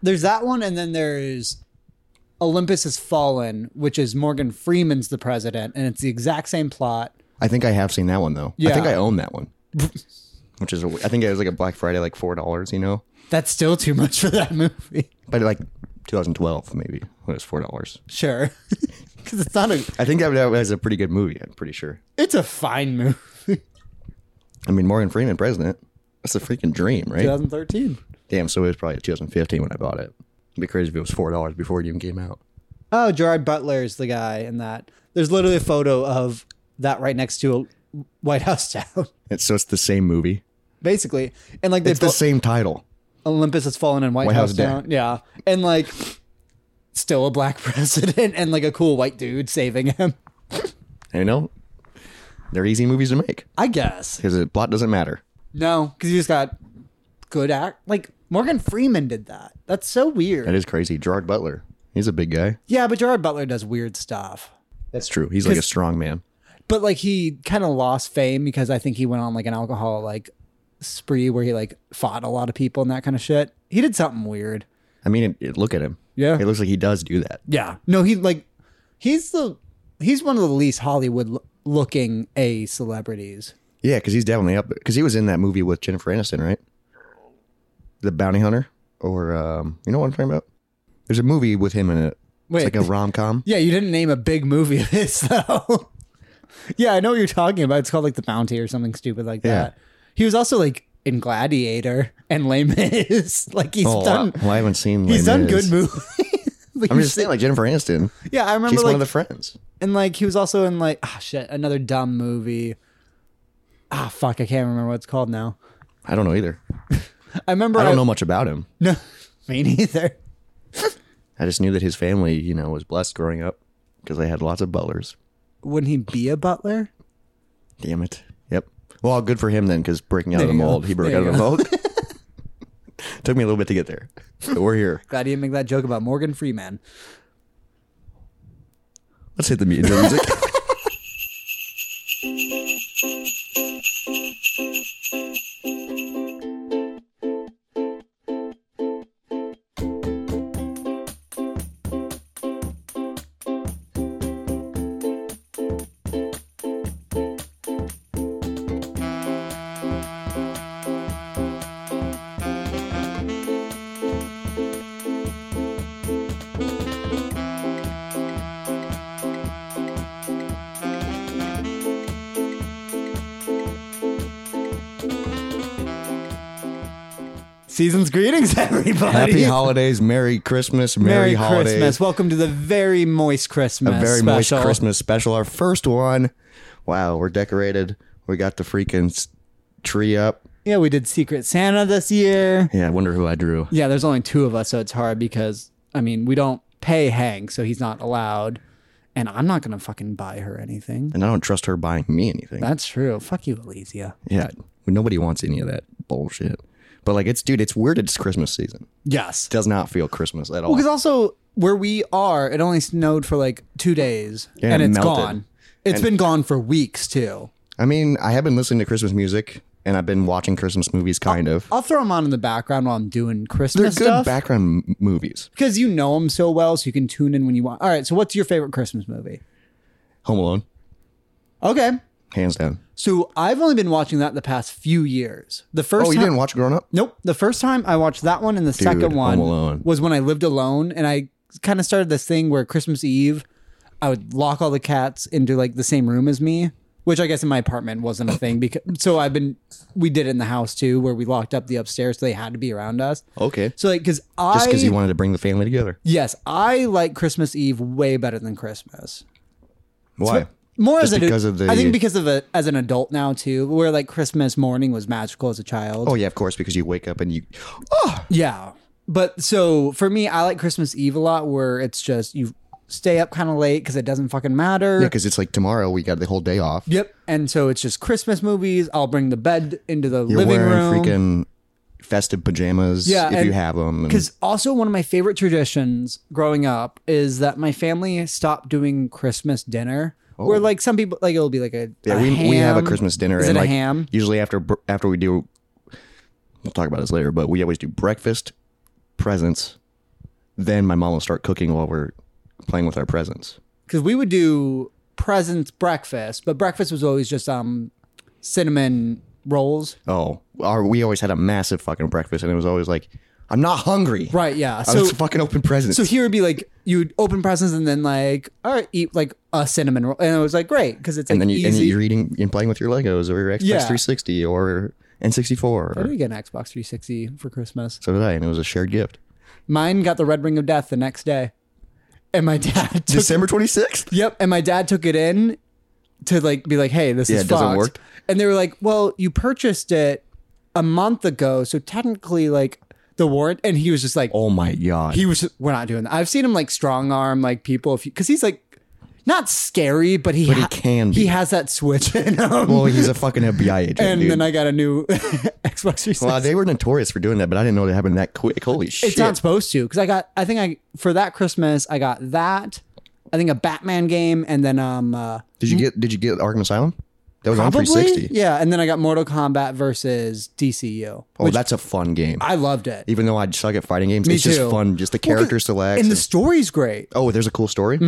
There's that one, and then there's Olympus Has Fallen, which is Morgan Freeman's the president, and it's the exact same plot. I think I have seen that one though. I Yeah. think I own that one. Which is, a, I think it was like a Black Friday, like four dollars, you know, That's still too much for that movie. but like 2012 maybe when it was four dollars. Sure, because it's not a. I think that, that was a pretty good movie. I'm pretty sure. It's a fine movie. I mean, Morgan Freeman president. That's a freaking dream, right? 2013. Damn. So it was probably 2015 when I bought it. It'd be crazy if it was four dollars before it even came out. Oh, Gerard Butler is the guy in that. There's literally a photo of that right next to a White House town, It's so it's the same movie. basically. And like they It's the both same title. Olympus has fallen and White, White House, House down. Yeah, and like still a black president and like a cool white dude saving him. You know, they're easy movies to make I guess because the plot doesn't matter. no, because you just got good act. Like Morgan Freeman did that. That's so That weird. is crazy. Gerard Butler. He's a big guy. Yeah, but Gerard Butler does weird stuff. That's true. He's like a strong man. but like he kind of lost fame because I think he went on like an alcohol like spree where he like fought a lot of people and that kind of shit. He did something weird. I mean, it, it, look at him. Yeah. It looks like he does do that. Yeah. No, he like he's the he's one of the least Hollywood l- looking a celebrities. Yeah, because he's definitely up. Because he was in that movie with Jennifer Aniston, right? The Bounty Hunter, or um, you know what I'm talking about? There's a movie with him in it. Wait. It's like a rom com. Yeah, you didn't name a big movie of his though. yeah, I know what you're talking about. It's called like The Bounty or something stupid like Yeah. that. He was also like in Gladiator and Les Mis. like he's Oh, done I, well, I haven't seen. he's Les done Mis. good movies. Like, I'm he's- just saying, like Jennifer Aniston. yeah, I remember She's like one of the friends. And like he was also in like ah shit, another dumb movie. Ah fuck, I can't remember what it's called now. I don't know either. I remember I don't know much about him. No, me neither. I just knew that his family, you know, was blessed growing up because they had lots of butlers. Wouldn't he be a butler? Damn it. Yep. Well, good for him then, because breaking out of the There you go. mold, he broke There out of you the mold. Took me a little bit to get there, but we're here. Glad he didn't make that joke about Morgan Freeman. Let's hit the mu- the music. Season's greetings, everybody. Happy holidays, Merry Christmas, Merry, Merry holidays. Christmas. Welcome to the very moist Christmas. A very moist special. Christmas special. Our first one. Wow, we're decorated. We got the freaking s- tree up. Yeah, we did Secret Santa this year. Yeah, I wonder who I drew. Yeah, there's only two of us, so it's hard because I mean we don't pay Hank, so he's not allowed. And I'm not gonna fucking buy her anything. And I don't trust her buying me anything. That's true. Fuck you, Elysia. yeah, nobody wants any of that bullshit. But like, it's dude, it's weird. It's Christmas season. Yes. Does not feel Christmas at all. Because also where we are, it only snowed for like two days, Yeah, and it it's melted. gone. It's been gone for weeks too. I mean, I have been listening to Christmas music and I've been watching Christmas movies, kind of. I'll throw them on in the background while I'm doing They're Christmas good stuff background m- movies. because you know them so well, so you can tune in when you want. All right. So, what's your favorite Christmas movie? Home Alone, Okay. hands down. So I've only been watching that the past few years. The first Oh, you time, didn't watch Grown Up? nope. The first time I watched that one and the second Home one Alone. was when I lived alone, and I kind of started this thing where Christmas Eve, I would lock all the cats into like the same room as me, which I guess in my apartment wasn't a thing because. So I've been, we did it in the house too, where we locked up the upstairs, so they had to be around us. Okay. So like, because I Oh. Just because you wanted to bring the family together. yes, I like Christmas Eve way better than Christmas. Why? More Just as a- because of the- I think because of a, as an adult now too, where like Christmas morning was magical as a child. Oh yeah, of course, because you wake up and you. Yeah. But so for me, I like Christmas Eve a lot where it's just you stay up kind of late because it doesn't fucking matter. Because it's like tomorrow we got the whole day off. Yep. And so it's just Christmas movies. I'll bring the bed into the You're living wearing room. freaking festive pajamas. Yeah, if you and- have them. and- Because also, one of my favorite traditions growing up is that my family stopped doing Christmas dinner. Where like some people like it'll be like a Oh. yeah, a we, we have a ham. Christmas dinner. Is and it like, a ham? Usually after br- after we do, we'll talk about this later. But we always do breakfast, presents, then my mom will start cooking while we're playing with our presents. because we would do presents breakfast, but breakfast was always just um cinnamon rolls. Oh, our, we always had a massive fucking breakfast, and it was always like, I'm not hungry. Right, yeah. So, I So was fucking open presents. so here would be like you would open presents and then like all right, eat like a cinnamon roll, and it was like great because it's like and then you, and easy. you're eating and playing with your Legos or your Xbox Yeah. 360 or N64. I Or, did get an Xbox 360 for Christmas. so did I, and it was a shared gift. Mine got the Red Ring of Death the next day, and my dad took December 26th. Yep. And my dad took it in to like be like, hey, this Yeah, is it doesn't fucked. work. And they were like, well, you purchased it a month ago, so technically, like the warrant. And he was just like, Oh my god. he was. We're not doing that. I've seen him like strong arm like people if because he's like not scary, but he he can be. He has that switch in him. well, he's a fucking FBI agent, and dude. then I got a new Xbox 360. Wow, they were notorious for doing that, but I didn't know they happened that quick. Holy shit! It's not supposed to because I got. I think I for that Christmas I got that. I think a Batman game and then um. Uh, did you get Did you get Arkham Asylum? That was on Probably, 360. yeah. And then I got Mortal Kombat versus DCU. Oh, that's a fun game. I loved it. Even though I suck at fighting games, it's too. just fun. Just the character selects. and the Mm-hmm. and- story's great. oh, there's a cool story.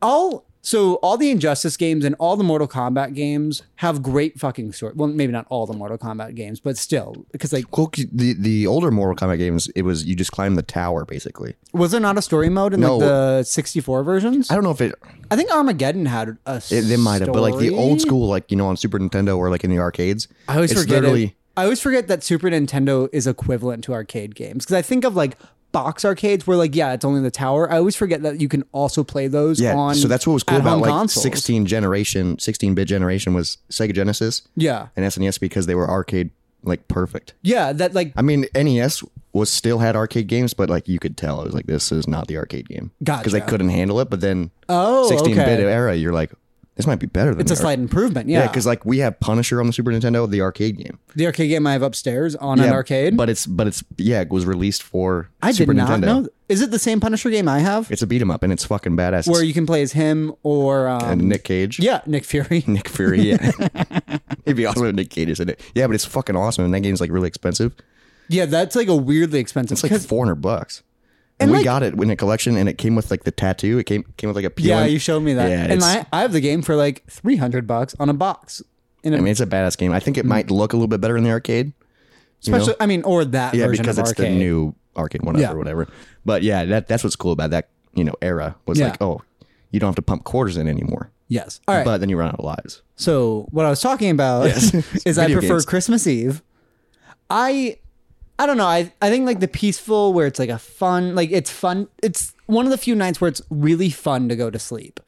All so all the Injustice games and all the Mortal Kombat games have great fucking story. Well, maybe not all the Mortal Kombat games, but still, because like, Cool. The the older Mortal Kombat games, it was you just climb the tower basically. was there not a story mode in No. like the '64 versions? I don't know if it I think Armageddon had a. It, they might have, but like the story. old school, like you know, on Super Nintendo or like in the arcades. I always it's forget. it. literally- I always forget that Super Nintendo is equivalent to arcade games because I think of like box arcades where like yeah, it's only the tower. I always forget that you can also play those. Yeah, on so that's what was cool at-home about like consoles. 16 generation, 16 bit generation was Sega Genesis Yeah, and SNES because they were arcade like perfect. yeah, that like I mean, NES was still had arcade games, but like you could tell it was like this is not the arcade game because they Gotcha. couldn't handle it. But then oh 16 bit okay. era, you're like, this might be better than It's a the arc- slight improvement. Yeah, yeah, because like we have Punisher on the Super Nintendo, the arcade game. the arcade game I have upstairs on an Yeah, arcade. but it's but it's yeah, it was released for I Super did not Nintendo. know. th- Is it the same Punisher game I have It's a beat 'em up and it's fucking badass. where you can play as him or um, and Nick Cage. yeah Nick Fury? Nick Fury, yeah. It'd be awesome if Nick Cage is in it. Yeah, but it's fucking awesome, and that game's like really expensive. yeah, that's like a weirdly expensive. It's like 'cause- four hundred bucks. And, And, we like- got it in a collection, and it came with like the tattoo. It came came with like a peeling. yeah, you showed me that, Yeah, and it's- I, I have the game for like three hundred bucks on a box. In a I mean, it's a badass game. I think Hmm. it might look a little bit better in the arcade. you know? Especially, I mean, or that yeah, version because of it's arcade. the new arcade one up Yeah. or whatever. But yeah, that that's what's cool about that you know era was Yeah. like oh, you don't have to pump quarters in anymore. yes. All right. But then you run out of lives. so what I was talking about is I Video prefer games. Christmas Eve. I, I don't know. I I think like the peaceful where it's like a fun, like it's fun. It's one of the few nights where it's really fun to go to sleep.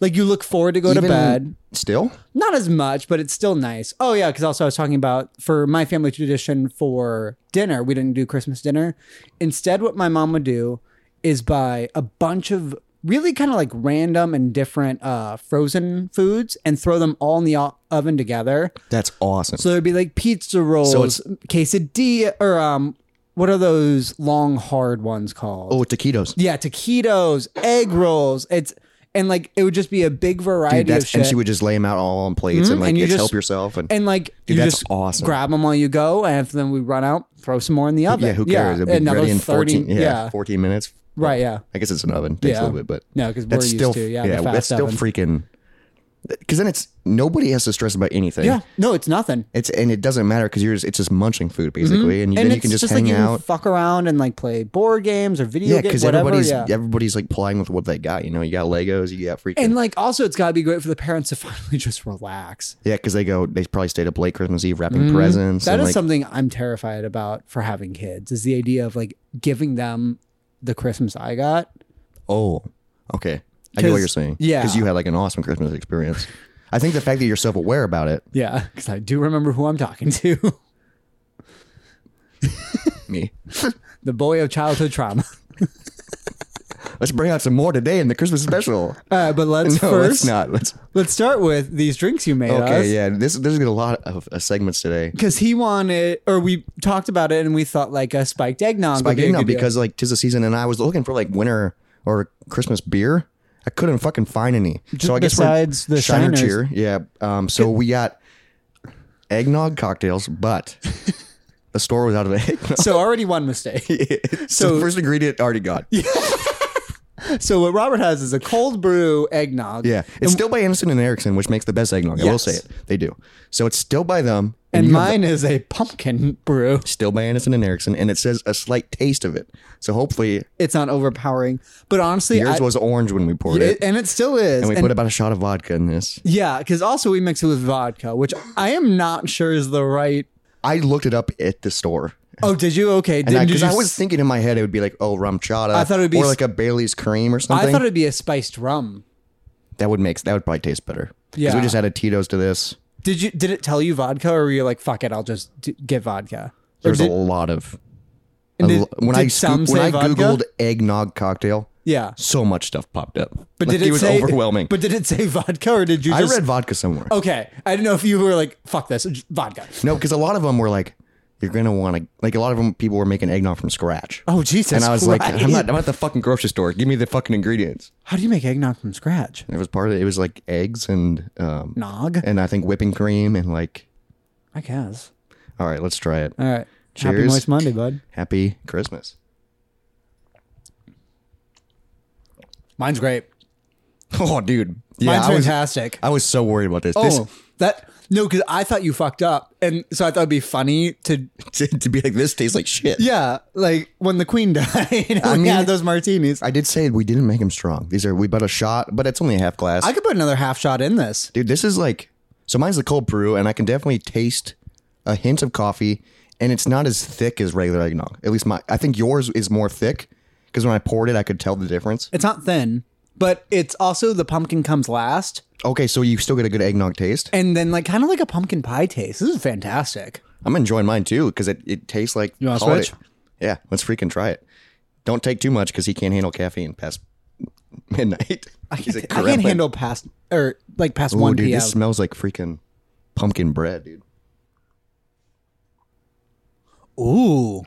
Like you look forward to go to Even bed. Still, Not as much, but it's still nice. Oh yeah, because also I was talking about for my family tradition for dinner, we didn't do Christmas dinner. Instead, what my mom would do is buy a bunch of really kind of like random and different uh, frozen foods and throw them all in the o- oven together. that's awesome. So there'd be like pizza rolls, it's- quesadilla, or um, what are those long hard ones called? oh, taquitos. Yeah, taquitos, egg rolls. It's and like it would just be a big variety of That's, shit. and she would just lay them out all on plates and Mm-hmm. like and you it's just- help yourself and, and like Dude, you that's just awesome. grab them while you go, and if then we run out, throw some more in the oven. yeah, who cares? It'll be another ready in 30 fourteen yeah, fourteen minutes. right, yeah, I guess it's an oven. Takes Yeah. a little bit, but no, because we're that's used still to yeah, yeah, the fast that's still oven. freaking. Because then it's nobody has to stress about anything. yeah, no, it's nothing. It's and it doesn't matter because you're just, it's just munching food basically, and, Mm-hmm. And it's then you can just, just, hang like you out. can fuck around and like play board games or video yeah, games, because whatever. everybody's yeah. everybody's like playing with what they got. You know, you got Legos, you got freaking And like also, it's got to be great for the parents to finally just relax. yeah. Because they go, they probably stayed up late Christmas Eve wrapping presents. Mm-hmm. That and is like, something I'm terrified about for having kids is the idea of like giving them the Christmas I got. Oh, okay. I get what 'Cause- you're saying. yeah. because you had like an awesome Christmas experience. I think the fact that you're self aware about it, Yeah, because I do remember who I'm talking to. me. the boy of childhood trauma. Let's bring out some more today in the Christmas special. Uh, but let's No, let's first let not. Let's let's start with these drinks you made okay. us. Yeah, this there's gonna be a lot of uh, segments today. Because he wanted, or we talked about it, and we thought like a spiked eggnog. would Like be a you know, good deal. because like tis the season, and I was looking for like winter or Christmas beer. I couldn't fucking find any. so I guess we're- besides the Shiner Shiners. Cheer. Yeah. Um. So we got eggnog cocktails, but a store without an egg. No. So already one mistake. so the first ingredient already gone. Yeah, So what Robert has is a cold brew eggnog. it's still by Anderson and Erickson, which makes the best eggnog. I will say Yes. it. They do. So it's still by them, And you have mine is a pumpkin brew. the- still by Anderson and Erickson, and it says a slight taste of it. So hopefully It's not overpowering. But honestly, yours I, was orange when we poured it, it, and it still is. and we And- put about a shot of vodka in this. yeah, because also we mix it with vodka, which I am not sure is the right. I looked it up at the store. Oh, did you? Okay. Didn't, did Because you I, was thinking in my head it would be like oh rum chata, I thought it would be or s- like a Bailey's cream or I something. thought it'd be a spiced rum. that would make that would probably taste better. 'Cause Yeah. we just added Tito's to this. Did you? Did it tell you vodka, or were you like, "Fuck it, I'll just d- get vodka"? Or There's did, a lot of and a did- lo- when did I some scoop- when say vodka? I googled eggnog cocktail, yeah, so much stuff popped up. but Like, did it, was say overwhelming. But did it say vodka, or did you? I Just, read vodka somewhere. Okay, I didn't know if you were like, "Fuck this, j- vodka." No, because a lot of them were like, you're gonna want to like a lot of them people were making eggnog from scratch. Oh Jesus! and I was like, Christ. I'm not. I'm at the fucking grocery store. Give me the fucking ingredients. How do you make eggnog from scratch? And it was part of it was like eggs and um Nog, and I think whipping cream and like. I guess. All right, let's try it. All right. Happy Cheers. Moist Monday, bud. Happy Christmas. Mine's great. Oh, dude. Yeah, Mine's I was. fantastic. I was so worried about this. oh, that no, because I thought you fucked up, and so I thought it'd be funny to This to be like this tastes like shit. yeah, like when the Queen died, I mean- had those martinis. I did say we didn't make them strong. These are we bought a shot, but it's only a half glass. I could put another half shot in this. Dude, this is like so mine's the cold brew, and I can definitely taste a hint of coffee, and it's not as thick as regular eggnog. At least my I think yours is more thick because when I poured it, I could tell the difference. It's not thin, but it's also the pumpkin comes last, Okay, so you still get a good eggnog taste. and then like kind of like a pumpkin pie taste. This is fantastic. I'm enjoying mine too because it, it tastes like wanna holiday- switch? Yeah, let's freaking try it. Don't take too much because he can't handle caffeine past midnight. I He's can't, a I can't cripple. handle past or like past Ooh, one dude, p.m. this smells like freaking pumpkin bread, dude. Ooh,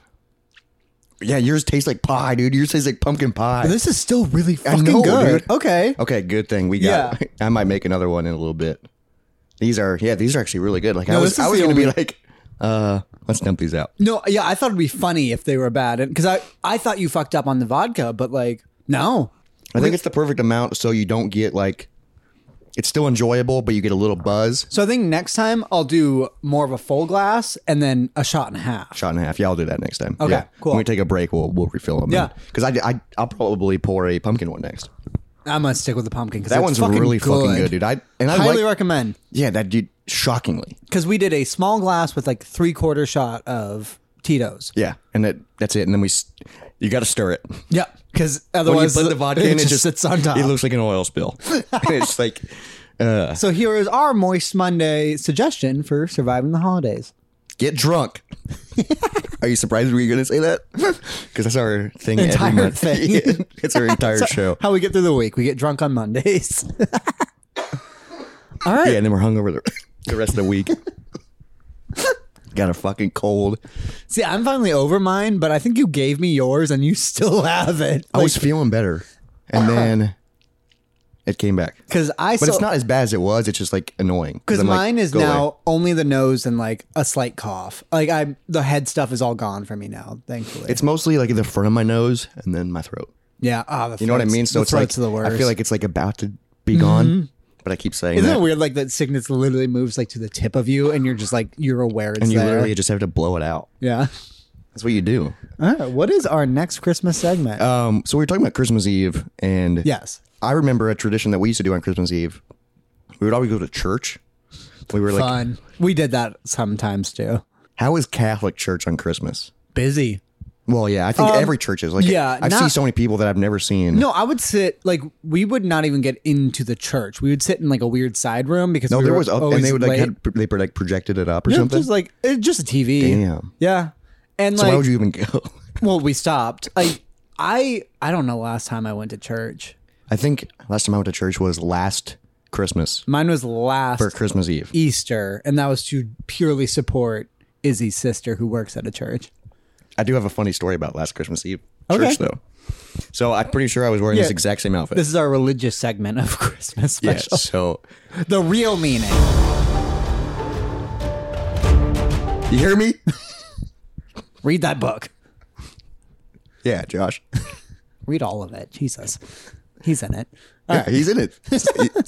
Yeah, yours tastes like pie, dude. Yours tastes like pumpkin pie. this is still really fucking know, good. dude. Okay, okay, good thing we got. Yeah. I might make another one in a little bit. These are yeah, these are actually really good. Like I No, was, this is I was the gonna be only- like, uh, let's dump these out. no, yeah, I thought it'd be funny if they were bad, and because I I thought you fucked up on the vodka, but like no, I think it's the perfect amount, so you don't get like, it's still enjoyable, but you get a little buzz. So I think next time I'll do more of a full glass and then a shot and a half. Shot and a half. Yeah, I'll do that next time. Okay, yeah. cool. When we take a break, we'll we'll refill them. Yeah. because I, I I'll probably pour a pumpkin one next. I'm gonna stick with the pumpkin because That one's really fucking good, dude. I and I Highly like, recommend yeah, that dude shockingly. because we did a small glass with like three quarter shot of Tito's. Yeah, and that that's it. And then we, s- you got to stir it. Yeah, because When you otherwise uh, put the vodka in, it just sits on top. It looks like an oil spill. it's like, uh, so here is our Moist Monday suggestion for surviving the holidays. get drunk. Are you surprised we were going to say that? Because that's our thing. Entire every month. thing. Yeah, it's our entire show. How we get through the week? We get drunk on Mondays. All right. Yeah, and then we're hungover the, the rest of the week. got a fucking cold. See, I'm finally over mine, but I think you gave me yours and you still have it. I was feeling better, and uh-huh. then it came back. because I. But still, it's not as bad as it was. It's just like annoying. Because I'm like, mine is "Go away." now only the nose and like a slight cough. Like I, the head stuff is all gone for me now, thankfully. It's mostly like the front of my nose and then my throat. yeah, ah, the You know what I mean? So the it's like throat's the worst. Mm-hmm. I feel like it's like about to be gone, but I keep saying isn't that, it weird? Like that sickness literally moves like to the tip of you, and you're just like you're aware it's and you there. literally just have to blow it out. yeah. That's what you do. All right, what is our next Christmas segment? Um, so we were talking about Christmas Eve, and yes. I remember a tradition that we used to do on Christmas Eve. We would always go to church. We were like, Fun. We did that sometimes too. "How is Catholic church on Christmas?" Busy. Well, yeah, I think every church is like. Um, yeah, I've seen not- so many people that I've never seen. No, I would sit like we would not even get into the church. We would sit in like a weird side room because Oh, we there were was up, and always they would late. like had, they like projected it up or Yeah, something. just like it, just a TV. Damn. Yeah. And so like why would you even go? Well, we stopped. I I I don't know last time I went to church. I think last time I went to church was last Christmas Mine was last for Christmas Eve. Easter, and that was to purely support Izzy's sister who works at a church. I do have a funny story about last Christmas Eve church Okay. though. So I'm pretty sure I was wearing this Yeah. exact same outfit. This is our religious segment of Christmas yeah. special. So The real meaning. you hear me? Read that book. Yeah, Josh. Read all of it. Jesus. He's in it. Yeah, he's in it.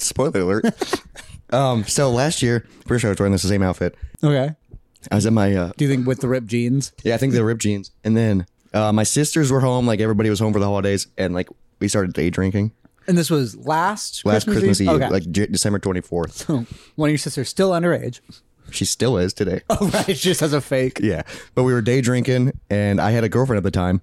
Spoiler alert. Um, so last year, pretty sure I was wearing this the same outfit. Okay. I was in my uh, Do you think with the ripped jeans? Yeah, I think the ripped jeans. And then uh, my sisters were home, like everybody was home for the holidays, and like we started day drinking And this was last last Christmas, Eve, Okay. Hmm. like J- December twenty fourth. One of your sisters still underage. She still is today. Oh, right. She just has a fake. Yeah, but we were day drinking, and I had a girlfriend at the time,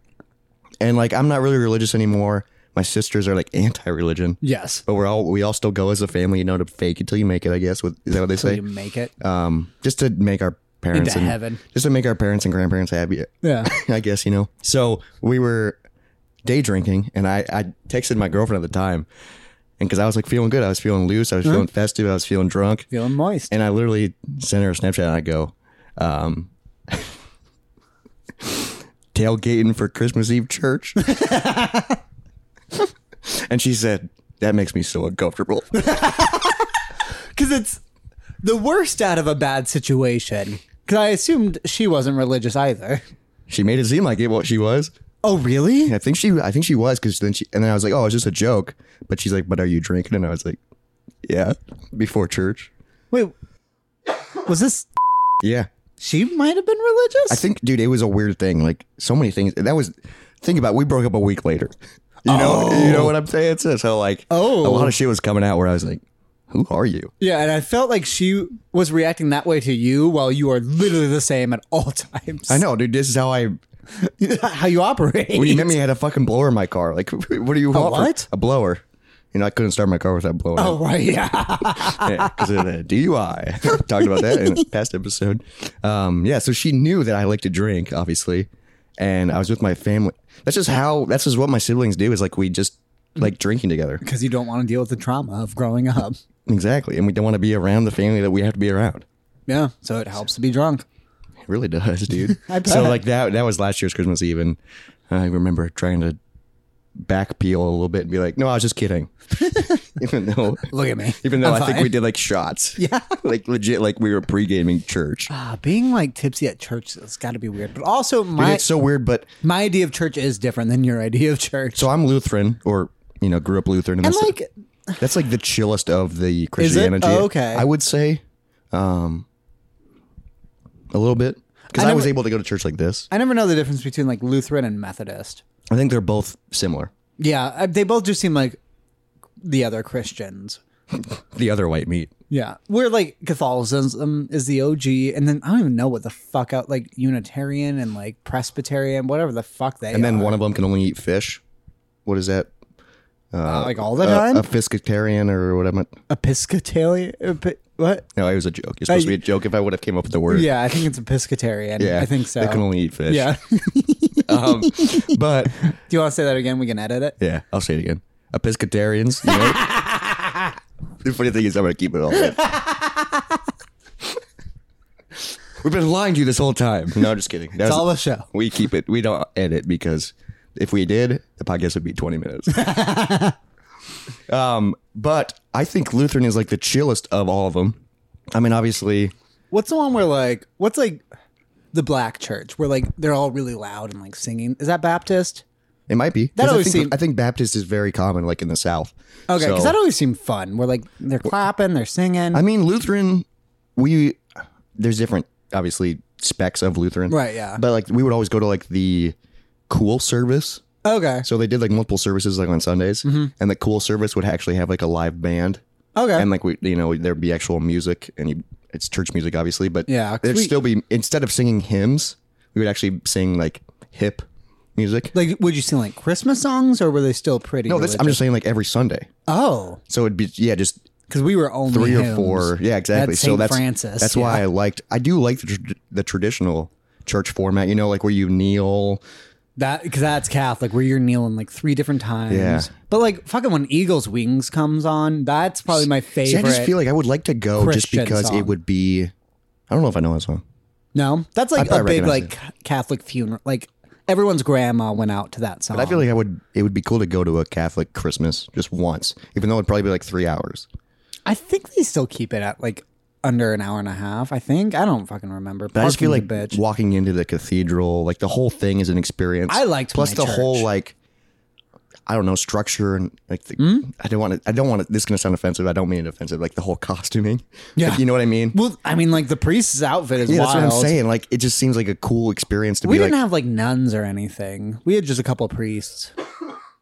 and like I'm not really religious anymore. My sisters are like anti-religion, Yes. but we're all we all still go as a family, you know, to fake it till you make it. I guess. With, is that what they So say? you make it. um, just to make our parents Into and, heaven. just to make our parents and grandparents happy. Yeah. I guess you know. So we were day drinking, and I I texted my girlfriend at the time, and because I was like feeling good, I was feeling loose, I was feeling festive, I was feeling drunk, Feeling moist. and I literally sent her a Snapchat, and I go, um. Tailgating for Christmas Eve church, and she said that makes me so uncomfortable. Because it's the worst out of a bad situation. Because I assumed she wasn't religious either. She made it seem like it what she was. Oh, really? I think she, I think she was, because then she, and then I was like, oh, it's just a joke. But she's like, but are you drinking? And I was like, yeah, before church. Wait, was this? Yeah, She might have been religious. I think, dude, it was a weird thing. Like so many things. That was, think about, it, we broke up a week later. You know, you know what I'm saying. So, so like, Oh. a lot of shit was coming out where I was like, who are you? yeah, and I felt like she was reacting that way to you, while you are literally the same at all times. I know, dude. This is how I. how you operate. When you met me, I had a fucking blower in my car. Like, what do you want? for- what? A blower. You know, I couldn't start my car without blowing. it. Oh right, yeah. because of the DUI. Talked about that in a past episode. Um, yeah, so she knew that I like to drink, obviously, and I was with my family. That's just how. That's just what my siblings do. Is like we just like drinking together, Because you don't want to deal with the trauma of growing up. exactly, and we don't want to be around the family that we have to be around. Yeah, so it helps to be drunk. It really does, dude. I bet. So like that. That was last year's Christmas Eve, and I remember trying to back peel a little bit and be like, "No, I was just kidding," even though. Look at me. Even though i I'm think fine. we did like shots. Yeah. Like legit, like we were pre gaming church. Ah, being like tipsy at church has got to be weird. But also, Dude, my it's so weird, but my idea of church is different than your idea of church. So I'm Lutheran, or you know, grew up Lutheran, and, and that's, like, that's like the chillest of the Christianity. Oh, okay. I would say, um, a little bit because I I, know was what- able to go to church like this. I never know the difference between like Lutheran and Methodist. I think they're both similar. Yeah, I- they both just seem like the other Christians. The other white meat. Yeah, we're like Catholicism is the OG, and then I don't even know what the fuck out like Unitarian and like Presbyterian, whatever the fuck they And then are, one of them can only eat fish. What is that? uh, like all the A- time a pescatarian or whatever. Episcotalian. Epi- what? No, it was a joke. It's supposed to be a joke. If I would have came up with the word, Yeah, I think it's Episcotarian. Yeah, I think so. They can only eat fish. yeah. Do um, but you want to say that again? We can edit it. Yeah, I'll say it again. Episcotarians. You know? the funny thing is, I'm gonna keep it all. in. We've been lying to you this whole time. No, just kidding. That's It's all the show. we keep it. We don't edit because if we did, the podcast would be 20 minutes. um, but I think Lutheran is like the chillest of all of them. I mean, obviously, What's the one where like what's like the black church where like they're all really loud and like singing? Is that Baptist? it might be. 'Cause I always think, seem- I think Baptist is very common, like in the South. Okay, because So- that always seemed fun. Where like they're clapping, they're singing. I mean, Lutheran, we there's different obviously specs of Lutheran, Right, yeah. But like we would always go to like the cool service. okay, So they did like multiple services like on Sundays, Mm-hmm. and the cool service would actually have like a live band, okay. and like we you know there'd be actual music, and you, it's church music obviously, but Yeah, 'cause there'd we- still be instead of singing hymns, we would actually sing like hip music. like, would you sing like Christmas songs, or were they still pretty? no, that's, I'm just saying like every Sunday. oh, So it'd be yeah, just because we were only three or hymns. four. Yeah, exactly. That's so Saint that's Francis, That's yeah. why I liked. I do like the, tr- the traditional church format. You know, like where you kneel. That because that's Catholic, where you're kneeling like three different times. Yeah. But like fucking when Eagles Wings comes on, that's probably my favorite. See, I just feel like I would like to go Christian just because song. it would be. I don't know if I know that song. no, that's like I a big recognize like Catholic funeral. Like everyone's grandma went out to that song. I feel like I would. It would be cool to go to a Catholic Christmas just once, even though it'd probably be like three hours. I think they still keep it at like under an hour and a half. I think I don't fucking remember. But I just feel like Parking's a bitch. walking into the cathedral, like the whole thing is an experience. I liked plus my the whole church. like I don't know structure and like the, Hmm? I don't want to. I don't want to. This is gonna sound offensive. I don't mean it offensive. Like the whole costuming. Yeah. Like, you know what I mean. Well, I mean, like the priest's outfit is Yeah, wild. that's what I'm saying. Like it just seems like a cool experience to We be like. didn't have like nuns or anything. We had just a couple of priests.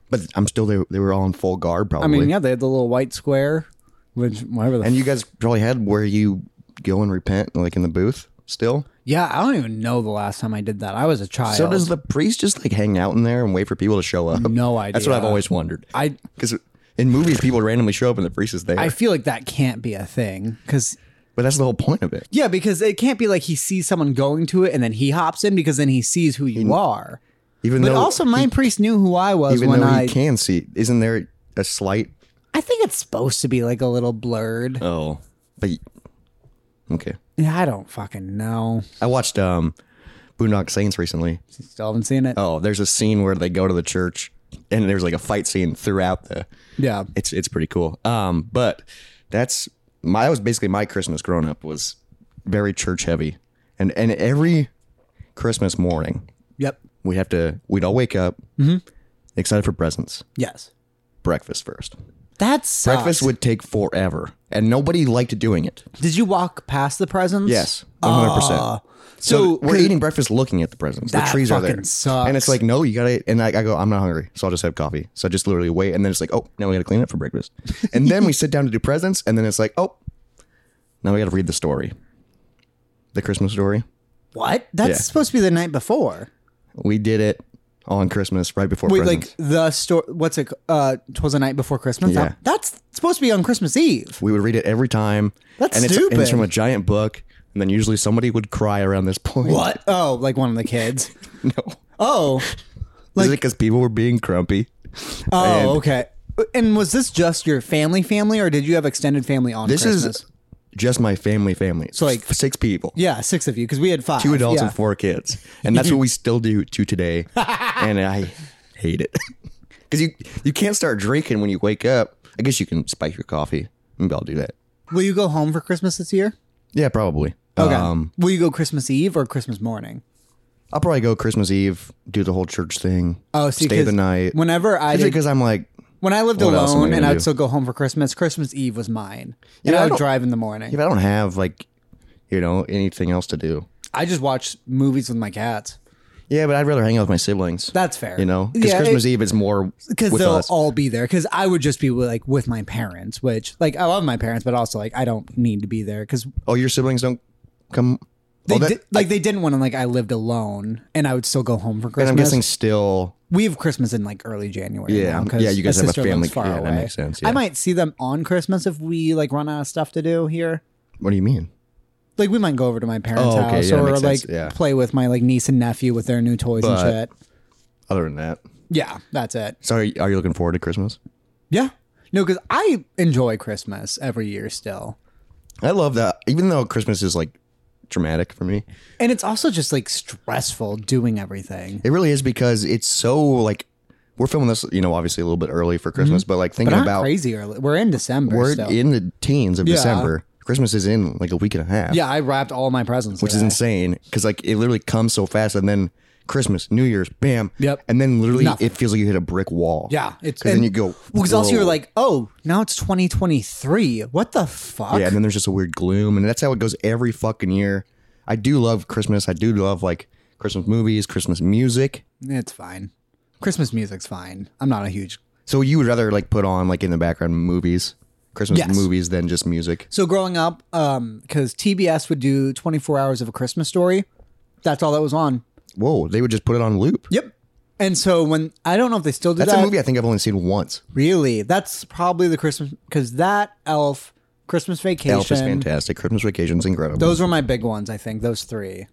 but I'm still they, they were all in full I guard probably. mean, yeah, they had the little white square, which whatever the. And you guys probably had where you go and repent like in the booth still. yeah, I don't even know the last time I did that. I was a child. So does the priest just like hang out in there and wait for people to show up? No idea. That's what I've always wondered. I Because in movies, people randomly show up and the priest is there. I feel like that can't be a thing because but that's the whole point of it. yeah, because it can't be like he sees someone going to it and then he hops in because then he sees who you are. Even But though, also, my priest knew who I was even when though I. he can see, isn't there a slight? I think it's supposed to be like a little blurred. Oh, but okay. Yeah, I don't fucking know. I watched um, Boondock Saints recently. Still haven't seen it. Oh, there's a scene where they go to the church, and there's like a fight scene throughout the. Yeah. It's it's pretty cool. Um, but that's my that was basically my Christmas growing up was very church heavy, and and every Christmas morning Yep. we'd have to we'd all wake up excited for presents Yes. breakfast first That's breakfast would take forever and nobody liked doing it Did you walk past the presents? yes 100% So, so we're eating breakfast looking at the presents the That trees are there fucking sucks. and it's like no you gotta and I, I go i'm not hungry so i'll just have coffee so i just literally wait and then it's like oh now we gotta clean up for breakfast and then we sit down to do presents and then it's like oh now we gotta read the story the christmas story what? That's Yeah. supposed to be the night before. we did it on christmas right before Wait, presents. like the story. What's it? c- Uh, twas the night before Christmas. Yeah. That- that's supposed to be on Christmas Eve. We would read it every time. That's and it's, and stupid. it's from a giant book, and then usually somebody would cry around this point. What? Oh, like one of the kids. No. Oh, Is it because people were being grumpy? oh, And- okay. And was this just your family family, or did you have extended family on This Christmas? is just my family family. So like- six people. yeah, six of you because we had five. Two adults yeah. and four kids. And that's what we still do to today. and I hate it. Because you you can't start drinking when you wake up. I guess you can spike your coffee. Maybe I'll do that. Will you go home for Christmas this year? Yeah, probably. Okay. Um, Will you go Christmas Eve or Christmas morning? I'll probably go Christmas Eve, do the whole church thing. Oh, see, stay 'cause the night. Whenever I did Because I'm like, When I lived What else am I alone and gonna I'd do? still go home for Christmas, Christmas Eve was mine. And know, I I would don't- drive in the morning. if I don't have like, you know, anything else to do. I just watched movies with my cats. Yeah, but I'd rather hang out with my siblings. That's fair. you know, because yeah, Christmas Eve is more Because with they'll us. all be there. Because I would just be with, like with my parents, which like I love my parents, but also like I don't need to be there because oh, your siblings don't come. they oh, that- di- like they didn't want to like I lived alone and I would still go home for and Christmas. I'm guessing still. we have Christmas in like early January. Yeah, now I'm- 'cause yeah, you guys my have a sister lives family- Far yeah, that away. makes sense, I yeah. might see them on Christmas if we like run out of stuff to do here. What do you mean? like we might go over to my parents' Oh, okay. house Yeah, that or makes like sense. Yeah. play with my like niece and nephew with their new toys and But- shit. Other than that, Yeah, that's it. sorry. Are you looking forward to Christmas? Yeah. No, because I enjoy Christmas every year still. I love that. Even though Christmas is like dramatic for me, And it's also just like stressful doing everything. it really is because it's so like we're filming this. You know, obviously a little bit early for Christmas, Mm-hmm. but like We're thinking not about crazy early. We're in December. we're still. in the teens of Yeah. December. Christmas is in like a week and a half. yeah, I wrapped all my presents. which is insane because like it literally comes so fast and then christmas new year's bam Yep. and then literally Nothing. it feels like you hit a brick wall yeah, it's because then you go because also you're whoa. like, oh, now it's 2023. What the fuck? yeah and then there's just a weird gloom and that's how it goes every fucking year i do love christmas i do love like christmas movies christmas music it's fine. Christmas music's fine. I'm not a huge so you would rather like put on like in the background movies christmas Yes. movies than just music So growing up, um, because TBS would do 24 hours of a Christmas story. That's all that was on. whoa they would just put it on loop Yep. And so when I don't know if they still do that's that. a movie i think i've only seen once Really, that's probably the Christmas because that Elf, Christmas Vacation, elf is fantastic christmas vacation's incredible those were my big ones. I think those three.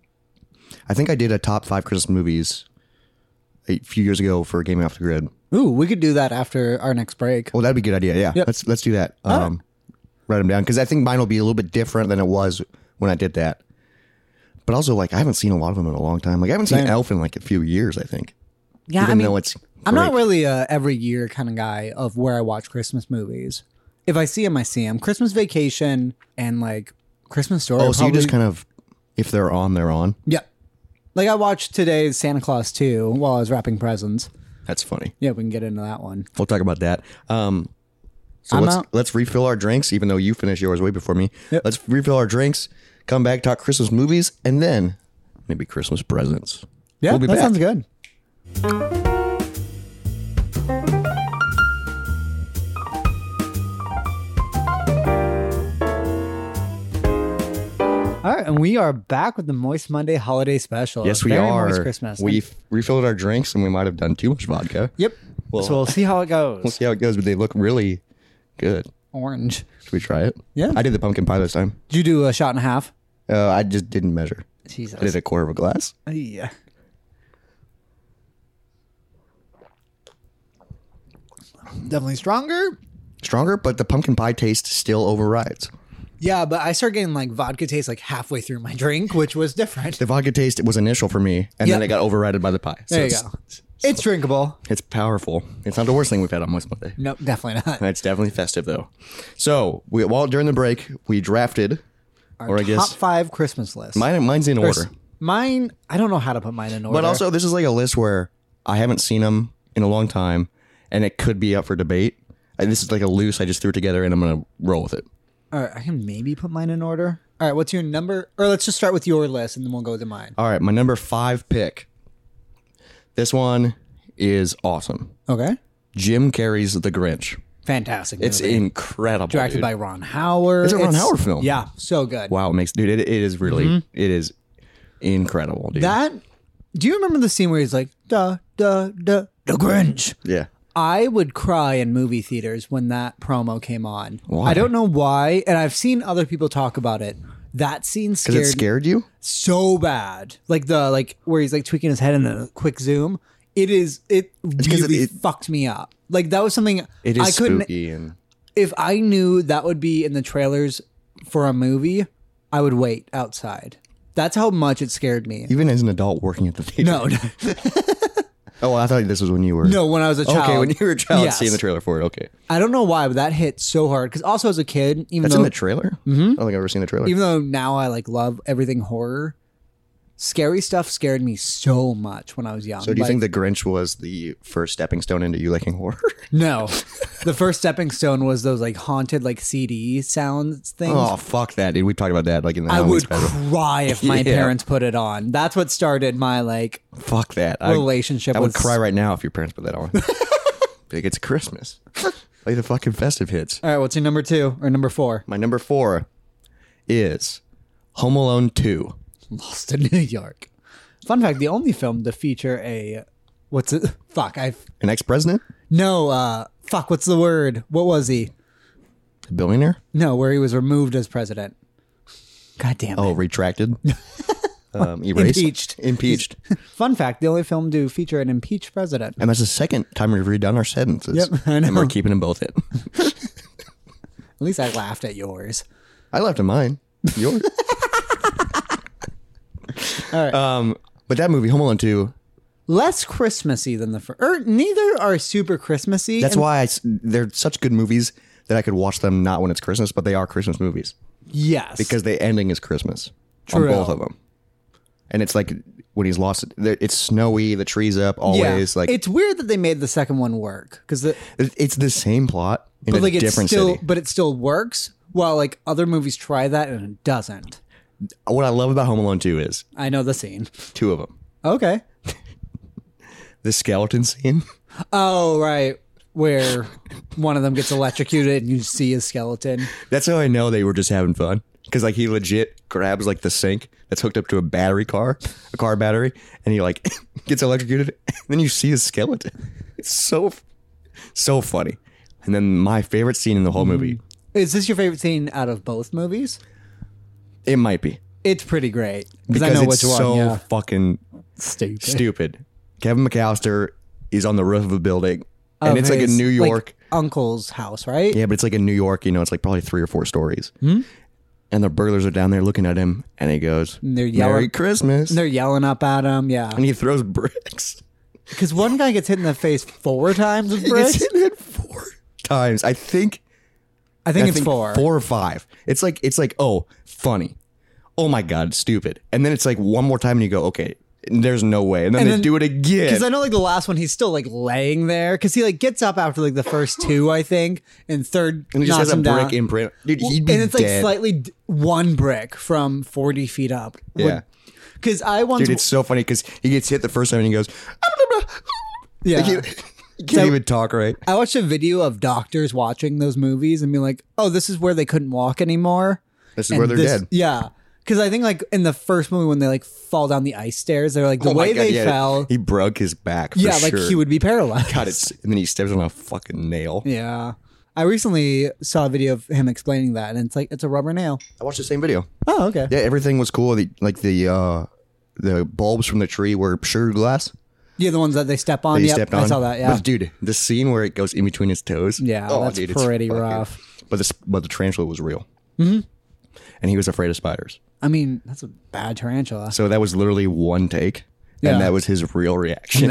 i think i did a top five christmas movies a few years ago for gaming off the grid Ooh, we could do that after our next break. Well, that'd be a good idea. Yeah, let's let's do that. Um, Write them down because I think mine will be a little bit different than it was when I did that. But also, like, I haven't seen a lot of them in a long time. Like, I haven't seen Elf in like a few years. I think. Yeah, Even I mean, though it's, I'm great. not really a every year kind of guy of where I watch Christmas movies. If I see them, I see them. Christmas Vacation and like Christmas story. Oh, so you just probably- kind of, if they're on, they're on. yeah. Like I watched today's Santa Claus 2 while I was wrapping presents. That's funny. Yeah, we can get into that one. We'll talk about that. Um, so I'm let's out. let's refill our drinks, even though you finished yours way before me. Let's refill our drinks, come back, talk Christmas movies, and then maybe Christmas presents. Yeah, We'll be that back. sounds good. All right, and we are back with the Moist Monday holiday special. Yes, we Very are. Moist Christmas. We f- refilled our drinks, and we might have done too much vodka. Yep. Well- so we'll see how it goes. See how it goes, but they look really good. Orange. Should we try it? Yeah. I did the pumpkin pie this time. Did you do a shot and a half? Uh, I just didn't measure. I Jesus. did a quarter of a glass. Yeah. Definitely stronger. Stronger, but the pumpkin pie taste still overrides. Yeah, but I started getting like vodka taste like halfway through my drink, which was different. The vodka taste was initial for me, and then Yeah. it got overridden by the pie. So There you it's, go. It's drinkable. it's powerful. It's not the worst thing we've had on Moist Monday. No, definitely not. It's definitely festive though. So we while during the break we drafted, or I Top guess five Christmas list. mine, mine's in order. Mine, I don't know how to put mine in order. But also this is like a list where I haven't seen them in a long time, and it could be up for debate. And this is like a loose I just threw together, and I'm gonna roll with it. all right, I can maybe put mine in order. All right, what's your number? Or let's just start with your list and then we'll go to mine. All right, my number five pick. This one is awesome. Okay. Jim Carrey's The Grinch. Fantastic. It's movie. incredible. directed dude. by Ron Howard. It's a Ron Howard film. Yeah, so good. wow, it makes dude. It, it is really it is incredible, dude. Mm-hmm. That. Do you remember the scene where he's like, "Da da da, the Grinch"? yeah. I would cry in movie theaters when that promo came on. Why? I don't know why, and I've seen other people talk about it. That scene Does scared it scared you? so bad. Like the like where he's like tweaking his head in a quick zoom. It is it 'cause really it- fucked me up. Like that was something It is I couldn't spooky and if I knew that would be in the trailers for a movie, I would wait outside. That's how much it scared me. even as an adult working at the theater. no, no, Oh, I thought this was when you were no, when I was a child. Okay, when you were a child Yes. seeing the trailer for it. Okay. I don't know why, but that hit so hard. Because also as a kid, even That's though in the trailer? Mm-hmm. I don't think I've ever seen the trailer. even though now I like love everything horror, scary stuff scared me so much when I was young. so do you think the Grinch was the first stepping stone into you liking horror? No, the first stepping stone was those like haunted like CD sounds things. oh fuck that, dude. We talked about that like in the I Halloween would special. cry if my Yeah. parents put it on. That's what started my like Fuck that. I, relationship I would with cry right now if your parents put that on. like it's Christmas. like the fucking festive hits. All right, what's your number two or number four? My number four is Home Alone Two. Lost in New York. Fun fact: the only film to feature a what's it? Fuck, I An ex president? no. uh Fuck, what's the word? What was he? A billionaire? No, where he was removed as president. God damn it. Oh, retracted. um, erased. Impeached. Impeached. Fun fact: the only film to feature an impeached president. And that's the second time we've redone our sentences. Yep, I And we're know. keeping them both in. At least I laughed at yours. I left in mine. Yours. All right. Um, but that movie, Home Alone 2, Less Christmassy than the first. Or neither are super Christmassy. that's and- why I s they're such good movies that I could watch them not when it's Christmas, but they are Christmas movies Yes. because the ending is Christmas True. on both of them. And it's like when he's lost, there- it's snowy, the tree's up always. Like it's weird that they made the second one work because the it's the same plot in but a like it's different still city. but it still works while like other movies try that and it doesn't. What I love about Home Alone 2 is I know the scene. two of them. Okay. The skeleton scene. Oh right, where one of them gets electrocuted and you see his skeleton. That's how I know they were just having fun. Cause like he legit grabs like the sink that's hooked up to a battery car, a car battery, and he like gets electrocuted. And then you see his skeleton. It's so, so funny. And then my favorite scene in the Hmm. whole movie. Is this your favorite scene out of both movies? It might be It's pretty great because I because know it's which one. so yeah. fucking Stupid. stupid. Kevin McAllister is on the roof of a building, and it's like a his, New York. uncle's house, right? yeah, but it's like a New York. You know, it's like probably three or four stories. Hmm? And the burglars are down there looking at him, and he goes, they're "Merry yelling- Christmas." They're yelling up at him, yeah. and he throws bricks. Because one guy gets hit in the face four times with bricks. hit four times. I think I think it's four. Four or five. It's like it's like oh funny, oh my god stupid, and then it's like one more time and you go okay, there's no way, and then they then- do it again. Because I know like the last one, he's still like laying there because he like gets up after like the first two, I think, and third and he just knocks has a him down. brick imprint, dude. He'd be and it's like dead. slightly d- one brick from forty feet up. Yeah. Because I once, dude. It's so funny because he gets hit the first time and he goes, yeah, like, he, he can't even talk right. I watched a video of doctors watching those movies and being like, "Oh, this is where they couldn't walk anymore." This is And where they're this- dead. Yeah, because I think like in the first movie when they like fall down the ice stairs, they're like the Oh my way God, they yeah, fell. He broke his back. For yeah, like sure. he would be paralyzed. God, it's and then he steps on a fucking nail. Yeah. I recently saw a video of him explaining that, and it's like it's a rubber nail. I watched the same video. Oh, okay. Yeah, everything was cool. The, like the uh, the bulbs from the tree were sugar glass. Yeah, the ones that they step on. That he Yep, stepped on. I saw that. Yeah, But dude, the scene where it goes in between his toes. Oh, Yeah, that's it's pretty fucking- rough. But the but the tarantula was real. Mm-hmm. And he was afraid of spiders. I mean that's a bad tarantula. So that was literally one take, Yeah. and that was his real reaction.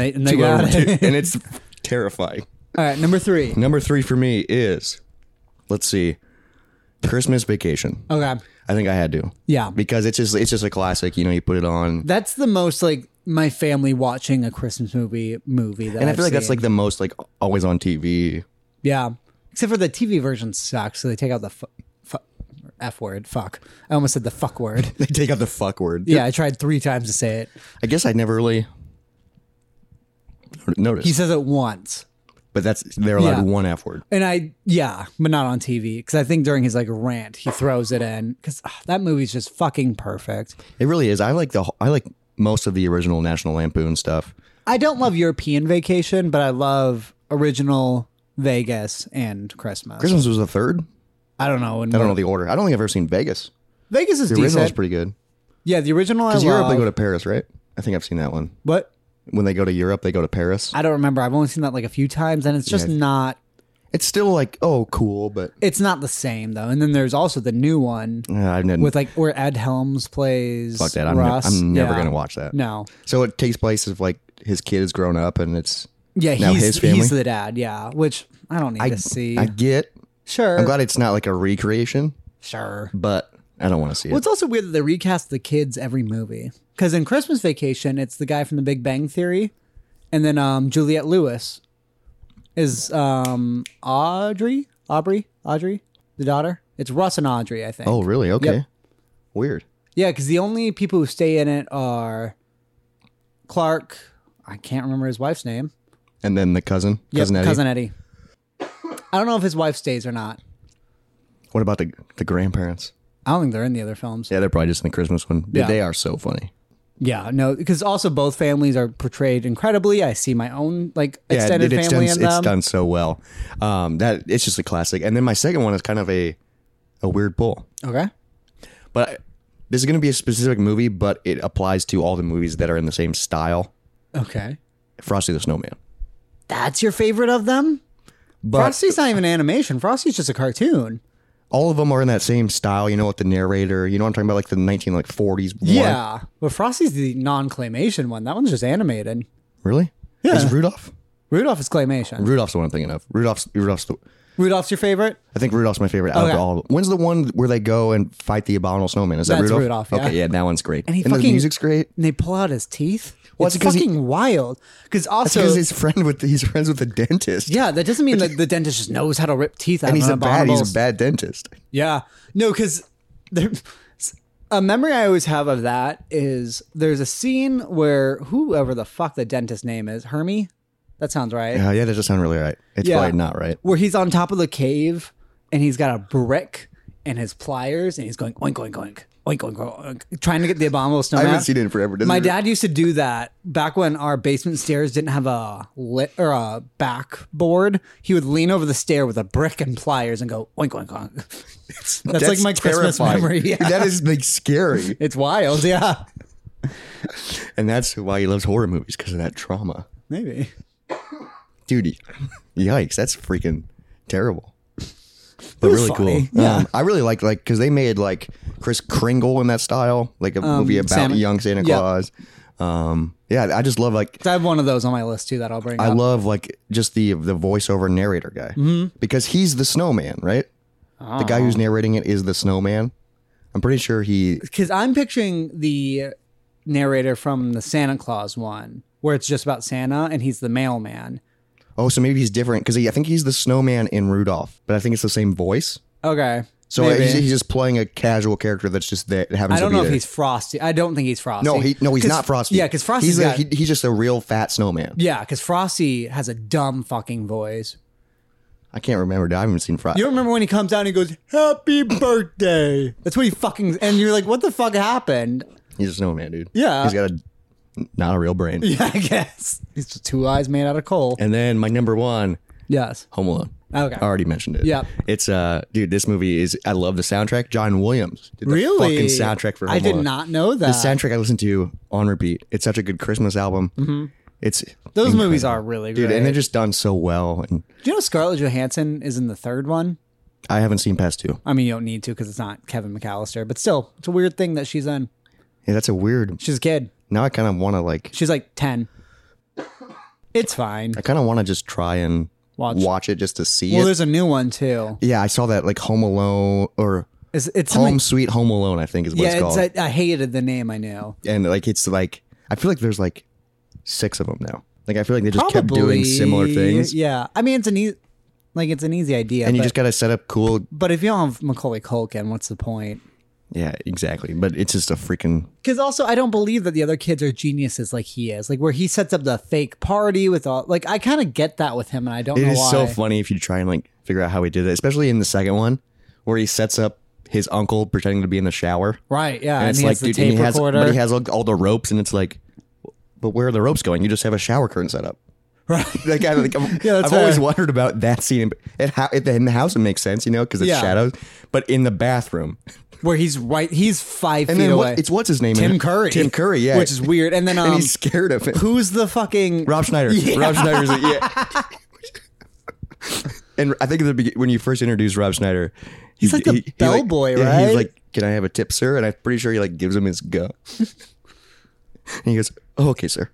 And they- and they to got a- it. and it's terrifying. All right, number three. Number three for me is, let's see, Christmas Vacation. Okay, I think I had to. Yeah. because it's just it's just a classic. You know, you put it on, that's the most like my family watching a Christmas movie movie. That and I I've feel like that's seen. like the most like always on TV. yeah, except for the TV version sucks. So they take out the fu- fu- f word. Fuck. I almost said the fuck word. They take out the fuck word. Yeah, I tried three times to say it. I guess I never really noticed. He says it once. but that's they're allowed Yeah. one F word. And I, yeah, but not on TV because I think during his like rant, he throws it in because that movie's just fucking perfect. It really is. I like the I like most of the original National Lampoon stuff. I don't love European Vacation, but I love original Vegas and Christmas. Christmas was the third. I don't know. And I don't know the order. I don't think I've ever seen Vegas. Vegas is The original is decent. pretty good. yeah, the original I love. Because Europe, they go to Paris, right? I think I've seen that one. but When they go to Europe, they go to Paris. I don't remember. I've only seen that like a few times, and it's just not. It's still like, oh, cool, but It's not the same though. And then there's also the new one uh, I didn't. with like where Ed Helms plays fuck that. I'm, ne- Russ. I'm never Yeah. gonna watch that. No. So it takes place of like his kid has grown up, and it's Yeah, Now he's his family? he's the dad. Yeah, which I don't need to see. I get. Sure. I'm glad it's not like a recreation, Sure. but I don't want to see it. Well, it's also weird that they recast the kids every movie. Because in Christmas Vacation, it's the guy from The Big Bang Theory, and then um, Juliette Lewis is um, Audrey, Aubrey, Audrey, the daughter. It's Russ and Audrey, I think. oh, really? Okay. Yep. Weird. Yeah, because the only people who stay in it are Clark. I can't remember his wife's name. And then the cousin, Yep, cousin Eddie. cousin Eddie. I don't know if his wife stays or not. What about the the grandparents? I don't think they're in the other films. Yeah, they're probably just in the Christmas one. Dude, Yeah. They are so funny. Yeah, no, because also both families are portrayed incredibly. I see my own like extended dude, it's family done, in them. It's done so well. Um, that it's just a classic. And then my second one is kind of a a weird pull, Okay. but I, this is going to be a specific movie, but it applies to all the movies that are in the same style. Okay. Frosty the Snowman. That's your favorite of them? But Frosty's not even animation. Frosty's just a cartoon. all of them are in that same style, you know, with the narrator. You know what I'm talking about, like the 19 like 40s. one. Yeah. But Frosty's the non claymation one. That one's just animated. really. Yeah. is Rudolph? Rudolph is claymation. Rudolph's the one I'm thinking of. Rudolph's Rudolph's the. Rudolph's your favorite? I think Rudolph's my favorite out Okay. of all. of them. When's the one where they go and fight the abominable snowman? Is that That's Rudolph, Rudolph? yeah. Okay, yeah, that one's great. And, he the fucking- music's great. And they pull out his teeth. Well, it's it's 'cause he- fucking wild. Because also, Because he's friend with he's friends with the dentist. yeah, that doesn't mean that the dentist just knows how to rip teeth out and he's of a an bad abominable he's a bad dentist. Yeah. No, because a memory I always have of that is there's a scene where whoever the fuck the dentist name is, Hermie? That sounds right. Uh, yeah, that doesn't sound really right. It's Yeah. probably not right. Where he's on top of the cave and he's got a brick and his pliers and he's going oink, oink, oink. Oink, oink, oink, oink, trying to get the abominable I snowman. haven't seen it in forever. Doesn't My it- dad used to do that back when our basement stairs didn't have a lit or a backboard. He would lean over the stair with a brick and pliers and go oink oink oink. That's, like my Christmas terrifying. memory. Yeah. That is like scary, it's wild. Yeah, and that's why he loves horror movies because of that trauma. maybe. dude, yikes, that's freaking terrible. But was really funny, cool. yeah. Um, I really liked like because they made like Chris Kringle in that style, like a movie about Um, Santa- young Santa yeah. Claus. Um, yeah, I just love like I have one of those on my list too that I'll bring I up. Mm-hmm. love like just the the voiceover narrator guy because he's the snowman, right? The guy Ah. who's narrating it is the snowman. I'm pretty sure he. Because I'm picturing the narrator from the Santa Claus one, where it's just about Santa and he's the mailman. Oh, so maybe he's different because I think he's the snowman in Rudolph, but I think it's the same voice. Okay. So uh, maybe. he's, he's just playing a casual character that's just there. Happens I don't to be know there. if he's Frosty. I don't think he's Frosty. No, he no, he's 'Cause- not Frosty. Yeah, because Frosty's He's, a, got, he, he's just a real fat snowman. yeah, because Frosty has a dumb fucking voice. I can't remember. dude. I haven't seen Frosty. You don't remember when he comes out and he goes, "Happy birthday." That's what he fucking and you're like, "What the fuck happened?" He's a snowman, dude. Yeah. he's got a not a real brain. Yeah, I guess. He's just two eyes made out of coal. And then my number one, Yes. Home Alone. Okay. I already mentioned it. Yep. It's uh, dude, this movie is. I love the soundtrack. John Williams did the Really? fucking soundtrack for. Home I did Alone. not know that. The soundtrack I listened to on repeat. It's such a good Christmas album. Mm-hmm. It's Those incredible. movies are really dude, great. and they're just done so well. And Do you know Scarlett Johansson is in the third one? I haven't seen past two. I mean, you don't need to because it's not Kevin McAllister, but still, it's a weird thing that she's in. Yeah, that's a weird. She's a kid. Now I kind of want to like. She's like ten. It's fine. I kind of want to just try and Watch. it just to see Well, it. there's a new one too. Yeah, I saw that like Home Alone or It's, it's Home something- Sweet Home Alone. I think is what Yeah, it's it's, called. I, I hated the name. I knew. and like it's like I feel like there's like six of them now. Like I feel like they just kept doing Probably, similar things. Yeah, I mean, it's an easy, like it's an easy idea. And you but, just gotta set up cool. but if you don't have Macaulay Culkin, what's the point? Yeah, exactly. But it's just a freaking. Because also, I don't believe that the other kids are geniuses like he is. Like where he sets up the fake party with all. Like I kind of get that with him, and I don't It know is why. so funny if you try and like figure out how he did it, especially in the second one where he sets up his uncle pretending to be in the shower. Right? Yeah, and, it's he like has the dude, and tape he has, recorder. but he has all, all the ropes, and it's like, but where are the ropes going? You just have a shower curtain set up. right. Like, I, like, I've, Yeah, that's I've always fair. wondered about that scene. It, how, it, in the house, it makes sense, you know, because it's Yeah. shadows. But in the bathroom, Where he's right. He's five and feet then away. what, it's what's his name? Tim Curry. Tim Curry, yeah, Which is weird. And then um, and he's scared of it. who's the fucking Rob Schneider. Yeah. Rob Schneider's yeah. and I think at the begin- when you first introduced Rob Schneider, he's like the bellboy, Yeah, he's right? like, "Can I have a tip, sir?" And I'm pretty sure he like gives him his go. and he goes, oh, "Okay, sir."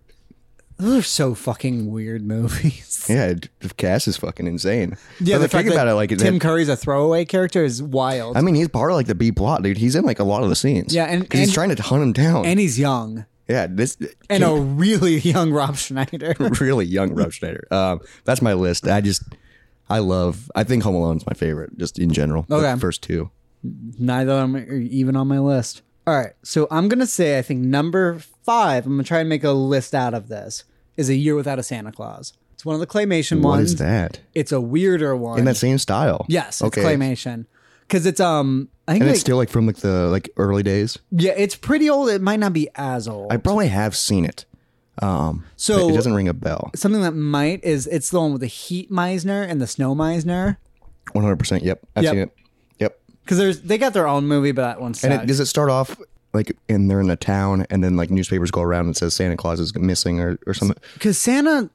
Those are so fucking weird movies. Yeah, d- the cast is fucking insane. Yeah, the but the fact thing about that it, like, Tim Tim Curry's a throwaway character is wild, I mean, he's part of like the B plot, dude. He's in like a lot of the scenes. Yeah, and- 'Cause he's and- trying to hunt him down. and he's young yeah, this and a really young Rob Schneider. really young Rob Schneider. Um, that's my list. I just, I love. I think Home Alone's my favorite, just in general. The Okay. first two. Neither of them are even on my list. All right, so I'm gonna say I think number five. I'm gonna try and make a list out of this. Is a year without a Santa Claus. It's one of the claymation ones. What is that? It's a weirder one. In that same style. yes, Okay. it's claymation because it's um. I think And like, it's still like from like the like early days. yeah, it's pretty old. It might not be as old. I probably have seen it. Um, So- but it doesn't ring a bell. Something that might is it's the one with the heat Meisner and the snow Meisner. One hundred percent. Yep, I've Yep. seen it. Yep. Because there's they got their own movie, but that one And sucked. it, does it start off like and they're in a town, and then like newspapers go around and says Santa Claus is missing or or something? Because Santa,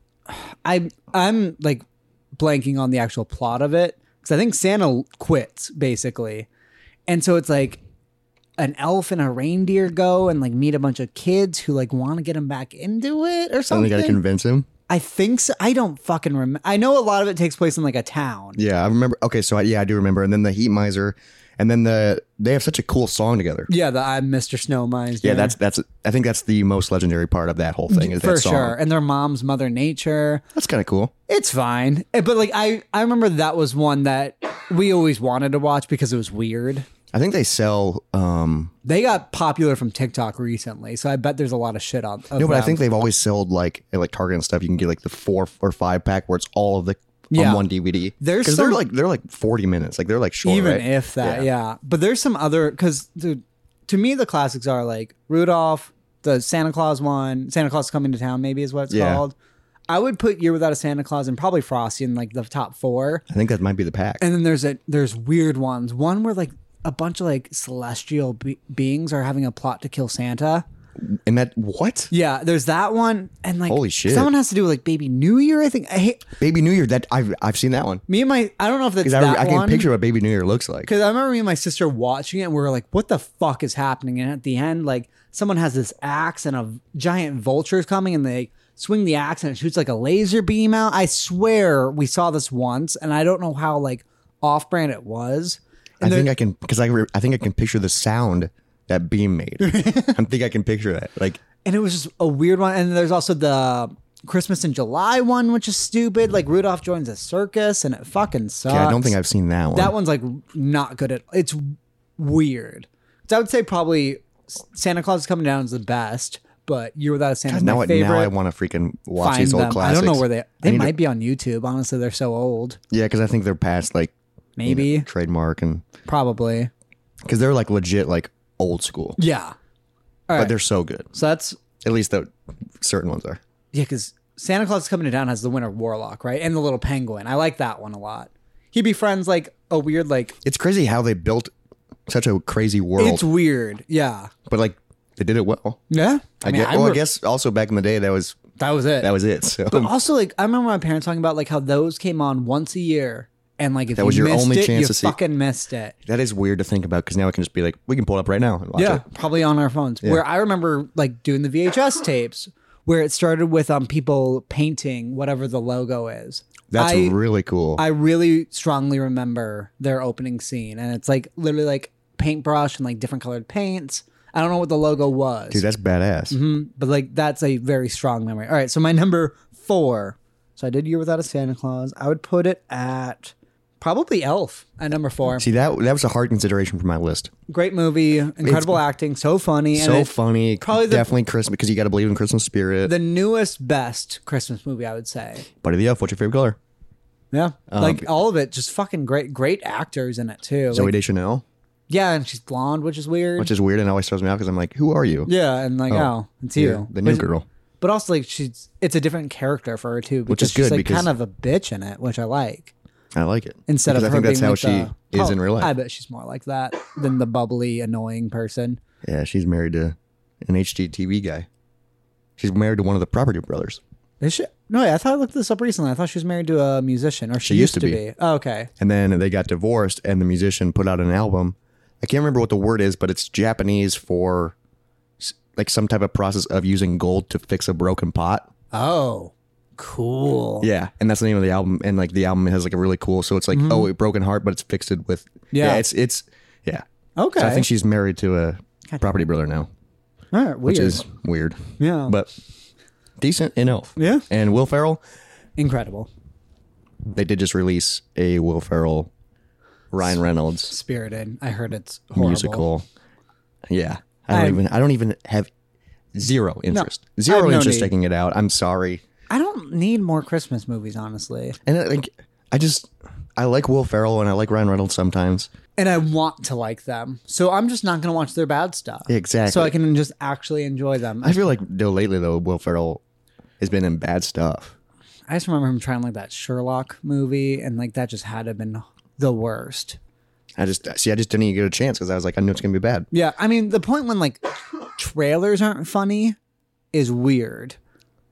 I I'm like blanking on the actual plot of it because I think Santa quits basically, and so it's like an elf and a reindeer go and like meet a bunch of kids who like want to get him back into it or And they something. got to convince him. I think so. I don't fucking remember. I know a lot of it takes place in like a town. Yeah, I remember. Okay, so I, yeah, I do remember. And then the Heat Miser, and then the they have such a cool song together. Yeah, the I'm Mr. Snow Miser. Yeah, that's that's. I think that's the most legendary part of that whole thing is for that song. sure. And their mom's Mother Nature. That's kind of cool. It's fine. Eh, But like I I remember that was one that we always wanted to watch because it was weird. I think they sell. um They got popular from TikTok recently, so I bet there's a lot of shit on. No, but I think they've always sold like at like Target and stuff. You can get like the four or five pack where it's all of the Yeah. on one DVD. There's because they're some- like they're like forty minutes. Like they're like short. even right? if that, yeah. But there's some other because to me the classics are like Rudolph, the Santa Claus one, Santa Claus coming to town, maybe is what it's Yeah. called. I would put Year Without a Santa Claus and probably Frosty in like the top four. I think that might be the pack. and then there's a there's weird ones. One where like a bunch of like celestial be- beings are having a plot to kill Santa. And that what? Yeah, there's that one, and like Holy shit. someone has to do with like Baby New Year. I think I hate, Baby New Year. That I've I've seen that one me and my I don't know if that's because I, that I one can picture what Baby New Year looks like. because I remember me and my sister watching it. and We were like, "What the fuck is happening?" And at the end, like someone has this axe and a giant vulture is coming, and they swing the axe and it shoots like a laser beam out. I swear we saw this once, and I don't know how like off brand it was. I think I can because I re- I think I can picture the sound that Beam made. I think I can picture that. Like and it was just a weird one. And there's also the Christmas in July one, which is stupid. Like Rudolph joins a circus, and it fucking sucks. yeah, I don't think I've seen that one. that one's like not good at. It's weird. So I would say probably S- Santa Claus is coming down is the best, but Year Without a Santa is now, my I- favorite. now I want to freaking watch Find these old them. I classics. don't know where they. They need to- might be on YouTube. Honestly, they're so old. Yeah, because I think they're past like you know, Maybe, trademark and probably. because they're like legit like old school, Yeah. but right. they're so good. So that's At least the certain ones are. Yeah, because Santa Claus is coming down has the Winter Warlock, right, and the little penguin. I like that one a lot. He befriends like a weird, like It's crazy how they built such a crazy world, it's weird. Yeah, but like they did it well. yeah. I, I, mean, guess, I well, I re- guess also back in the day that was that was it. that was it. So also, like I remember my parents talking about like how those came on once a year, and like if That was you your missed only it, chance you to see- fucking missed it. that is weird to think about because now I can just be like, we can pull it up right now and watch yeah, it. probably on our phones. Where I remember like doing the VHS tapes, where it started with um people painting whatever the logo is. That's I- really cool. I really strongly remember their opening scene, and it's like literally like paintbrush and like different colored paints. I don't know what the logo was, Dude, that's badass. Mhm, but like that's a very strong memory. All right, so my number four. So I did Year Without a Santa Claus. I would put it at probably Elf at number four. See that that was a hard consideration for my list. Great movie, incredible acting, so funny, So and it- funny, probably the- definitely Christmas because you got to believe in Christmas spirit. the newest best Christmas movie I would say. Buddy the Elf, what's your favorite color? Yeah, like all of it, just fucking great, great actors in it too. Um, Zoe Like, Deschanel, yeah, and she's blonde, which is weird. which is weird and always throws me off because I'm like, who are you? Yeah, and like, oh, it's you. You're the new but, girl. But also, like, she's it's a different character for her too, is because she's good like because- kind of a bitch in it, which I like. I like it. Instead Because of I think her that's being how like she the- is in real I life. bet she's more like that than the bubbly, annoying person. Yeah, she's married to an HGTV guy. She's married to one of the property brothers, Is she? No, wait, I thought I looked this up recently. I thought she was married to a musician, or she, used to to be. be. Oh, okay, and then they got divorced. And the musician put out an album. I can't remember what the word is, but it's Japanese for s- like some type of process of using gold to fix a broken pot. oh, cool. Yeah, and that's the name of the album. And like the album has like a really cool. So it's like oh, a broken heart, but it's fixed it with Mm-hmm. Yeah. It's it's yeah. Okay, So I think she's married to a property brother now, All right, which weird. is weird, yeah, but decent in Elf. Yeah. and Will Ferrell. incredible, They did just release a Will Ferrell, Ryan Reynolds spirited. I heard it's horrible. musical. Yeah, I don't I'm- even I don't even have zero interest. I zero have no interest need. taking it out. I'm sorry. I don't need more Christmas movies, honestly. And I, like I just I like Will Ferrell and I like Ryan Reynolds sometimes. and I want to like them. So I'm just not going to watch their bad stuff. Exactly. So I can just actually enjoy them. I I, feel like though lately though Will Ferrell has been in bad stuff. just remember him trying like that Sherlock movie, and like that just had to have been the worst. I just see I just didn't even get a chance because I was like I knew it's gonna be bad. Yeah. I mean, the point when like trailers aren't funny is weird.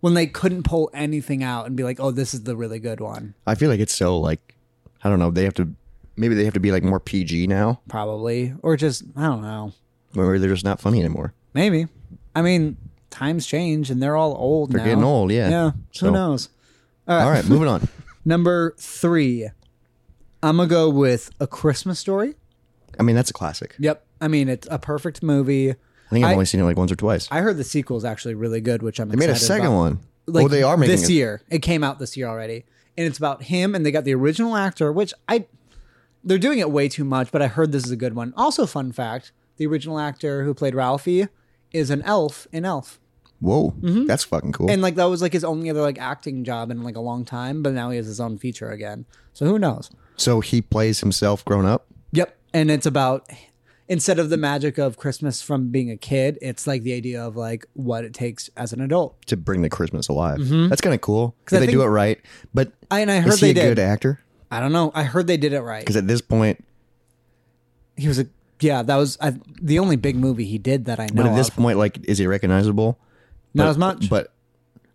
When they couldn't pull anything out and be like, oh, this is the really good one, I feel like it's so like I don't know they have to maybe they have to be like more PG now probably. Or just, I don't know. or they're just not funny anymore. Maybe. I mean, times change and they're all old They're now. getting old, yeah. Yeah. So- Who knows? All right, moving on. Number three, I'm gonna go with A Christmas Story. I mean that's a classic. Yep, I mean it's a perfect movie. I think I've I- only seen it like once or twice. I heard the sequel is actually really good, which I'm they made a excited second about. one. Like, oh, they are making this it. year. It came out this year already, and it's about him. And they got the original actor, which I they're doing it way too much. But I heard this is a good one. Also, fun fact: the original actor who played Ralphie is an elf in Elf, Whoa, that's fucking cool. Mm-hmm. and like that was like his only other like acting job in like a long time. But now he has his own feature again. So who knows? so he plays himself grown up. Yep. And it's about instead of the magic of Christmas from being a kid, it's like the idea of like what it takes as an adult. To bring the Christmas alive, that's kind of cool. Mm-hmm. I If they do think- it right, but I, and I heard is he they a did. good actor? I don't know. I heard they did it right. Because at this point, He was a yeah. That was I, the only big movie he did that I know. But at this of. point, like, is he recognizable? not But- as much. But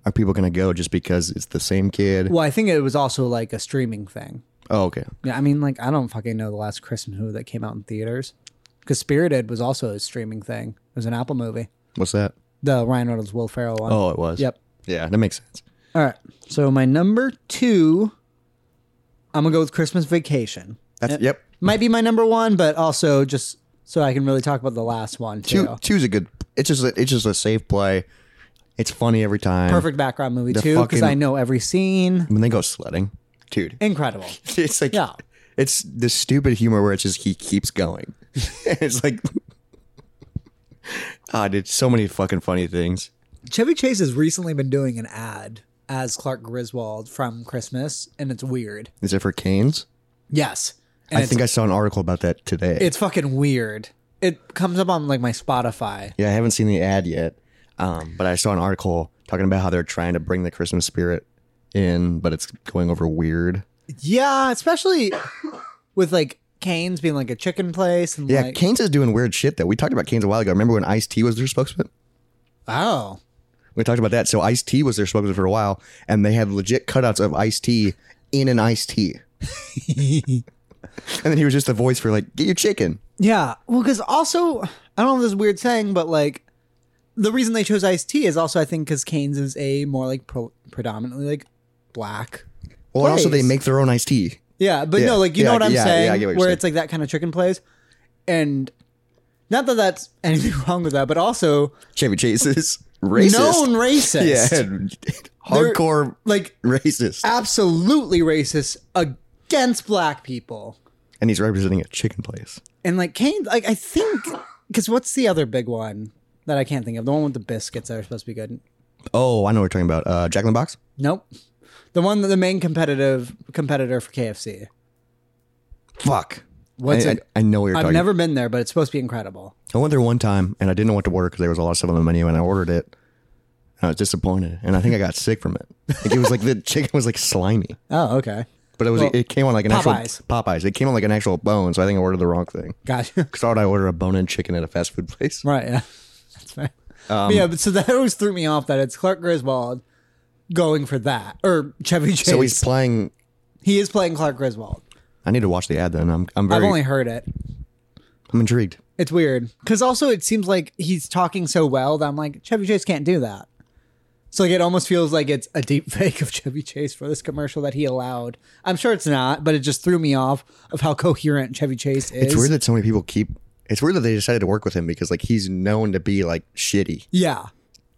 are people going to go just because it's the same kid? well, I think it was also like a streaming thing. Oh, okay. Yeah, I mean, like I don't fucking know the last Christmas movie that came out in theaters. Because Spirited was also a streaming thing. It was an Apple movie. What's that? The Ryan Reynolds, Will Ferrell one. Oh, it was. Yep. Yeah, that makes sense. All right. So my number two, I'm gonna go with Christmas Vacation. That's yep. Might be my number one, but also just so I can really talk about the last one too. Two two's a good. It's just a, it's just a safe play. It's funny every time. Perfect background movie too, because fucking- I know every scene. when they go sledding, dude. Incredible. It's like Yeah. It's the stupid humor where it's just he keeps going. it's like, ah, did so many fucking funny things. Chevy Chase has recently been doing an ad as Clark Griswold from Christmas, and it's weird. Is it for Canes? Yes, and I it's, think I saw an article about that today. it's fucking weird. It comes up on like my Spotify. yeah, I haven't seen the ad yet, um, but I saw an article talking about how they're trying to bring the Christmas spirit in, but it's going over weird. Yeah, especially with like Canes being like a chicken place and Yeah, like Canes is doing weird shit though. We talked about Canes a while ago. Remember when Ice T was their spokesman? oh We talked about that. So Ice T was their spokesman for a while, and they had legit cutouts of Ice T in an Ice T. and then he was just the voice for like, get your chicken. yeah. Well, because also I don't know this weird saying, but like the reason they chose Ice T is also I think because Canes is a more like pro- predominantly like black. Well, and also they Place. make their own iced tea. Yeah, but Yeah, no, like you yeah, know what I'm yeah, yeah, saying, I get what you're where saying. it's like that kind of chicken place, and not that that's anything wrong with that, but also Chevy Chase is racist. known racist, yeah, hardcore like racist, absolutely racist against black people, and he's representing a chicken place. and like Kane, like I think because what's the other big one that I can't think of? The one with the biscuits that are supposed to be good. Oh, I know what you're talking about. Uh, Jack in the Box. Nope, the one that the main competitive competitor for KFC. Fuck. What's I, it- I, I know what you're I've talking. never been there, but it's supposed to be incredible. I went there one time and I didn't know what to order because there was a lot of stuff on the menu and I ordered it. And I was disappointed and I think I got sick from it. Like it was like the chicken was like slimy, Oh, okay, but it was Well, it came on like an Popeyes. actual Popeyes. It came on like an actual bone, so I think I ordered the wrong thing. gotcha. Because thought I order a bone-in chicken at a fast food place? Right. Yeah. That's fair. Um, But yeah. But so that always threw me off that it's Clark Griswold going for that or Chevy Chase. So he's playing. he is playing Clark Griswold. I need to watch the ad then. I'm I'm very I've only heard it. I'm intrigued. It's weird because also it seems like he's talking so well that I'm like Chevy Chase can't do that. So like it almost feels like it's a deep fake of Chevy Chase for this commercial that he allowed. I'm sure it's not, but it just threw me off of how coherent Chevy Chase is. It's weird that so many people keep. It's weird that they decided to work with him because like he's known to be like shitty. Yeah.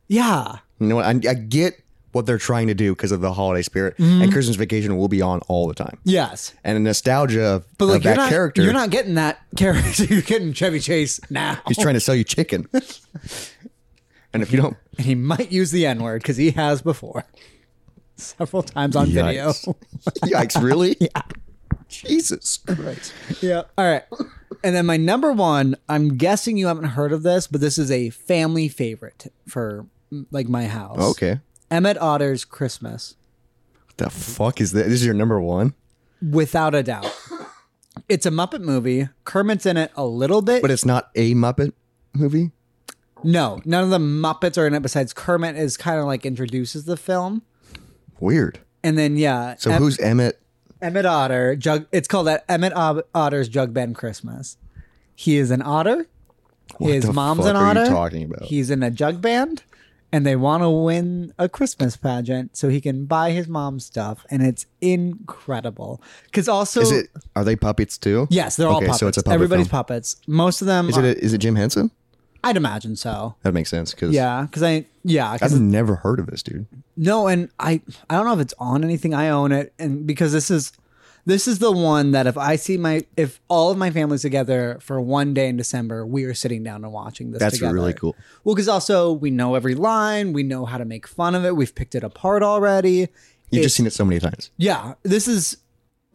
Yeah. You know what? I, I get what they're trying to do because of the holiday spirit Mm-hmm. and Christmas Vacation will be on all the time. Yes. and the nostalgia of, But like of you're that not character. you're not getting that character. You're getting Chevy Chase now. he's trying to sell you chicken. and if you don't, And he might use the N word because he has before several times on yikes, yikes really? Yeah. Jesus Christ. video. yeah. All right. And then my number one, I'm guessing you haven't heard of this, but this is a family favorite for mm, like my house. Okay. Emmett Otter's Christmas, What the fuck is this? This is your number one? without a doubt. It's a Muppet movie. Kermit's in it a little bit. But it's not a Muppet movie? no, none of the Muppets are in it besides Kermit is kind of like introduces the film. Weird. And then yeah, So Em- who's Emmett? Emmett Otter. Jug. It's called that Emmett Ob- Otter's Jug Band Christmas. He is an otter. His the mom's fuck an are you otter. talking about? He's in a jug band, and they want to win a Christmas pageant so he can buy his mom stuff, and it's incredible. Because also, Is it, are they puppets too? yes, they're all Okay, puppets. so it's a puppet Everybody's film. puppets. Most of them. Is are- it, a, is it Jim Henson? I'd imagine so. That makes sense because Yeah, because I yeah, I've because never heard of this dude. No, and I I don't know if it's on anything. I own it, and because this is this is the one that if I see my if all of my family's together for one day in December, we are sitting down and watching this. That's together. really cool. Well, because also we know every line, we know how to make fun of it. We've picked it apart already. You've It's- just seen it so many times. yeah, this is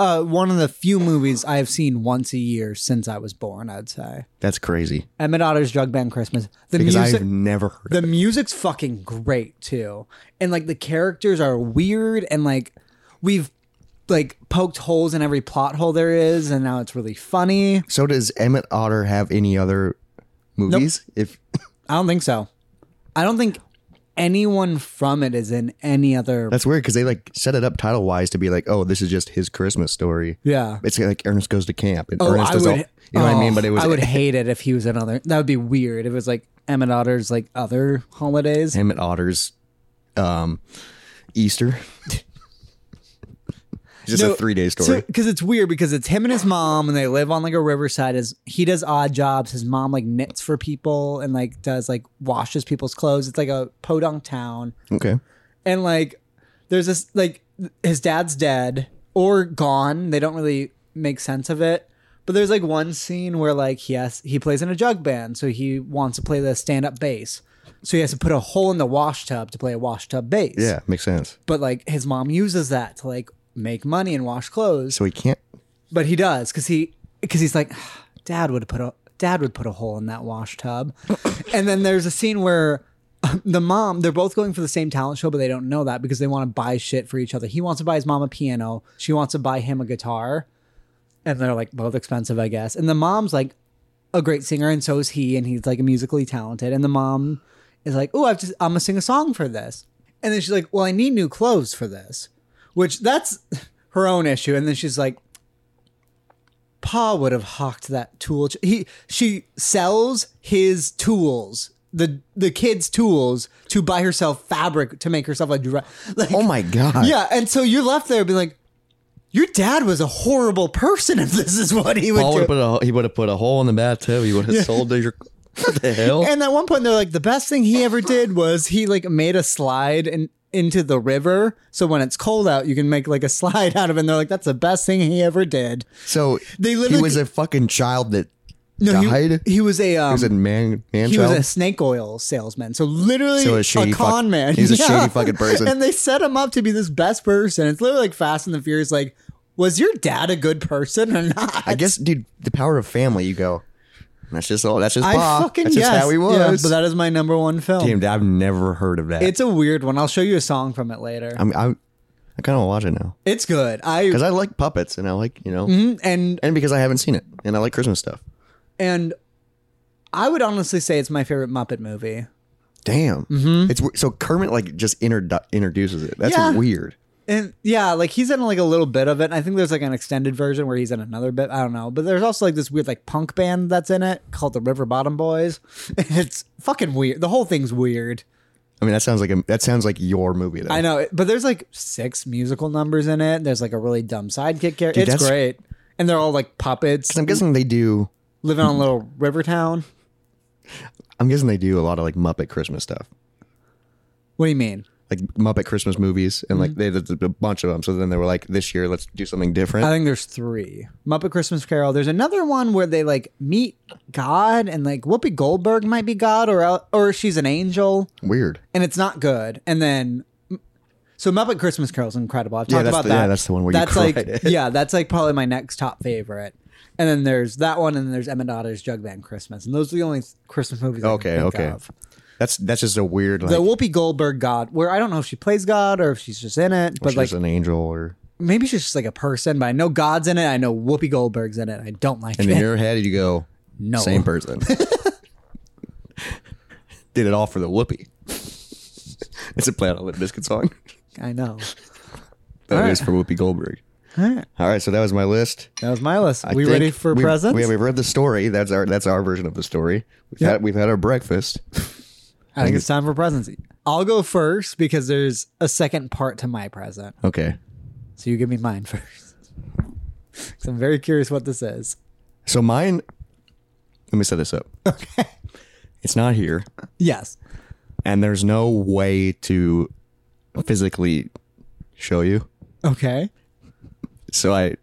uh, one of the few movies I have seen once a year since I was born. I'd say That's crazy Emmett Otter's Drug Band Christmas. The because music, I've never heard the of it. music's fucking great too and like the characters are weird and like we've like poked holes in every plot hole there is and now it's really funny So does Emmett Otter have any other movies? If i don't think so i don't think anyone from it is in any other That's weird because they like set it up title wise to be like, oh, this is just his Christmas story. yeah It's like Ernest goes to camp and Oh, Ernest I does would, oh, all, you know what I mean? But it was I would hate it if he was another. That would be weird. If it was like Emmett Otter's like other holidays. him at Otter's um, Easter. just a three day story. Because it's weird because it's him and his mom, and they live on like a riverside. Is he does odd jobs? His mom like knits for people and like does like washes people's clothes. It's like a podunk town, okay. and like there's this like his dad's dead or gone. They don't really make sense of it. But there's like one scene where like he has he plays in a jug band, so he wants to play the stand up bass. So he has to put a hole in the washtub to play a washtub bass. Yeah, makes sense. But like his mom uses that to like make money and wash clothes. So he can't. But he does because he because he's like, "Ah, Dad would put a Dad would put a hole in that wash tub. and then there's a scene where the mom they're both going for the same talent show, but they don't know that because they want to buy shit for each other. He wants to buy his mom a piano. She wants to buy him a guitar. And they're like both expensive, I guess. And the mom's like a great singer, and so is he, and he's like musically talented. And the mom is like, "Oh, I've just I'm gonna sing a song for this," and then she's like, "Well, I need new clothes for this," which that's her own issue. And then she's like, Pa would have hawked that tool. ch- He she sells his tools, the the kid's tools, to buy herself fabric to make herself a dress. Like, Oh my god. yeah, and so you're left there being like, your dad was a horrible person. If this is what he would Paul do, would have put a he would have put a hole in the bathtub. He would have sold your. What the hell? And at one point, they're like, the best thing he ever did was he like made a slide and into the river. So when it's cold out, you can make like a slide out of it. And they're like, that's the best thing he ever did. so They he literally- was a fucking child that No, died. he, he was a um, was a man man he was a child. snake oil salesman. So literally So a a, shady con fuck- man. he's a shady fucking person. And they set him up to be this best person. It's literally like Fast and the Furious. Like, was your dad a good person or not? I guess, dude, the power of family. You go. That's just all. That's just. I Pa. fucking that's just yes. how he Yeah, was. but that is my number one film. Damn, I've never heard of that. It's a weird one. I'll show you a song from it later. I'm. I, I kind of watch it now it's good. I mm, because I like puppets and I like you know Mm-hmm. and and because I haven't seen it and I like Christmas stuff. and I would honestly say it's my favorite Muppet movie. Damn. Mm-hmm. It's w- so Kermit like just introdu- introduces it. That's Yeah. weird. And yeah, like he's in like a little bit of it. And I think there's like an extended version where he's in another bit. I don't know. But there's also like this weird like punk band that's in it called the River Bottom Boys. It's fucking weird. The whole thing's weird. I mean, that sounds like a, that sounds like your movie. Though. I know. But there's like six musical numbers in it. There's like a really dumb sidekick character. It's that's- great. And they're all like puppets I'm guessing they do. living on a little river town. I'm guessing they do a lot of like Muppet Christmas stuff, What do you mean? like Muppet Christmas movies, and Mm-hmm. like they did a bunch of them. So then they were like, this year, let's do something different. I think there's three Muppet Christmas Carol. There's another one where they like meet God and like Whoopi Goldberg might be God or el- or she's an angel weird. and it's not good. And then so Muppet Christmas Carol is incredible. I've talked Yeah, that's about the- that. yeah, that's the one where you that's cried. like yeah, that's like probably my next top favorite. And then there's that one, and then there's Emma Dotter's Jug Band Christmas, and those are the only Christmas movies. I Okay, can think okay. Of. That's that's just a weird like. The Whoopi Goldberg God, where I don't know if she plays God or if she's just in it, but she's like an angel, or maybe she's just like a person. But I know God's in it. I know Whoopi Goldberg's in it. I don't like and it. in your head you go, No. same person. Did it all for the whoopee. It's a play on a Limp Bizkit song. I know. That All right. was for Whoopi Goldberg. All right. All right, so that was my list. That was my list. I we think ready for we've- presents? We, we've read the story. That's our that's our version of the story. We've Yep. had we've had our breakfast. I think it's time for presents. I'll go first because there's a second part to my present. Okay. So you give me mine first. 'Cause I'm very curious what this is. So mine. Let me set this up. Okay. It's not here, Yes. and there's no way to physically show you. Okay. So I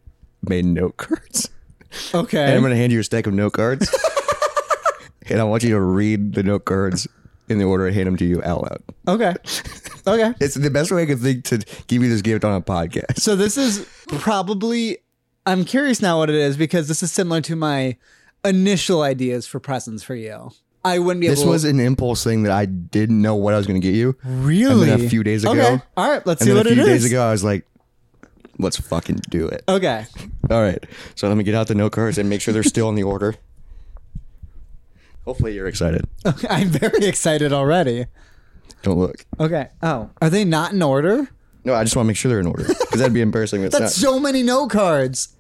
made note Eh? cards. Okay. And I'm going to hand you a stack of note cards. and I want you to read the note cards in the order I hand them to you out loud. okay. Okay. It's the best way I could think to give you this gift on a podcast. So this is probably I'm curious now what it is because this is similar to my initial ideas for presents for you. I wouldn't be This able was an impulse thing that I didn't know what I was going to get you. really and then a few days ago- Okay. All right, let's And see then a what it few is. days ago, I was like, let's fucking do it. Okay. All right. So let me get out the note cards and make sure they're still in the order. Hopefully you're excited. Okay. I'm very excited already. Don't look. Okay. Oh, are they not in order? No, I just want to make sure they're in order because that'd be embarrassing. if It's, That's not, so many note cards.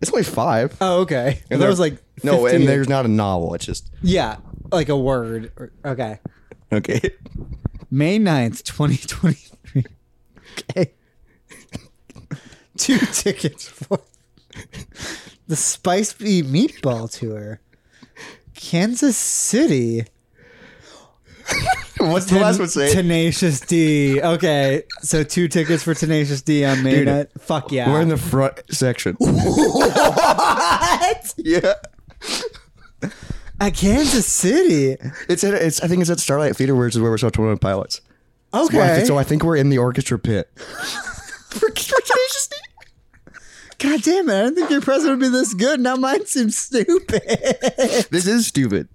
it's only five. Oh, okay. And that they're- was like no, and 15. there's not a novel. It's just yeah, like a word. or- Okay, okay. May 9th, twenty twenty three. Okay. two tickets for the Spice Bee Meatball Tour, Kansas City. What's the last one say? Tenacious D. Okay, so two tickets for Tenacious D on May Dude, night. Fuck yeah. We're in the front section. what? yeah. At Kansas City. It's at, it's I think it's at Starlight Theater, which is where we saw Twenty One Pilots. Okay. Well, I think- so I think we're in the orchestra pit. for, for Tenacious D. God damn it! I didn't think your present would be this good. Now mine seems stupid. This is stupid.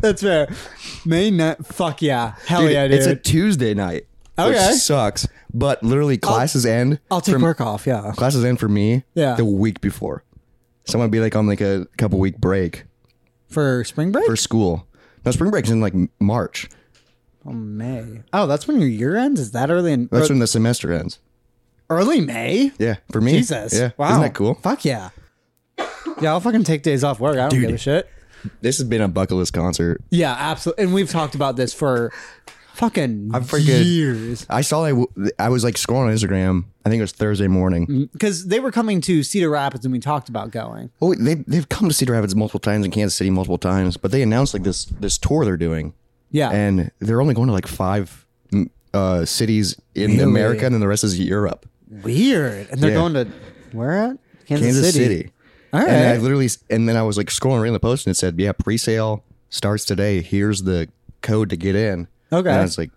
That's fair. May night. Fuck yeah. Hell Dude, Oh, yeah, dude. It's a Tuesday night. Okay. Oh. Which sucks. But literally classes end. I'll take from- work off. Yeah. classes end for me Yeah. the week before. So I'm gonna be like on like a couple week break For spring break? for school. Now spring break is in like M- March. oh, May. Oh, that's when your year ends? Is that early in That's when the semester ends. early May? Yeah. For me. Jesus. Yeah. Wow. Isn't that cool? Fuck yeah. Yeah, I'll fucking take days off work. I don't give a shit. This has been a bucket list concert. Yeah, absolutely. And we've talked about this for fucking freaking- years. I saw I, w- I was like scrolling on Instagram. I think it was Thursday morning. Because they were coming to Cedar Rapids and we talked about going. Oh, they they've come to Cedar Rapids multiple times in Kansas City multiple times, but they announced like this this tour they're doing, Yeah. and they're only going to like five mm, uh, cities in America, and then the rest is Europe. Weird. And they're Yeah. going to where at? Kansas, Kansas City. All right. And I literally, and then I was like scrolling around the post, and it said, "Yeah, pre-sale starts today. Here's the code to get in." Okay. And I was like,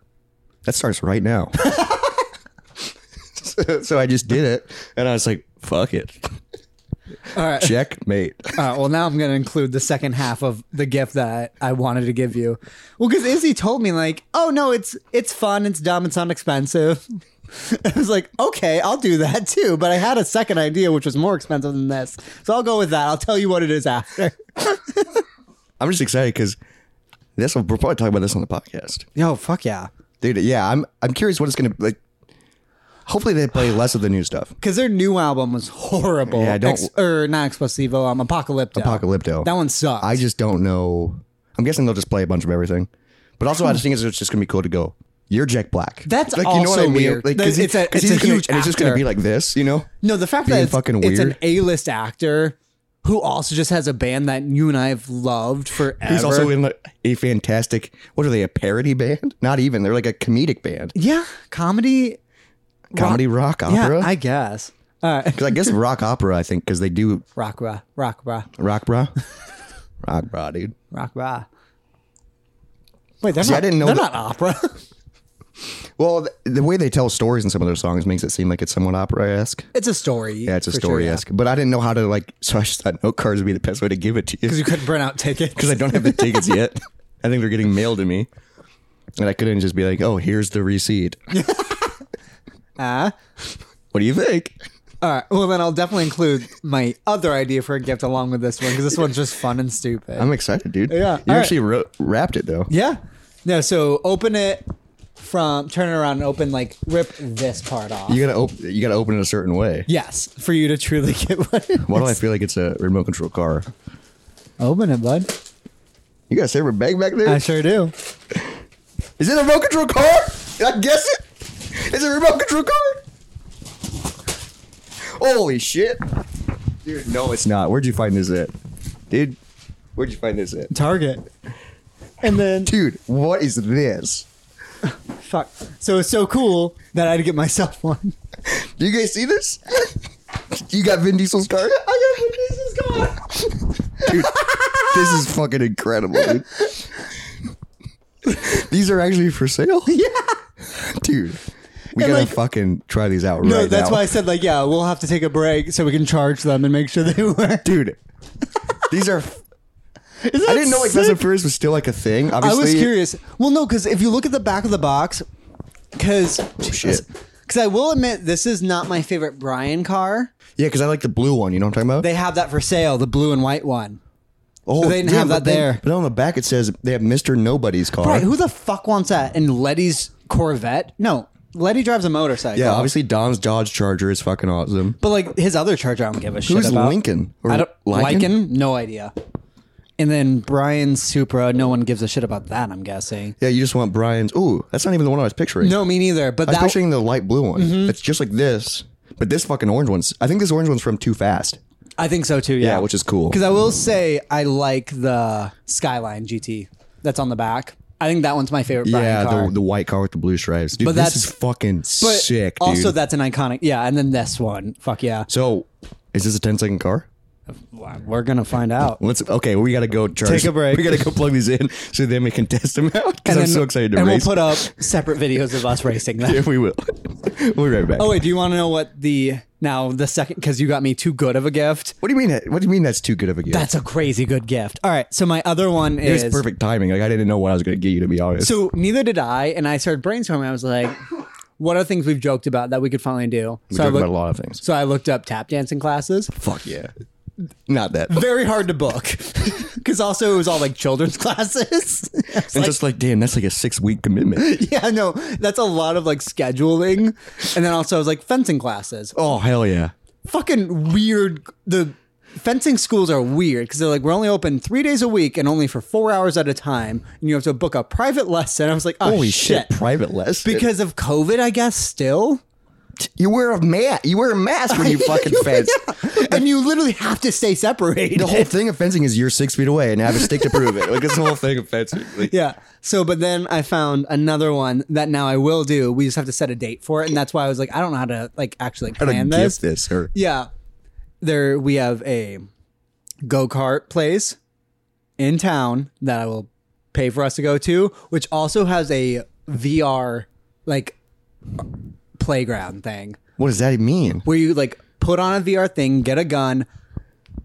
"That starts right now." so, so I just did it, and I was like, "Fuck it, All right. checkmate." All right, Uh, well, now I'm going to include the second half of the gift that I wanted to give you. Well, because Izzy told me, like, oh, no, it's it's fun, it's dumb, it's not expensive. I was like, okay, I'll do that too. But I had a second idea, which was more expensive than this. So I'll go with that. I'll tell you what it is after. I'm just excited because this will, we're probably talking about this on the podcast. Yo, fuck yeah. dude. Yeah, I'm I'm curious what it's gonna like. Hopefully, they play less of the new stuff. Because their new album was horrible. Yeah, I don't- or not Explosivo, um, Apocalypto. Apocalypto. That one sucked. I just don't know. I'm guessing they'll just play a bunch of everything. But also, I just think it's just gonna be cool to go. You're Jack Black. That's also weird. Like, 'cause That- it's a- it's 'cause he's a gonna- huge and it's just gonna actor. be like this, you know? No, the fact that being it's, fucking it's an weird. A-list actor who also just has a band that you and I have loved forever. He's also in like, a fantastic. What are they? A parody band? Not even. They're like a comedic band. yeah, comedy. Comedy rock, Yeah, opera. I guess. All right, 'Cause I guess rock opera. I think because they do rock rah, rock rah, rock bra, rock bra, dude. rock rah. Wait, they're See, not. I didn't know they're that- not opera. Well, th- the way they tell stories in some of their songs makes it seem like it's somewhat opera esque. it's a story. Yeah, it's a story esque. But I didn't know how to like, so I just thought note cards would be the best way to give it to you because because you couldn't print out tickets. I don't have the tickets yet. I think they're getting mailed to me, and I couldn't just be like, "Oh, here's the receipt." Ah. What do you think? all right. Well, then I'll definitely include my other idea for a gift along with this one because this one's just fun and stupid. I'm excited, dude. Yeah, you all actually wrote, wrapped it though. Yeah. No, so open it from turn it around and open like rip this part off. You gotta op- you gotta open it a certain way. yes, for you to truly get one. Why do I feel like it's a remote control car? Open it, bud. You got a saber bag back there? I Is sure do. it a remote control car? I guess it. Is it a remote control car? Holy shit, dude! No, it's not. Where'd you find this at, dude? Where'd you find this at? Target. And then dude, what is this? fuck. So it's so cool that I had to get myself one. Do you guys see this? you got Vin Diesel's car? I got Vin Diesel's car. dude, this is fucking incredible, dude. these are actually for sale? Yeah. Dude, we And, gotta like- fucking try these out No, right that's now. why I said like, yeah, we'll have to take a break so we can charge them and make sure they work. dude, these are. Is I that didn't know like sick? Fast and Furious was still like a thing. I Obviously, was curious. Well, no, because if you look at the back of the box, because shit. I will admit this is not my favorite Brian car. Yeah, because I like the blue one. You know what I'm talking about? They have that for sale, the blue and white one. oh, they didn't have that but then- there. But on the back it says they have Mr. Nobody's car. Right? Who the fuck wants that? And Letty's Corvette? No, Letty drives a motorcycle. Yeah, obviously Dom's Dodge Charger is fucking awesome. But like his other charger, I don't give a shit Who's about. Lincoln? Or I don't Lycan? Lycan? No idea. And then Brian's Supra. No one gives a shit about that. I'm guessing. Yeah, you just want Brian's. Ooh, that's not even the one I was picturing. No, me neither. But I that was Mm-hmm. picturing the light blue one. It's just like this, But this fucking orange one's, I think this orange one's from Too Fast. I think so too. Yeah, Yeah, which is cool. Because I will say I like the Skyline GT that's on the back. I think that one's my favorite Brian yeah, car. the, the white car with the blue stripes. Dude, But this that's- is fucking but sick, dude. also that's an iconic. Yeah, and then this one. Fuck yeah. so, is this a 10 second car? We're gonna find out. Let's okay. We gotta go charge. Take a break. We gotta go plug these in so then we can test them out. Because I'm then- so excited to and race. we'll put up separate videos of us racing them. yeah, we will. we'll be right back. Oh wait, do you want to know what the now the second because you got me too good of a gift? What do you mean? What do you mean that's too good of a gift? That's a crazy good gift. All right, so my other one it is was perfect timing. Like I didn't know what I was gonna get you to be honest. So neither did I, and I started brainstorming. I was like, what are things we've joked about that we could finally do? we so I talked looked, about a lot of things. so I looked up tap dancing classes. Fuck yeah. Not that. Very hard to book because also it was all like children's classes. and just like damn, that's like a six week commitment. yeah, no, that's a lot of like scheduling, and then also I was like fencing classes. oh hell yeah. fucking weird. The fencing schools are weird because they're like, we're only open three days a week and only for four hours at a time. And you have to book a private lesson. I was like, oh, Holy shit. shit. Private lesson. Because of COVID, I guess, still. you wear a mat. You wear a mask when you fucking fence. and you literally have to stay separated. The whole thing of fencing is you're six feet away and have a stick to prove it. Like it's the whole thing of fencing. Like, yeah. So, but then I found another one that now I will do. We just have to set a date for it, and that's why I was like, I don't know how to like actually I don't plan give this. this or Yeah. There we have a go kart place in town that I will pay for us to go to, which also has a VR like playground thing what does that mean? where you like put on a VR thing, get a gun,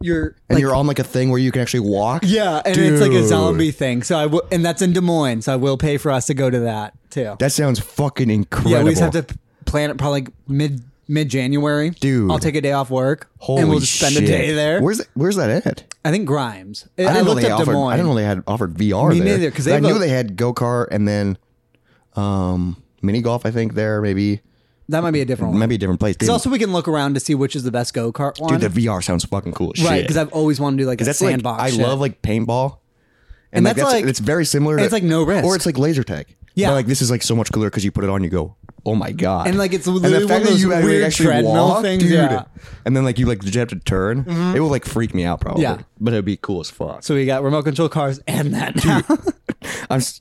you're and you're on like a thing where you can actually walk. yeah, and it's like a Dude. zombie thing. So I will, and that's in Des Moines. So I will pay for us to go to that too. That sounds fucking incredible. yeah, we just have to p- plan it probably like mid mid January. Dude. I'll take a day off work Holy and we'll just spend shit. a day there. Where's that, where's that at? I think Grimes. I, I didn't know looked they up Des offered. Moines. I didn't know they had offered VR. Me there. neither, 'cause I they've knew a- they had go kart and then um, mini golf. I think there maybe that might be a different one. might be a different place. Dude, 'Cause also we can look around to see which is the best go kart one. dude, the VR sounds fucking cool. as right, shit. because I've always wanted to do like a that's like sandbox. I shit. love like paintball. And And, like, that's that's, like- it's very similar. To, and it's like no risk. or it's like laser tag. Yeah. But, like this is like so much cooler because you put it on, you go, oh my god, And, like, it's And literally one of those actually weird treadmill things, yeah. Mm-hmm. And then like you like you have to turn, it will like freak me out probably. Yeah. but it'd be cool as fuck. So we got remote control cars and that. Now. I'm, s-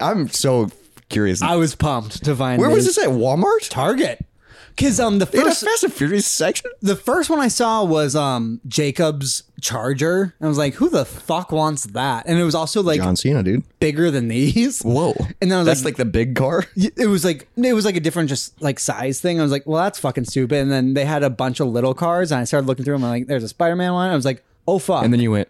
I'm so curious. I was pumped to find Where was these. this at Walmart? Target. Because um the In a first Fast and Furious section? the first one I saw was um Jacob's Charger. I was like, who the fuck wants that? And it was also like John Cena, dude. bigger than these. Whoa. And then I was that's like- like the big car. it was like it was like a different just like size thing. I was like, well, that's fucking stupid. And then they had a bunch of little cars, and I started looking through them. I'm like, there's a Spider-Man one. I was like, oh fuck. And then you went,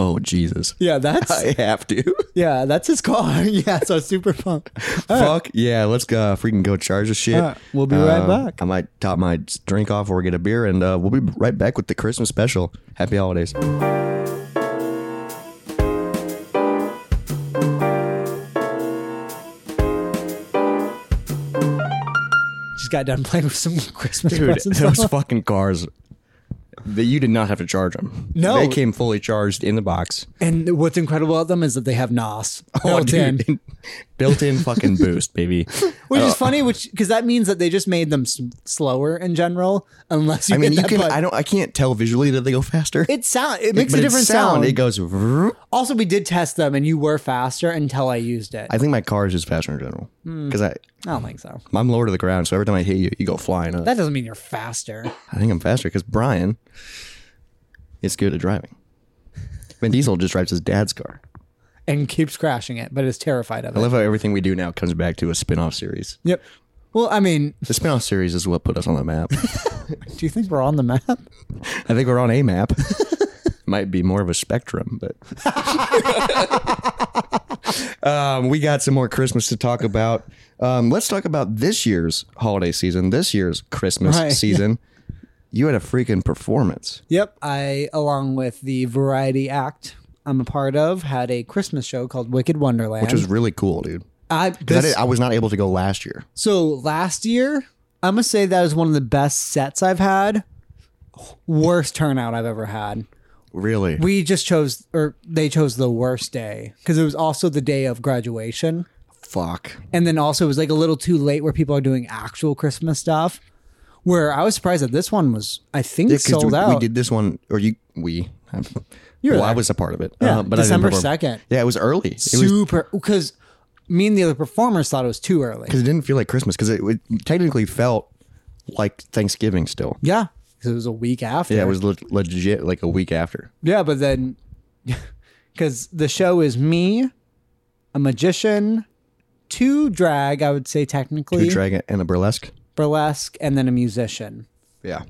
oh Jesus, yeah, that's I have to. yeah, that's his car. yeah, so I was super pumped. All right. Fuck yeah, let's go freaking go charge this shit. Um, All right, we'll be right back. I might top my drink off or get a beer, and uh, we'll be right back with the Christmas special. Happy holidays. Just got done playing with some Christmas Dude, presents. those fucking cars that you did not have to charge them. No. they came fully charged in the box. and what's incredible about them is that they have NOS built in, Oh, dude. built-in fucking boost, baby. Uh, which Oh. is funny, which because that means that they just made them s- slower in general. Unless you I mean, hit you that can. button. I don't. I can't tell visually that they go faster. it sound it makes But a its different sound. It goes. vroom. also, we did test them, and you were faster until I used it. I think my car is just faster in general Hmm. because I I don't think so. I'm lower to the ground, so every time I hit you, you go flying up. That doesn't mean you're faster. I think I'm faster because Brian is good at driving. Vin Diesel just drives his dad's car. and keeps crashing it, but is terrified of I it. love how everything we do now comes back to a spin-off series. Yep. Well, I mean, The spin-off series is what put us on the map. do you think we're on the map? I think we're on a map. Might be more of a spectrum, but um, we got some more Christmas to talk about. Um, let's talk about this year's holiday season, this year's Christmas Right. season. You had a freaking performance. Yep. I, along with the variety act I'm a part of, had a Christmas show called Wicked Wonderland. It was really cool, dude. I, 'Cause I this, did- I was not able to go last year. so last year, I'm gonna say that was one of the best sets I've had. Worst turnout I've ever had. Really? We just chose, or they chose the worst day because it was also the day of graduation. Fuck. and then also it was like a little too late where people are doing actual Christmas stuff. Where I was surprised that this one was, I think, Yeah, 'cause sold we, out. we did this one, or you, we. I'm- You were well, I there. was a part of it. Uh, Yeah, I didn't December remember- 2nd. Yeah, it was early. It was Super, because me and the other performers thought it was too early. because it didn't feel like Christmas because it, it technically felt like Thanksgiving still. Yeah, because it was a week after. Yeah, it was le- legit like a week after. Yeah, but then because the show is me, a magician, two drag, I would say Two technically dragon and a burlesque. burlesque, and then a musician, Yeah.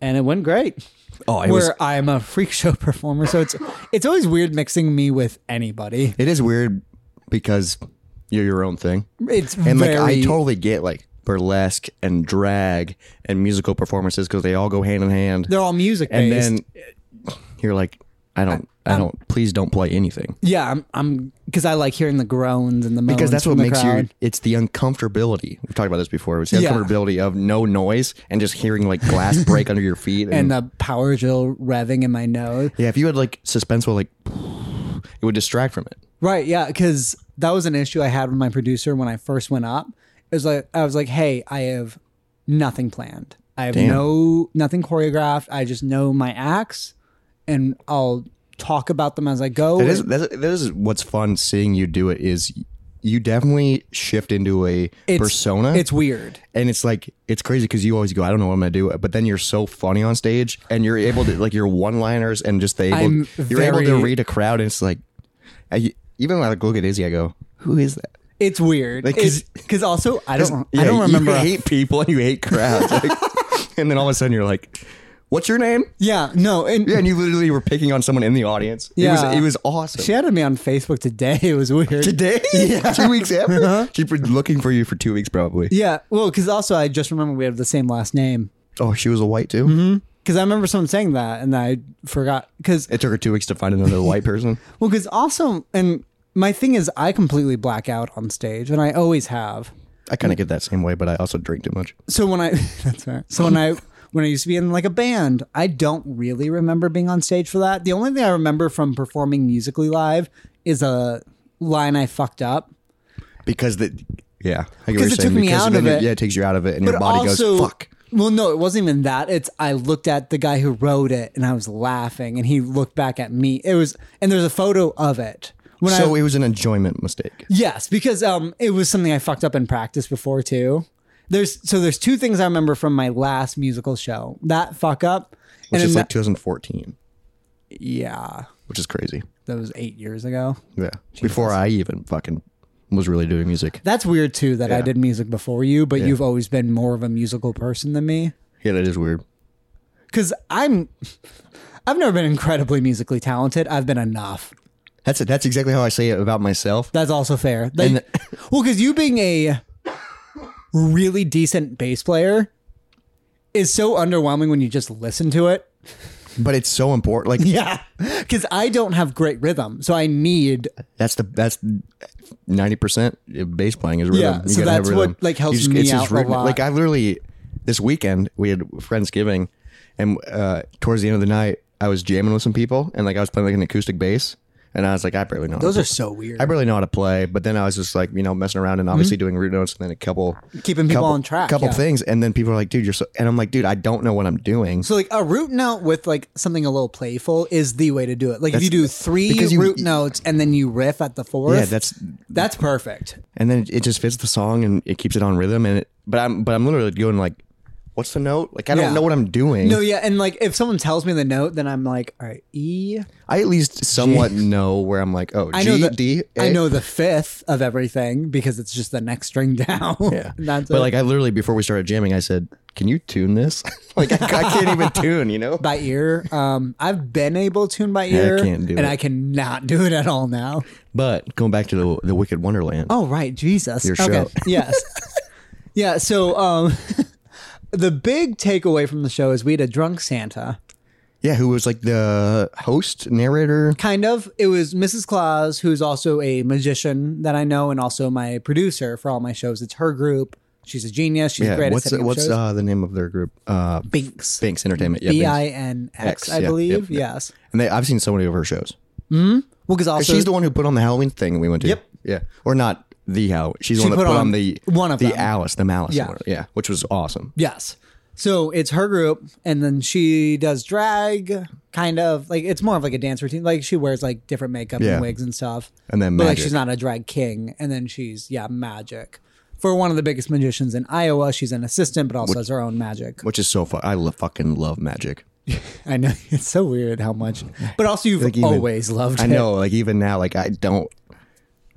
and it went great. Oh, it Where was. I'm a freak show performer, so it's it's always weird mixing me with anybody. It is weird because you're your own thing, It's and very like I totally get like burlesque and drag and musical performances because they all go hand in hand. they're all music and based. then you're like, I don't, I don't. Please don't play anything yeah, I'm I'm because I like hearing the groans and the because moans that's from what the makes crowd. you. It's the uncomfortability. We've talked about this before. It's the Yeah. uncomfortability of no noise and just hearing like glass break under your feet and uh, the power drill revving in my nose. Yeah, if you had like suspenseful, like it would distract from it. Right, yeah, because that was an issue I had with my producer when I first went up. It was like I was like, "Hey, I have nothing planned. I have no nothing choreographed. I just know my acts, and I'll talk about them as I go." That is that is, that is what's fun seeing you do it is you definitely shift into a persona. It's weird. and it's like it's crazy because you always go, I don't know what I'm gonna do, but then you're so funny on stage, and you're able to like your one-liners and just the able I'm you're able to very- read a crowd, and it's like I, even when I look at Izzy, I go, who is that? It's weird. Like, 'cause- Because also, I don't. Yeah, I don't remember. You hate people and you hate crowds, like, and then all of a sudden you're like, what's your name? yeah, no, and Yeah, and you literally were picking on someone in the audience. Yeah. It was it was awesome. she added me on Facebook today. It was weird. Today? Yeah. two weeks after? She's been looking for you for two weeks probably. Uh-huh. Yeah, well, because also I just remember we have the same last name. Oh, she was a white too? Mm-hmm. Because I remember someone saying that, and I forgot. Because It took her two weeks to find another white person. Well, because also, and my thing is, I completely black out on stage, and I always have. I kind of get that same way, but I also drink too much. So when I, that's right. So when I, when I used to be in like a band, I don't really remember being on stage for that. The only thing I remember from performing musically live is a line I fucked up. Because the yeah, I get what Because you're it saying. took me because out then of it- it. Yeah, it takes you out of it, and your body goes fuck. Well, no, it wasn't even that. It's I looked at the guy who wrote it, and I was laughing, and he looked back at me. It was, and there's a photo of it. When I, So it was an enjoyment mistake. Yes, because um, it was something I fucked up in practice before too. There's so there's two things I remember from my last musical show. That fuck up, Which and is then like 2014, that- yeah, which is crazy. that was eight years ago. Yeah. Before I even fucking was really doing music. That's weird too that I did music before you, but you've always been more of a musical person than me. Yeah, that is weird. Because I'm, I've never been incredibly musically talented. I've been enough. That's it. That's exactly how I say it about myself. That's also fair. Like, well, because you being a really decent bass player is so underwhelming when you just listen to it. But it's so important. Like Yeah, because I don't have great rhythm, so I need. That's the that's ninety percent bass playing is rhythm. Yeah, so gotta have that's what, rhythm. like, helps You me it's out a rhythm. lot. Like I literally this weekend we had friendsgiving, and uh, towards the end of the night I was jamming with some people, and like I was playing like an acoustic bass, and I was like I barely know. how Those to are so weird. I barely know how to play, but then I was just like, you know, messing around and obviously Mm-hmm. doing root notes and then a couple Keeping people couple, on track, couple yeah. things, and then people are like, dude, you're so, and I'm like, dude, I don't know what I'm doing. so like a root note with like something a little playful is the way to do it. Like if you do three because you- root notes and then you riff at the fourth, Yeah, that's that's perfect. and then it, it just fits the song and it keeps it on rhythm and it, but I'm but I'm literally going like, what's the note? Like I Yeah. don't know what I'm doing. No, yeah, and like if someone tells me the note, then I'm like, all right, E. I at least somewhat know where I'm like, oh, G, D, I know the A. I know the fifth of everything because it's just the next string down. Yeah. that's but it. like I literally before we started jamming, I said, can you tune this? like I, I can't even tune, you know. by ear. Um, I've been able to tune by ear, can't do and it. I cannot do it at all now. But going back to the the Wicked Wonderland, Oh right, Jesus. Your show. yes. yeah. So um, the big takeaway from the show is we had a drunk Santa. yeah, who was like the host narrator? Kind of. It was Mrs. Claus, who's also a magician that I know, and also my producer for all my shows. It's her group. She's a genius. She's Yeah, great what's at setting up what's shows. uh, the name of their group? Uh, Binks. Binks Entertainment. Yeah, B Binks. i n x. X, I yeah, believe. yep, yep. Yes. And they, I've seen so many of her shows. Well, because also she's the one who put on the Halloween thing we went to. Yep. Yeah. Or not the Halloween. She's the She one that put put on, on the one of the them. Alice, the Malice. Yeah. one. Yeah. Which was awesome. Yes. So it's her group, and then she does drag, kind of like it's more of like a dance routine. Like she wears like different makeup Yeah. and wigs and stuff. And then but like magic. she's not a drag king, and then she's yeah magic. For one of the biggest magicians in Iowa, she's an assistant, but also has her own magic. which is so fun. I lo- fucking love magic. I know it's so weird how much, but also you've even- always loved. I it. know, like even now, like I don't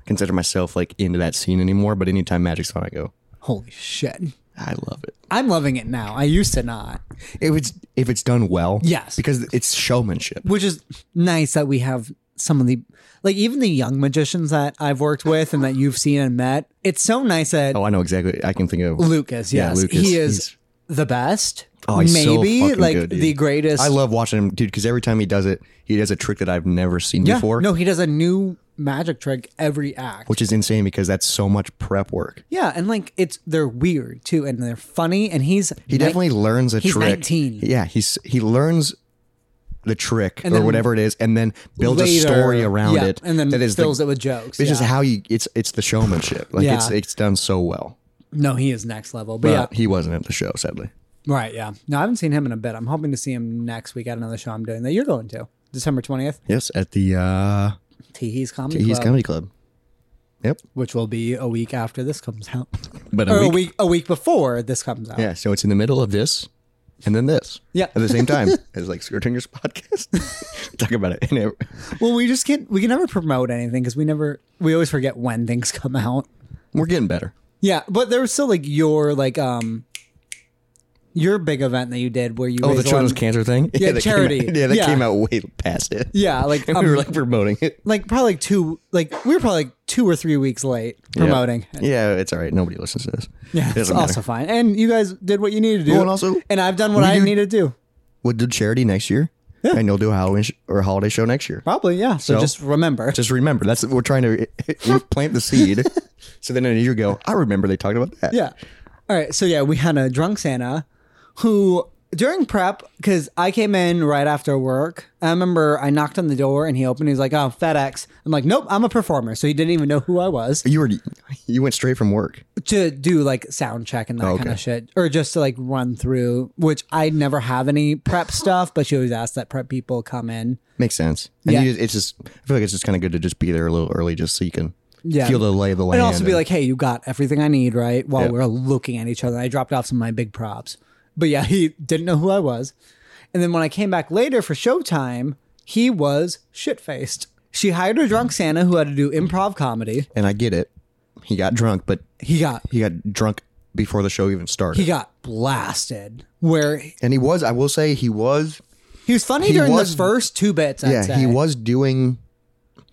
consider myself like into that scene anymore. But anytime magic's on, I go, Holy shit, I love it. I'm loving it now. I used to not, If it's if it's done well, Yes. because it's showmanship. which is nice that we have some of the like even the young magicians that I've worked with and that you've seen and met. It's so nice that Oh, I know exactly. I can think of Lucas, yes. Yeah, Lucas, He is he's- the best. Oh, he's so maybe fucking like good, dude. the greatest. I love watching him, dude, because every time he does it, he does a trick that I've never seen yeah. before, No, he does a new magic trick every act. which is insane because that's so much prep work. yeah, and like it's they're weird too, and they're funny, and he's He definitely learns a he's trick. 19. Yeah, he's he learns the trick or then whatever it is, and then builds a later- story around yeah, it. and then that is the- fills it with jokes. It's yeah. just how you. It's it's the showmanship. Like it's Yeah. it's done so well. no, he is next level. But, But yeah, he wasn't at the show, sadly. right, yeah. No, I haven't seen him in a bit. I'm hoping to see him next week at another show I'm doing that you're going to December twentieth. Yes, at the uh Teehee's Comedy he's Club, comedy club. Yep, which will be a week after this comes out, but or a a week. week a week before this comes out. Yeah, so it's in the middle of this, and then this. Yeah. at the same time as like Skirt Fingers podcast. Talk about it. And it- Well, we just can't. We can never promote anything because we never. We always forget when things come out. We're getting better. Yeah, but there was still like your like um your big event that you did where you Oh, the raised a lot children's of- cancer thing. Yeah, that charity. Came out, yeah, that Yeah. came out way past it. Yeah, like and um, we were like promoting it. like probably like two like we were probably like two or three weeks late promoting. Yeah. Yeah. Yeah, it's all right. Nobody listens to this. it it's doesn't matter. also fine, and you guys did what you needed to do, Well, and also, and I've done what we I do- need to do. We'll do charity next year, and you'll do a Halloween sh- or a holiday show next year. Probably, yeah. So, So- just remember, Just remember, that's we're trying to we plant the seed. so then a year ago, I remember they talked about that. Yeah. All right. So yeah, we had a drunk Santa who during prep because I came in right after work. I remember I knocked on the door and he opened. He's like, "Oh, FedEx." I'm like, "Nope, I'm a performer." So he didn't even know who I was you were you went straight from work. to do like sound check and that kind okay. of shit, or just to like run through. Which I never have any prep stuff, but she always asks that prep people come in. Makes sense. And Yeah. you just, it's just, I feel like it's just kind of good to just be there a little early just so you can Yeah. feel the lay of the land. And also be like, hey, you got everything I need, right? While Yeah. we're looking at each other. I dropped off some of my big props. But yeah, he didn't know who I was. And then when I came back later for Showtime, he was shit faced. She hired a drunk Santa who had to do improv comedy. and I get it. He got drunk, but He got he got drunk before the show even started. he got blasted. Where and he was, I will say, he was, he was funny during was- the first two bits. I'd yeah, say. he was doing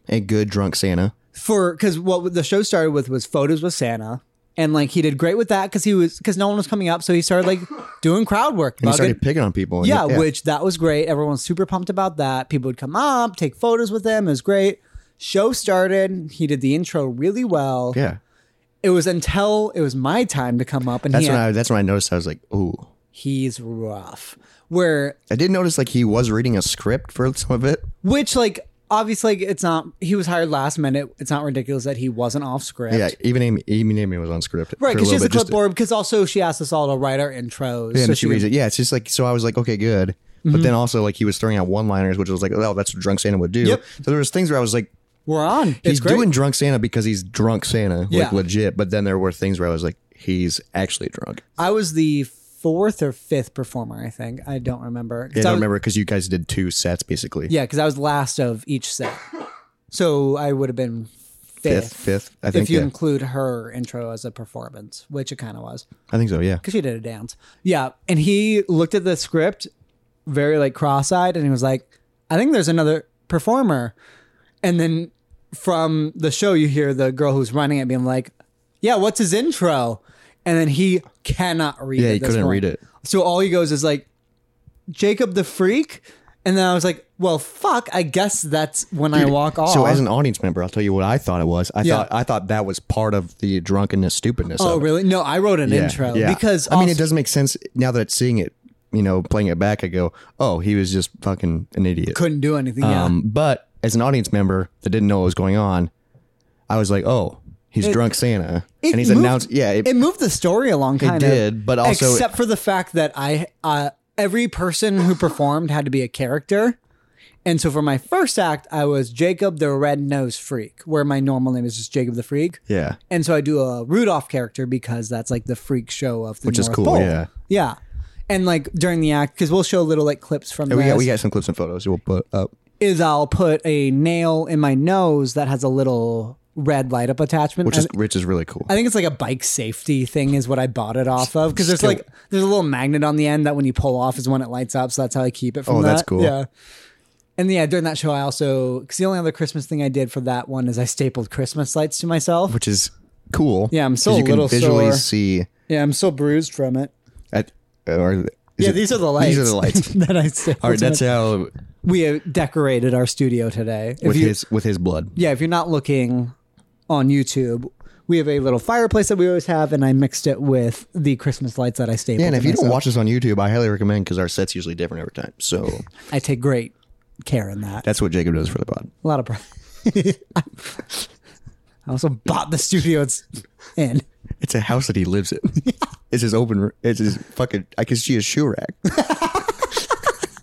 a good drunk Santa. for because what the show started with was photos with Santa, and like he did great with that because he was because no one was coming up, so he started like doing crowd work, And he bugging- started picking on people. and- yeah, which that was great. Everyone was super pumped about that. People would come up, take photos with him. It was great. Show started. He did the intro really well. yeah. It was until it was my time to come up, and That's he, when I, that's when I noticed, I was like, ooh. he's rough. Where, I did notice like he was reading a script for some of it. which like obviously like, it's not. He was hired last minute. It's not ridiculous that he wasn't off script. Yeah, even Amy, even Amy was on script. Right, for because she has a little bit, just- clipboard. Because also she asked us all to write our intros. Yeah, so and she reads it. Yeah, it's just like so. I was like, okay, good. Mm-hmm. But then also like he was throwing out one-liners, which was like, oh, that's what drunk Santa would do. Yep. So there was things where I was like, We're on. It's he's great. doing drunk Santa because he's drunk Santa, Yeah. like legit. But then there were things where I was like, he's actually drunk. I was the fourth or fifth performer. I think I don't remember. 'Cause I I don't was- remember because you guys did two sets basically. Yeah, because I was last of each set. So I would have been fifth, Fifth, fifth. I think. if you Yeah. include her intro as a performance, which it kind of was I think so. Yeah. because she did a dance. Yeah. And he looked at the script very like cross eyed and he was like, I think there's another performer. And then from the show, you hear the girl who's running it being like, Yeah, what's his intro? And then he cannot read Yeah, it. he at this couldn't point. read it. So all he goes is like, Jacob the Freak. And then I was like, Well, fuck, I guess that's when I walk off. So as an audience member, I'll tell you what I thought it was. I Yeah. thought I thought that was part of the drunkenness, stupidness. oh, of it. really? No, I wrote an Yeah, intro yeah. because I mean, it also- doesn't make sense now that it's seeing it. You know, playing it back, I go, oh, he was just fucking an idiot. couldn't do anything. yeah. Um, but as an audience member that didn't know what was going on, I was like, oh, He's drunk Santa, It and he's moved- announced. Yeah, it, it, moved the story along. Kind did, of, but also- except for the fact that I uh, every person who performed had to be a character, and so for my first act, I was Jacob the Red Nose Freak, where my normal name is just Jacob the Freak. yeah. And so I do a Rudolph character because that's like the freak show of the Which is North cool, Pole. yeah. yeah. And like during the act, because we'll show little like clips from And this, we got Oh, we got some clips and photos. We'll put up. is I'll put a nail in my nose that has a little red light up attachment. which I is which is really cool. I think it's like a bike safety thing is what I bought it off of because there's like there's a little magnet on the end that when you pull off is when it lights up, so that's how I keep it from Oh, that. that's cool. Yeah. And yeah, during that show, I also because the only other Christmas thing I did for that one is I stapled Christmas lights to myself. which is cool. Yeah, I'm 'cause still a you little can visually sore. see yeah, I'm still bruised from it. at or is yeah, it- these are the lights. These are the lights. that I stapled. All right, that's how we uh, decorated our studio today. If with you, his with his blood. yeah, if you're not looking on YouTube, we have a little fireplace that we always have, and I mixed it with the Christmas lights that I stapled. Yeah, and to if you don't myself. watch this on YouTube, I highly recommend because our set's usually different every time. So I take great care in that. that's what Jacob does for the pod. A lot of. Pro- I also bought the studio it's in. It's a house that he lives in. it's his open. r- It's his fucking. I can see his shoe rack.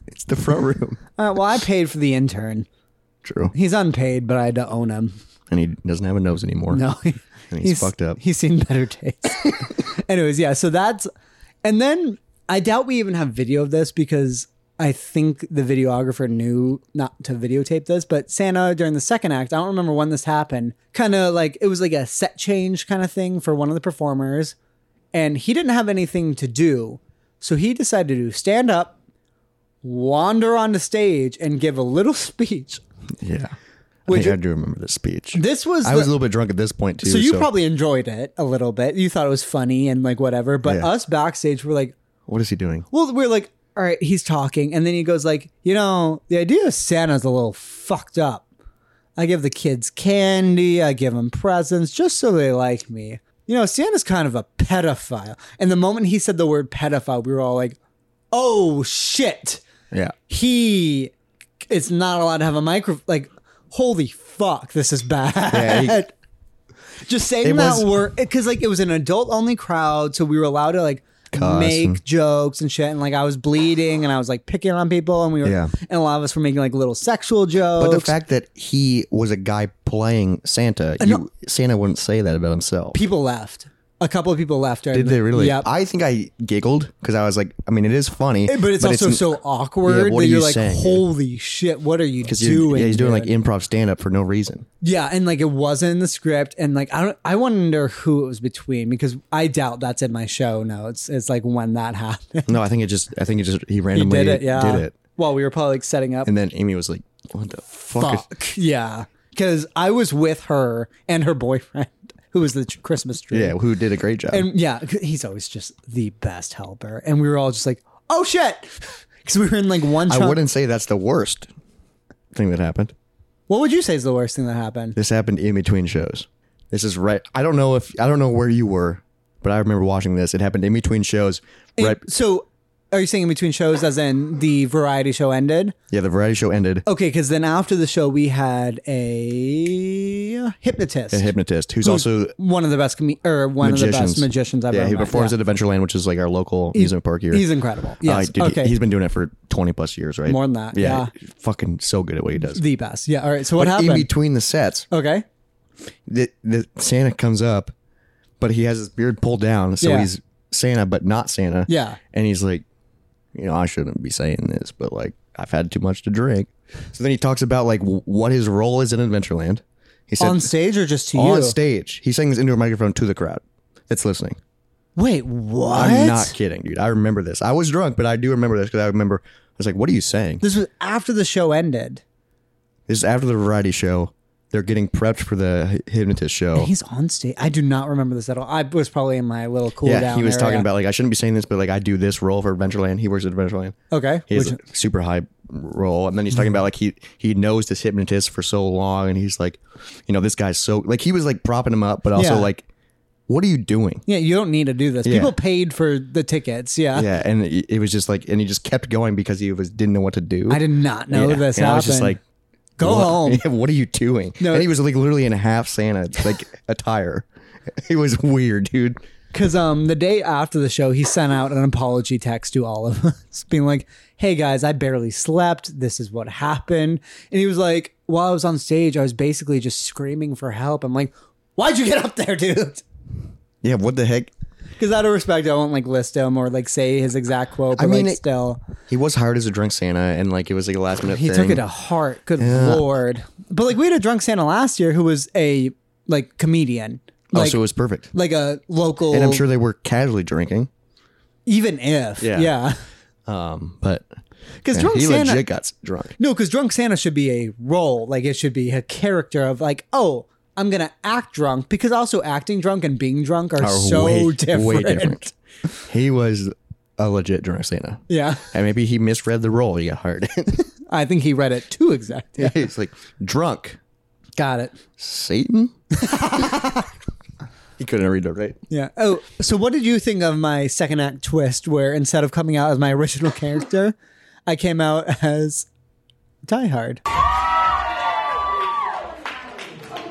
it's the front room. Uh, well, I paid for the intern. True, He's unpaid, but I had to own him. and he doesn't have a nose anymore. No, he- And he's fucked up. He's seen better days. Anyways, yeah. So that's, and then I doubt we even have video of this because I think the videographer knew not to videotape this. But Santa during the second act, I don't remember when this happened. Kind of like it was like a set change kind of thing for one of the performers, and he didn't have anything to do, so he decided to stand up, wander onto stage, and give a little speech. Yeah, I, Would think you- I do remember this speech. This was I the- was a little bit drunk at this point too. so you probably enjoyed it a little bit. You thought it was funny and like whatever. But Yeah. us backstage were like, what is he doing? well, we're like, all right, he's talking, and then he goes like, you know, the idea of Santa's a little fucked up. I give the kids candy, I give them presents just so they like me. You know, Santa's kind of a pedophile. And the moment he said the word pedophile, we were all like, oh shit Yeah, he is not allowed to have a micro. Like, holy fuck, this is bad. Yeah, Just saying that was- word because like it was an adult only crowd, so we were allowed to like Cuss make and- jokes and shit. And like I was bleeding and I was like picking on people, and we were Yeah. and a lot of us were making like little sexual jokes. But the fact that he was a guy playing Santa, Uh, you, Santa wouldn't say that about himself. people left. A couple of people left. during Did they the- really? Yep. I think I giggled because I was like, I mean, it is funny, but it's also n- so awkward what that are you're you like, saying? holy shit, what are you 'cause you're- doing? yeah, he's doing dude? like improv stand up for no reason. Yeah, and like it wasn't in the script, and like I don't, I wonder who it was between because I doubt that's in my show notes. It's like when that happened. No, I think it just, I think it just, he He randomly did it, yeah. did it. Well, we were probably like setting up. And then Amy was like, what the fuck? is- Fuck yeah, because I was with her and her boyfriend, who was the tr- Christmas tree. yeah, who did a great job. and yeah, 'cause he's always just the best helper, and we were all just like, oh shit, because we were in like one. I Chunk. wouldn't say that's the worst thing that happened. What would you say is the worst thing that happened? This happened in between shows. This is right. I don't know if, I don't know where you were, but I remember watching this. It happened in between shows. Right. So, are you saying in between shows, as in the variety show ended? Yeah, the variety show ended. Okay, because then after the show, we had a hypnotist, a hypnotist who's also one of the best com- or one of the magicians. best magicians I've yeah ever he met. performs at Adventureland, which is like our local amusement park here. He's incredible. Yes. Uh, dude, he- okay. he's been doing it for twenty plus years, right? More than that, fucking so good at what he does. the best. Yeah. All right. So what In happened? between the sets, okay. the, the Santa comes up, but he has his beard pulled down, so Yeah. he's Santa but not Santa. Yeah. and he's like, you know, I shouldn't be saying this, but like I've had too much to drink. So then he talks about like w- what his role is in Adventureland. He said On stage or just to on you? stage, he sings into a microphone to the crowd that's listening. Wait, what? I'm not kidding, dude. I remember this. I was drunk, but I do remember this because I remember I was like, "What are you saying?" This was after the show ended. This is after the variety show. They're getting prepped for the hypnotist show. He's on stage. I do not remember this at all. I was probably in my little cool Yeah, down. he was area. talking about like I shouldn't be saying this, but like I do this role for Adventureland. He works at Adventureland. Okay. He has Which, Mm-hmm. a super high role, and then he's talking about like he he knows this hypnotist for so long, and he's like, you know, this guy's so like he was like propping him up, but also Yeah. like, what are you doing? yeah, you don't need to do this. People paid for the tickets. Yeah. Yeah, and it it was just like, and he just kept going because he was didn't know what to do. I did not know Yeah. this and happened. I was just like, Go what, home. What are you doing? Um, No. and he was like literally in a half Santa like attire. It was weird, dude. Because um, the day after the show, he sent out an apology text to all of us, being like, "Hey guys, I barely slept. This is what happened." And he was like, "While I was on stage, I was basically just screaming for help." I'm like, "Why'd you get up there, dude?" Yeah, what the heck? Because out of respect, I won't like list him or like say his exact quote. But I mean, like, it- still, He was hired as a drunk Santa, and like it was like a last minute. he thing. took it to heart. Good lord! But like, we had a drunk Santa last year who was a like comedian, Oh, like so it was perfect. like a local. And I'm sure they were casually drinking, even if Yeah. yeah, um, but because yeah, drunk he Santa legit got s- drunk. No, because drunk Santa should be a role. Like it should be a character of like, oh, I'm gonna act drunk because also acting drunk and being drunk are, Are so way- way different. different. He was a legit drunk Santa, Yeah, and maybe he misread the role. He got hired. I think he read it too exact. It's like drunk Got it. Satan. he couldn't read it right. Yeah. Oh, so what did you think of my second act twist, where instead of coming out as my original character, I came out as Die Hard?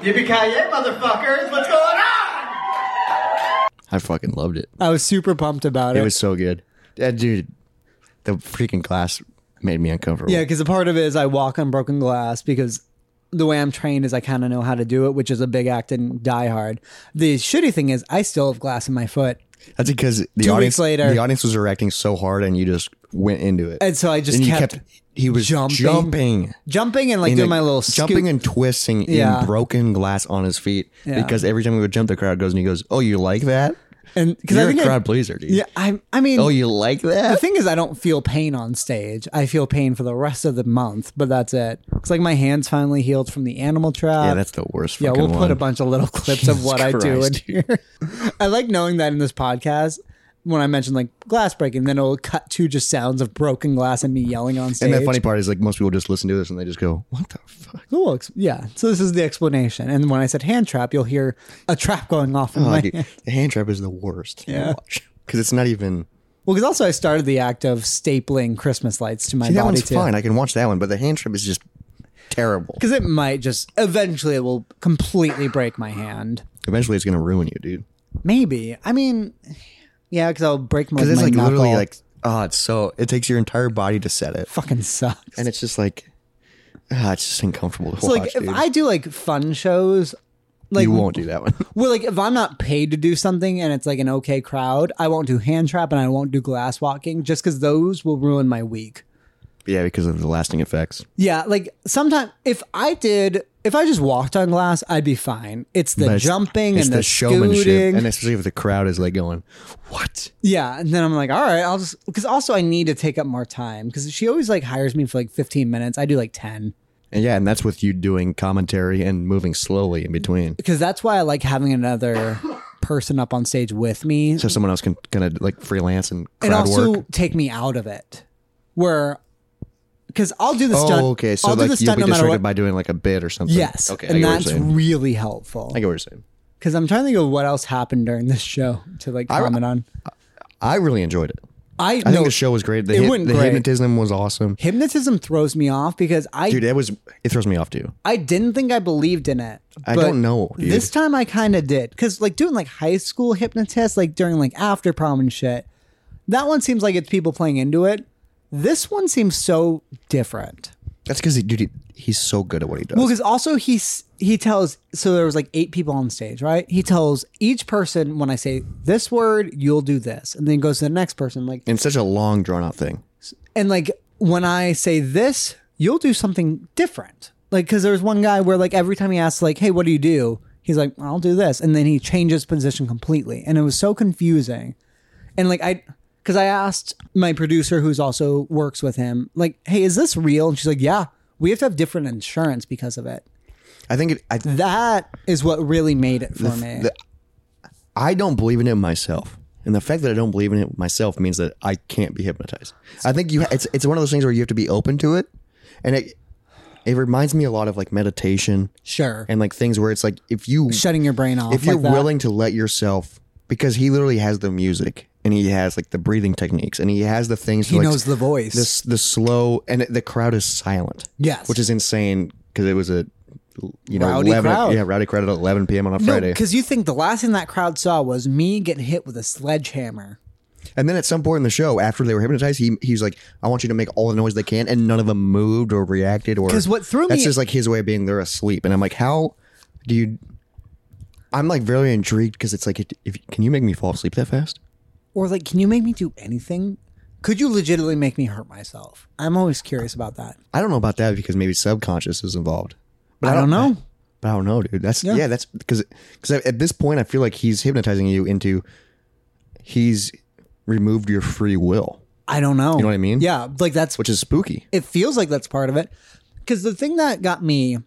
Yippee-ki-yay, motherfuckers! What's going on? I fucking loved it. I was super pumped about it. It was so good. That dude, the freaking glass made me uncomfortable. Yeah, because a part of it is I walk on broken glass because the way I'm trained is I kind of know how to do it, which is a big act in Die Hard. The shitty thing is I still have glass in my foot, That's because the Two audience weeks later- the audience was reacting so hard, and you just went into it. and so I just And you kept, kept, he was jumping. jumping, jumping and like in doing a- my little jumping scoot. and twisting Yeah. in broken glass on his feet Yeah. because every time we would jump, the crowd goes and he goes, "Oh, you like that? and because You're I think a I, crowd pleaser, dude. yeah, I I mean Oh, you like the that? thing is I don't feel pain on stage. I feel pain for the rest of the month, but that's it. It's like my hands finally healed from the animal trap. yeah, that's the worst. Yeah, fucking we'll put one. a bunch of little clips of Jesus what I do in Christ, here. I like knowing that in this podcast when I mention like glass breaking, then it'll cut to just sounds of broken glass and me yelling on stage. And the funny part is, like, most people just listen to this and they just go, "What the fuck?" Cool, ex- yeah. So this is the explanation. And when I said hand trap, you'll hear a trap going off in my Like, hand. the hand trap is the worst. Yeah. because it's not even. Well, because also I started the act of stapling Christmas lights to my See, that body one's too. oh, fine. I can watch that one, but the hand trap is just terrible. Because it might just eventually it will completely break my hand. Eventually, it's gonna ruin you, dude. Maybe. I mean, yeah, because I'll break my. Because it's my like literally knuckle. like, oh, it's so. It takes your entire body to set it, fucking sucks. and it's just like, ah, it's just uncomfortable to So watch. like if dude. I do like fun shows, like you won't do that one. Well, like if I'm not paid to do something and it's like an okay crowd, I won't do hand trap and I won't do glass walking just because those will ruin my week. yeah, because of the lasting effects. Yeah, like sometimes if I did, if I just walked on glass, I'd be fine. It's the But it's- jumping it's and the, the showmanship, scooting. and especially if the crowd is like going, "What?" yeah, and then I'm like, all right, I'll just because also I need to take up more time because she always like hires me for like 15 minutes. I do like 10. And yeah, and that's with you doing commentary and moving slowly in between, Because that's why I like having another person up on stage with me so someone else can kind of like freelance and crowd and also work. take me out of it. Where, because I'll do the stunt. Oh, okay. So I'll do like the you'll stunt be no matter distracted what. by doing like a bit or something. yes, Okay. I and get what that's you're saying. really helpful. I get what you're saying. Because I'm trying to think of what else happened during this show to like comment on. I really enjoyed it. I, I no, think the show was great. The, it hy- went the great. hypnotism was awesome. hypnotism throws me off because I Dude, it was it throws me off too. I didn't think I believed in it. I but don't know, dude. This time I kind of did because like doing like high school hypnotist, like during like after prom and shit. That one seems like it's people playing into it. This one seems so different. That's because dude, he- he's so good at what he does. Well, because also he's he tells so there was like eight people on stage, right? He tells each person when I say this word, you'll do this, and then goes to the next person, like and it's such a long drawn out thing. and like when I say this, you'll do something different. Like because there was one guy where like every time he asks like, hey, what do you do? He's like, I'll do this, and then he changes position completely, and it was so confusing. And like I, because I asked my producer who's also works with him, like, hey, is this real? And she's like, yeah, we have to have different insurance because of it. I think it, I That is what really made it for me. the- I don't believe in it myself. And the fact that I don't believe in it myself means that I can't be hypnotized. I think you it's it's one of those things where you have to be open to it. And it it reminds me a lot of like meditation sure. and like things where it's like if you Shutting your brain off. if you're like that. willing to let yourself because he literally has the music and he has like the breathing techniques and he has the things he to, like, knows the voice. this the slow and the crowd is silent Yes. which is insane because it was a you know Rowdy 11 crowd. yeah rowdy crowd at 11 p.m. on a No, Friday. because you think the last thing that crowd saw was me get hit with a sledgehammer. and then at some point in the show, after they were hypnotized, he he's like, "I want you to make all the noise they can," and none of them moved or reacted or 'Cause what threw that's me- just like his way of being they're asleep. And I'm like, how do you? I'm like very intrigued because it's like, if, if can you make me fall asleep that fast? Or like, can you make me do anything? Could you legitimately make me hurt myself? I'm always curious about that. I don't know about that because maybe subconscious is involved. I don't know. But I don't know, dude. That's yeah. that's because because at this point, I feel like he's hypnotizing you into he's removed your free will, I don't know. You know what I mean? Yeah, like that's which is spooky. it feels like that's part of it. Because the thing that got me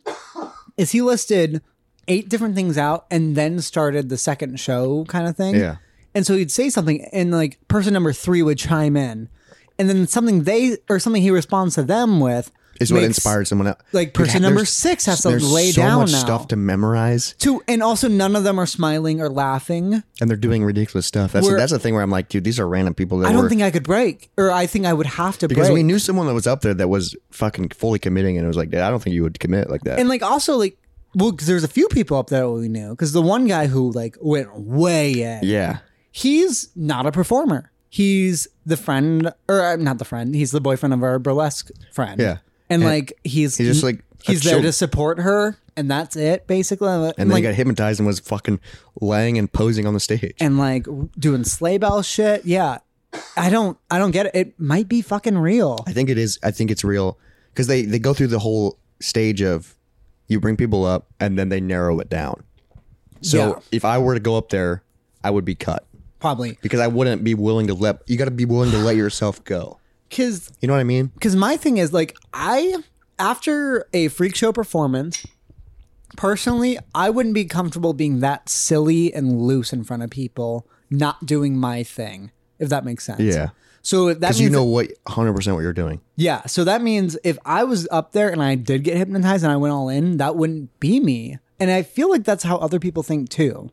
is he listed eight different things out and then started the second show kind of thing. Yeah. And so he'd say something, and like person number three would chime in, and then something they or something he responds to them with Is what makes- inspired someone else. like, Dude, person there's- number six has to there's lay so down much now. stuff to memorize, To and also none of them are smiling or laughing. and they're doing ridiculous stuff. That's We're- that's the thing where I'm like, dude, these are random people that I don't were, think I could break, or I think I would have to because break. we knew someone that was up there that was fucking fully committing, and it was like, dude, I don't think you would commit like that. and like also like well, because there's a few people up there that we knew. Because the one guy who like went way in, yeah, he's not a performer. He's the friend, or uh, not the friend. He's the boyfriend of our burlesque friend. Yeah. and, like he's he's just, like, a he's there chill- to support her, and that's it basically. And, and then like he got hypnotized and was fucking laying and posing on the stage. and like doing sleigh bell shit. Yeah, I don't I don't get it. It might be fucking real. I think it is. I think it's real because they they go through the whole stage of you bring people up and then they narrow it down. So Yeah. if I were to go up there, I would be cut Probably because I wouldn't be willing to let you got to be willing to let yourself go. because You know what I mean? because my thing is like I after a freak show performance, personally, I wouldn't be comfortable being that silly and loose in front of people, not doing my thing, if that makes sense. Yeah. So if that means Because you know what, hundred percent what you're doing. yeah, so that means if I was up there and I did get hypnotized and I went all in, that wouldn't be me. And I feel like that's how other people think too.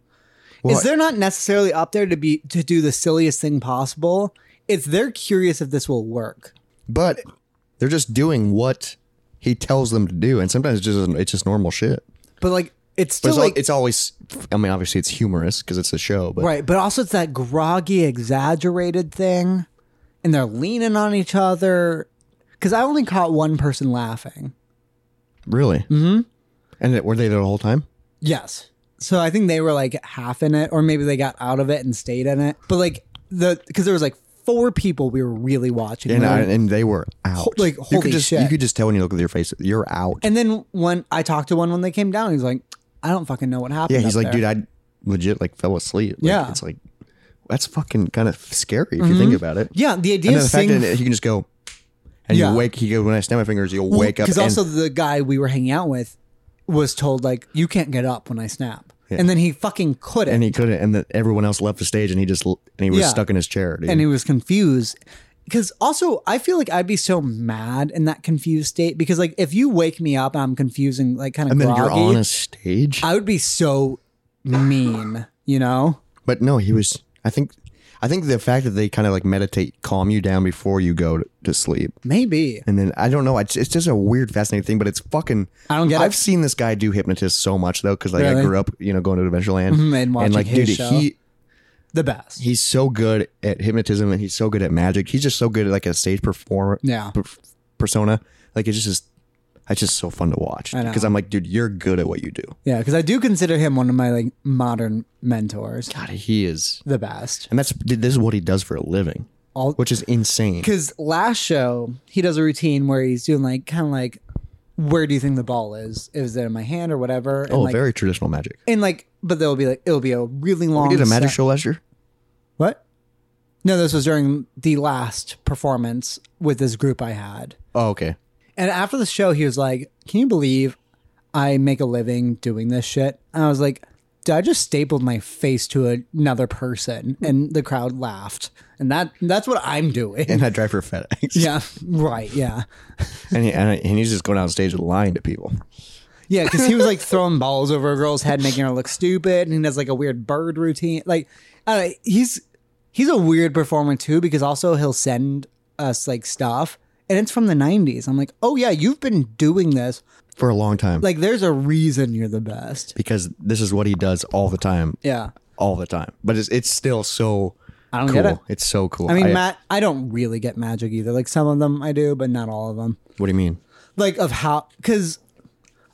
Is Well, they're not necessarily up there to be to do the silliest thing possible. It's they're curious if this will work. But they're just doing what he tells them to do, and sometimes it's just it's just normal shit. But like it's still But it's, al- like it's always, I mean, obviously it's humorous because it's a show, but Right, but also it's that groggy, exaggerated thing, and they're leaning on each other. Because I only caught one person laughing. really, mm-hmm. and it, were they there the whole time? Yes. So I think they were like half in it, or maybe they got out of it and stayed in it. But like the because there was like four people we were really watching, and We were- I, and they were out. like, you holy could just, shit. You could just tell when you look at their face, you're out. and then when I talked to one when they came down, he's like, "I don't fucking know what happened." yeah, he's up like, there." dude, I legit like fell asleep. Like, Yeah. Mm-hmm. it's like that's fucking kind of scary if you think about it. yeah, the idea and then the of fact seeing that you can just go and Yeah. you wake. He goes, when I snap my fingers, you'll wake up. Because and- also the guy we were hanging out with was told like, "You can't get up when I snap," and then he fucking couldn't. and he couldn't, and the, everyone else left the stage, and he just l- and he was Yeah. stuck in his chair. Dude. and he was confused because also i feel like i'd be so mad in that confused state because like if you wake me up and i'm confusing like kind of And then groggy you're on a stage, i would be so mean you know but no, he was. I think, I think the fact that they kind of like meditate, calm you down before you go to, to sleep. maybe And then I don't know. It's, it's just a weird, fascinating thing, but it's fucking. I don't get it. I've seen this guy do hypnotist so much though, because like Really? I grew up, you know, going to Adventureland Mhm, and watching like, his dude, show. he the best he's so good at hypnotism and he's so good at magic. He's just so good at like a stage performer, Yeah. per- persona. Like it's just, it's just so fun to watch know. because I'm like, dude, you're good at what you do. yeah because i do consider him one of my like modern mentors God, he is, the best and that's dude, this is what he does for a living, all which is insane. because last show he does a routine where he's doing like kind of like where do you think the ball is is it in my hand or whatever and Oh, like very traditional magic. and like but there'll be like it'll be a really long We did a magic set. show last year. What? No, this was during the last performance with this group I had. Oh, okay. And after the show, he was like, Can you believe I make a living doing this shit? And I was like, Dude, I just stapled my face to another person and the crowd laughed. And that that's what I'm doing. And I drive for FedEx. yeah. Right. Yeah. and, he, and, and he's just going on stage lying to people. Yeah. Cause he was like throwing balls over a girl's head, making her look stupid. And he does like a weird bird routine. Like, I don't know, he's he's a weird performer too because also he'll send us like stuff and it's from the 90s i'm like oh yeah you've been doing this for a long time. Like, there's a reason you're the best. because this is what he does all the time. Yeah. All the time. But it's it's still so I don't cool. get it. It's so cool. I mean, Matt, I don't really get magic either. Like some of them I do, but not all of them. What do you mean? Like of how because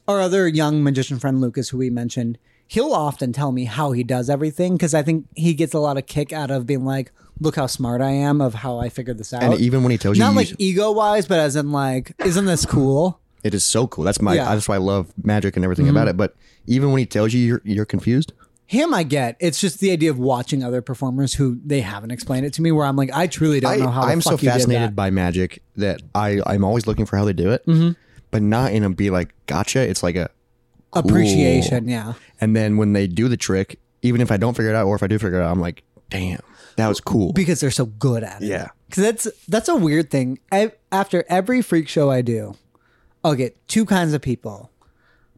our other young magician friend Lucas, who we mentioned, he'll often tell me how he does everything because I think he gets a lot of kick out of being like, "Look how smart I am of how I figured this out." And even when he tells you, Oh, not you like should- ego wise, but as in like, "Isn't this cool?" it is so cool. That's my Yeah. Mm-hmm. that's why I love magic and everything about it. But even when he tells you you're you're confused, Him, I get. It's just the idea of watching other performers who they haven't explained it to me, where I'm like, I truly don't I, know how. the I'm so fuck you did fascinated that." by magic that I I'm always looking for how they do it, Mm-hmm. but not in a be like gotcha. It's like a appreciation. Yeah. and then when they do the trick, even if I don't figure it out or if I do figure it out, I'm like, damn, that was cool. because they're so good at it. Yeah. because that's that's a weird thing. I, after every freak show I do, I'll get two kinds of people: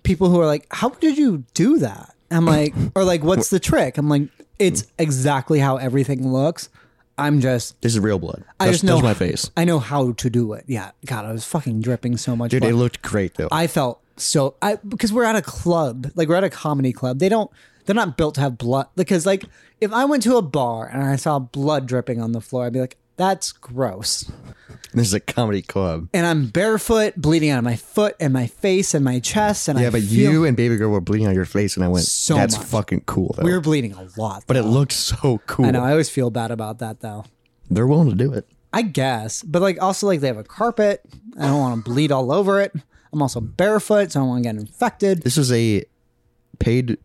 people who are like, "How did you do that?" I'm like, or like, "What's the trick?" I'm like, "It's exactly how everything looks." I'm just, This is real blood. I That's- just know that's my face. I know how to do it. Yeah, God, I was fucking dripping so much. Dude, blood. it looked great though. I felt so I because we're at a club, like we're at a comedy club. They don't they're not built to have blood because like if I went to a bar and I saw blood dripping on the floor, I'd be like, that's gross. this is a comedy club. And I'm barefoot, bleeding out of my foot and my face and my chest and I Yeah, but feel- you and Baby Girl were bleeding on your face, and I went, So "That's much. fucking cool." Though. we were bleeding a lot. but it though. looked so cool. I know, I always feel bad about that though. They're willing to do it. I guess. But like also like they have a carpet. I don't want to bleed all over it. I'm also barefoot, so I don't want to get infected. This is a paid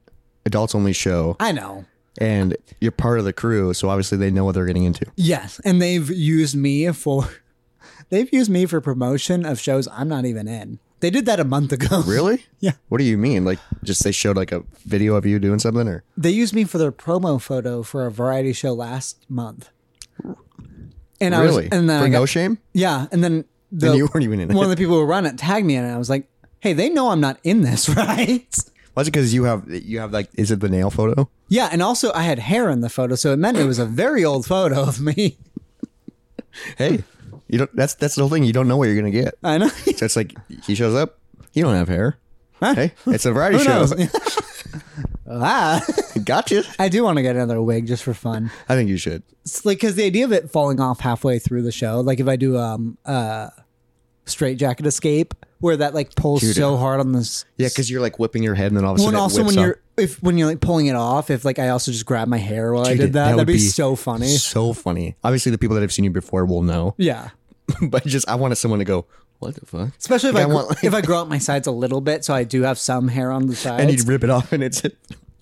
adults only show, I know. and you're part of the crew, so obviously they know what they're getting into. Yes, and they've used me for they've used me for promotion of shows I'm not even in. They did that a month ago. Really? Yeah. What do you mean? Like, just they showed like a video of you doing something, or They used me for their promo photo for a variety show last month. And I really? was and then For I got, no shame? Yeah, and then the And you weren't even in it. one of the people who ran it tagged me in it. and I was like, "Hey, they know I'm not in this, right?" Was it because you have you have like is it the nail photo? Yeah, and also I had hair in the photo, so it meant it was a very old photo of me. Hey, you don't. That's that's the whole thing. You don't know what you're gonna get. I know. So it's like he shows up. He don't have hair. Huh? Hey, it's a variety Who show. knows? ah, gotcha. I do want to get another wig just for fun. I think you should. it's like because the idea of it falling off halfway through the show, like if I do um uh straight jacket escape, where that like pulls so hard on this. Yeah, because you're like whipping your head, and then all of a Well, and sudden, it also whips when up. you're if when you're like pulling it off, if like I also just grabbed my hair while I Dude, did that, that would be, so funny. So funny. Obviously, the people that have seen you before will know, Yeah, but just I wanted someone to go, "What the fuck?" especially if Like, I, gr- want, like- if I grow up my sides a little bit, so I do have some hair on the sides. and you'd rip it off, and it's dude,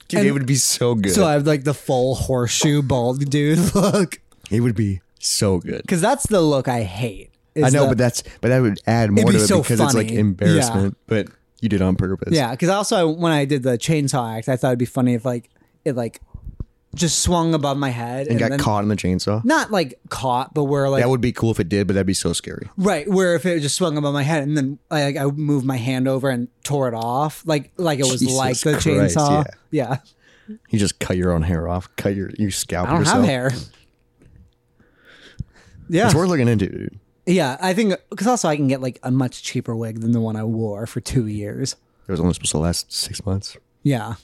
it And- would be so good. so I have like the full horseshoe bald dude look, it would be so good. because that's the look I hate. is I know, the- but that's but that would add more be to it so because it's like funny. embarrassment. But you did it on purpose. Yeah, because also I, when I did the chainsaw act, I thought it'd be funny if like it like just swung above my head and, got then- caught in the chainsaw. Not like caught, but where like That would be cool if it did, but that'd be so scary. right where if it just swung above my head and then like I moved my hand over and tore it off, like like it was Jesus like the Christ, chainsaw. Yeah, You just cut your own hair off, cut your you scalp I don't yourself. have hair. Yeah, It's worth looking into, dude. yeah. I think because also I can get like a much cheaper wig than the one I wore for two years. It was only supposed to last six months. Yeah.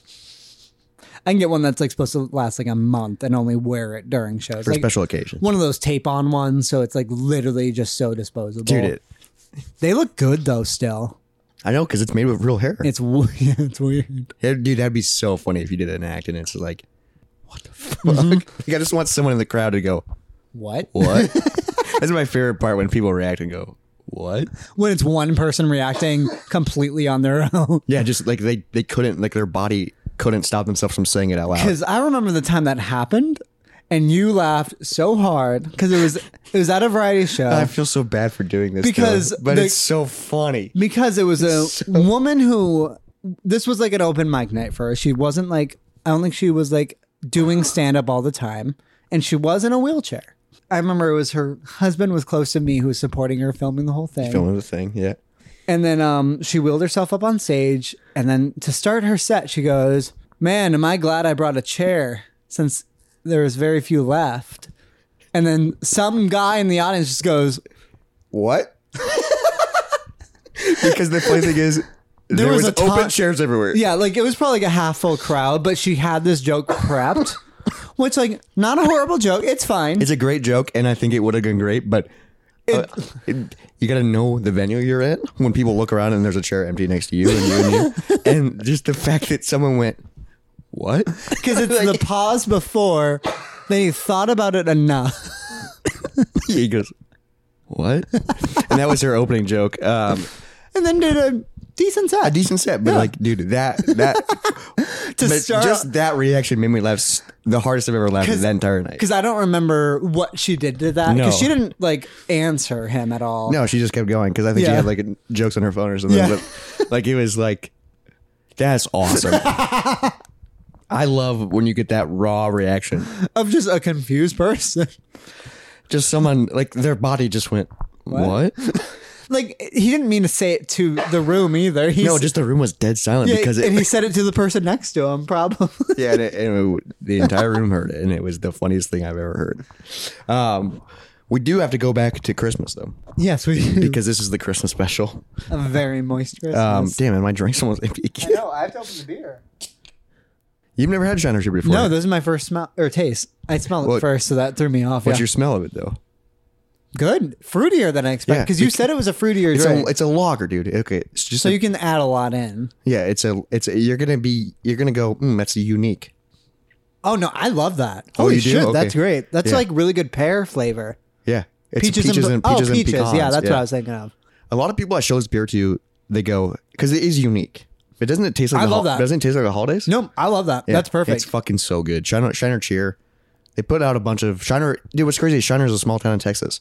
I can get one that's like supposed to last like a month and only wear it during shows. For Like, special occasions. one of those tape on ones, so it's like literally just so disposable. Dude, it, they look good though. Still, I know because it's made with real hair. it's weird. it's weird. Yeah, dude, that'd be so funny if you did an act and it's like, what Mm-hmm. the fuck? Like, I just want someone in the crowd to go, What? what? That's my favorite part when people react and go, what? When it's one person reacting completely on their own. Yeah, just like they they couldn't like their body couldn't stop themselves from saying it out loud. Because I remember the time that happened, and you laughed so hard because it was it was at a variety show. I feel so bad for doing this though, Because but the- it's so funny. because it was a woman who this was like an open mic night for her. She wasn't like I don't think she was like doing stand up all the time, and she was in a wheelchair. I remember it was her husband was close to me who was supporting her filming the whole thing. Filming the thing, yeah. And then um, she wheeled herself up on stage. And then to start her set, she goes, Man, am I glad I brought a chair since there was very few left. And then some guy in the audience just goes, What? because the funny thing is, There, was, was a open ton- chairs everywhere. Yeah, like it was probably like a half full crowd, but she had this joke prepped, which like not a horrible joke. It's fine. It's a great joke, and I think it would have gone great, but uh, it- you got to know the venue you're at when people look around and there's a chair empty next to you and you and you. And just the fact that someone went, What? because it's the pause before they thought about it enough. He goes, What? And that was her opening joke. Um, and then did a decent a set decent set, but like, dude, that, that, to but start just that reaction made me laugh s- the hardest I've ever laughed that entire night. because I don't remember what she did to that No. because she didn't like answer him at all. No, she just kept going because I think she Yeah. had like jokes on her phone or something. Yeah. But like it was like, that's awesome. I love when you get that raw reaction. of just a confused person. Just someone like their body just went, what? like he didn't mean to say it to the room either. He's, No, just the room was dead silent Yeah, because it. and he said it to the person next to him. Probably. yeah, and, it, and it- the entire room heard it, and it was the funniest thing I've ever heard. Um, we do have to go back to Christmas though, yes, we because this is the Christmas special. a very moist Christmas. Um, damn it, my drink's almost empty. no, I have to open the beer. You've never had Shiner Tree before. No, this is my first smell or taste. I smelled What- it first, so that threw me off. what's yeah. your smell of it though? good fruitier than I expected Yeah, because you it- said it was a fruitier It's drink, a it's a lager, dude. Okay, it's just so a- you can add a lot in. yeah. It's a it's a, you're gonna be you're gonna go. Mm, that's unique. Oh no, I love that. Oh, Holy you do? shit, Okay. that's great. That's Yeah. like really good pear flavor. Yeah, it's Peaches, and, oh, peaches and peaches. pecans. yeah, that's what I was thinking of. A lot of people I show this beer to, they go because it is unique. But doesn't it taste like I the love that. Doesn't it taste like the holidays? No, I love that. Yeah, that's perfect. It's fucking so good. Shiner Shiner Cheer. They put out a bunch of Shiner. Dude, what's crazy? is Shiner is a small town in Texas,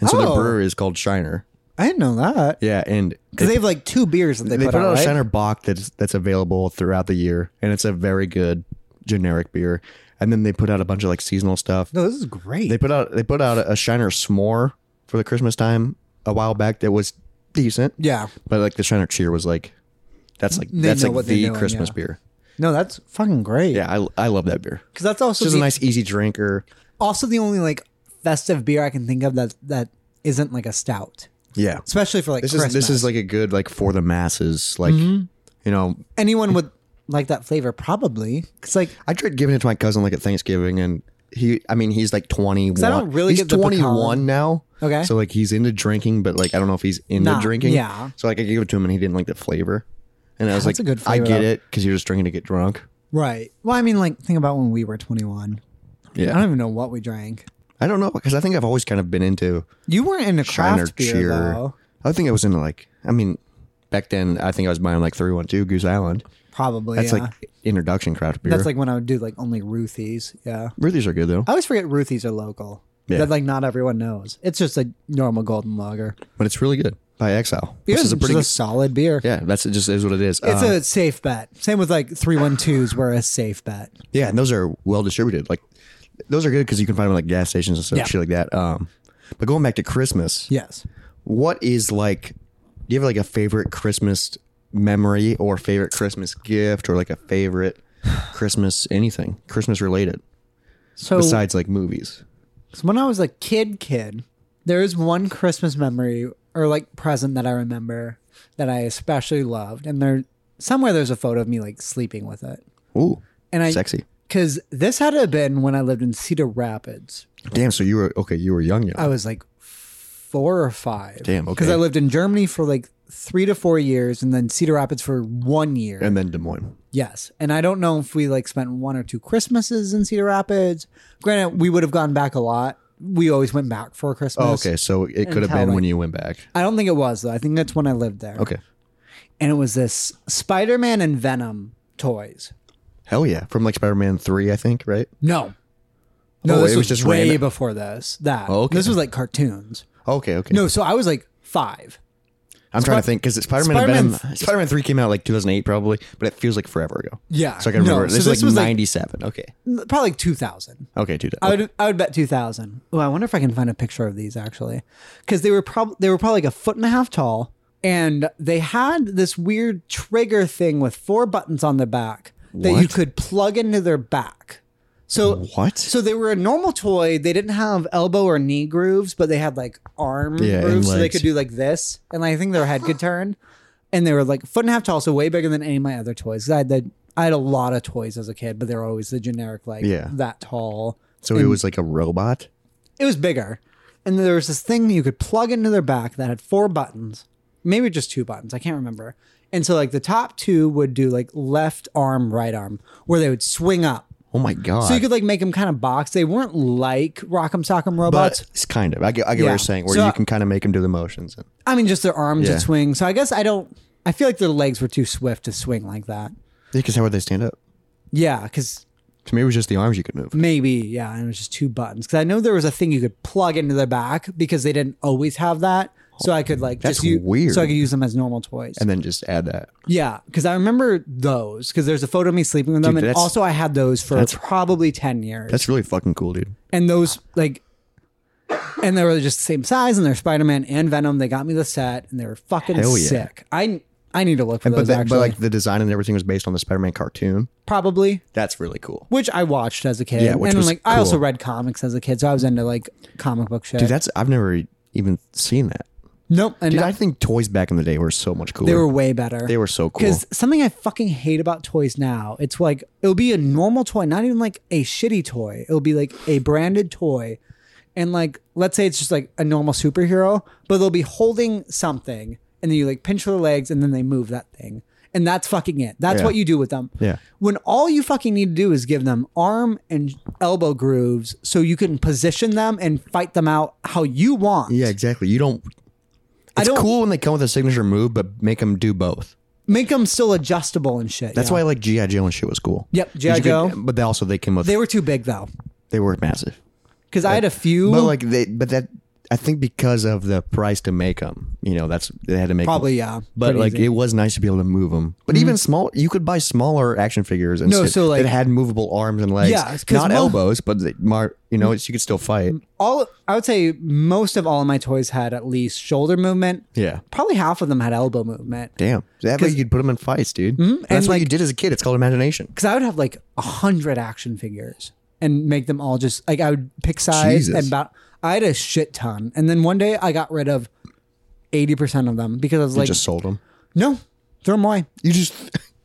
and so their Oh. brewery is called Shiner. I didn't know that Yeah, and because they have like two beers that they, they put, out, a right? Shiner Bock that's that's available throughout the year, and it's a very good generic beer. And then they put out a bunch of like seasonal stuff. No, this is great. They put out they put out a, Shiner S'more for the Christmas time a while back that was decent, yeah, but like the Shiner Cheer was like that's like They that's know like what they're the doing, Christmas yeah. beer. no, that's fucking great. Yeah, I, I love that beer. because that's also It's just the, a nice easy drinker. also the only like festive beer I can think of that that isn't like a stout, Yeah, especially for like this Christmas. Mm-hmm. is this is like a good like for the masses. Like you know, anyone would like that flavor probably because like I tried giving it to my cousin like at Thanksgiving, and he, I mean, he's like twenty one. I don't really he's get the twenty one pecan. now. Okay. so like he's into drinking, but like I don't know if he's into Nah, drinking. yeah. So like I gave it to him, and he didn't like the flavor. And I was That's like, a good I flavor, get though. it because you're just drinking to get drunk. right. Well, I mean, like think about when we were twenty one. I don't Yeah, even know what we drank. I don't know because I think I've always kind of been into You weren't into Shiner craft beer Cheer. though, I think I was into like, I mean, back then I think I was buying like three one two Goose Island. probably. That's yeah. like introduction craft beer. that's like when I would do like only Ruthies. Yeah, Ruthie's are good though, I always forget Ruthies are local. Yeah. That like not everyone knows. It's just a normal golden lager. but it's really good by Exile. Beer This is a pretty just a solid beer. yeah. That's it. Just is what it is. It's Uh, a safe bet. Same with like three one twos were a safe bet. Yeah, and those are well distributed. Like those are good because you can find them at, like gas stations and stuff, Yeah. shit like that. Um, but going back to Christmas, Yes. what is like? Do you have like a favorite Christmas memory or favorite Christmas gift or like a favorite Christmas anything Christmas related So besides like movies? So when I was a kid, kid, there is one Christmas memory or like present that I remember that I especially loved, and there somewhere there's a photo of me like sleeping with it, Ooh, and I sexy. because this had to have been when I lived in Cedar Rapids. Damn. So you were okay. You were young. young. I was like four or five. Damn, Because okay. I lived in Germany for like three to four years, and then Cedar Rapids for one year. and then Des Moines. Yes. And I don't know if we like spent one or two Christmases in Cedar Rapids. Granted, we would have gone back a lot. We always went back for Christmas. Oh, okay. So it could have Until, been when like- you went back. I don't think it was though. I think that's when I lived there. Okay. And it was this Spider Man and Venom toys. Hell yeah. From like Spider Man 3, I think, right? No. No, Oh, this it was was, just just way random- before this. That. Oh, okay. This was like cartoons. Okay, okay. No, so I was like five. I'm trying to think because Spider Man Spider-Man- Spider Man Three came out like 2008 probably, but it feels like forever ago. Yeah. so I can No, remember. so this, is this like was, like- 97. okay, Probably like 2000. okay, dude. I would I would bet two thousand. Oh, I wonder if I can find a picture of these actually, because they were probably they were probably like a foot and a half tall, and they had this weird trigger thing with four buttons on their back that you What? could plug into their back. So What? So they were a normal toy. They didn't have elbow or knee grooves, but they had like arm Yeah, and grooves, so they legs. could do like this, and I think their head could turn. and they were like a foot and a half tall, so way bigger than any of my other toys. I had the, I had a lot of toys as a kid, but they were always the generic like Yeah. that tall. So it was like a robot. It was bigger, and there was this thing you could plug into their back that had four buttons, maybe just two buttons. I can't remember. And so like the top two would do like left arm, right arm, where they would swing up. Oh my god! So you could like make them kind of box. They weren't like Rock'em Sock'em robots. but it's kind of. I get, I get what Yeah. you're saying, where So- you can kind of make them do the motions. I mean, just their arms Yeah. would swing. So I guess I don't. I feel like their legs were too swift to swing like that. Because how would they stand up? Yeah, because To me, it was just the arms you could move. maybe yeah, and it was just two buttons. Because I know there was a thing you could plug into their back because they didn't always have that. So I could like That's just u- weird. So I could use them as normal toys. and then just add that. yeah, because I remember those. Because there's a photo of me sleeping with them, Dude, and that's- also I had those for that's- probably ten years. That's really fucking cool, dude. and those like and they were just the same size and they're spider-man and venom they got me the set and they were fucking Hell yeah. sick i i need to look for But, those the, actually but like the design and everything was based on the Spider-Man cartoon. probably That's really cool, which i watched as a kid Yeah, which and was like i also cool. read comics as a kid so i was into like comic book shit dude. That's I've never even seen that. nope and Dude, not- I think toys back in the day were so much cooler. they were way better They were so cool. because something i fucking hate about toys now it's like it'll be a normal toy not even like a shitty toy it'll be like a branded toy and like let's say it's just like a normal superhero but they'll be holding something and then you like pinch their legs and then they move that thing and that's fucking it that's Yeah. what you do with them Yeah. when all you fucking need to do is give them arm and elbow grooves so you can position them and fight them out how you want Yeah, exactly. You don't. It's don't- cool when they come with a signature move, but make them do both. make them still adjustable and shit That's yeah. why I like GI Joe and shit was cool. Yep, You G.I. could- Joe. But they also they came with they they, were too big though were massive. because i had a few But like they, but that I think because of the price to make them, you know, that's they had to make 'em. Probably, yeah. But Pretty like easy. Mm-hmm. it was nice to be able to move them. But even small, you could buy smaller action figures and No, shit so, like- that had movable arms and legs. Yeah, 'cause not mo- Mm-hmm. elbows, but they, mar, you know, it's, you could still fight. all I would say most of all of my toys had at least shoulder movement. Yeah. Probably half of them had elbow movement. Damn, that way you could put them in fights, dude. That's Mm-hmm, and, what like- you did as a kid. It's called imagination. Because I would have like a hundred action figures and make them all just like I would pick size Jesus. and about I had a shit ton. And then one day I got rid of eighty percent of them because I was you like, just sold them. no, throw them away. You just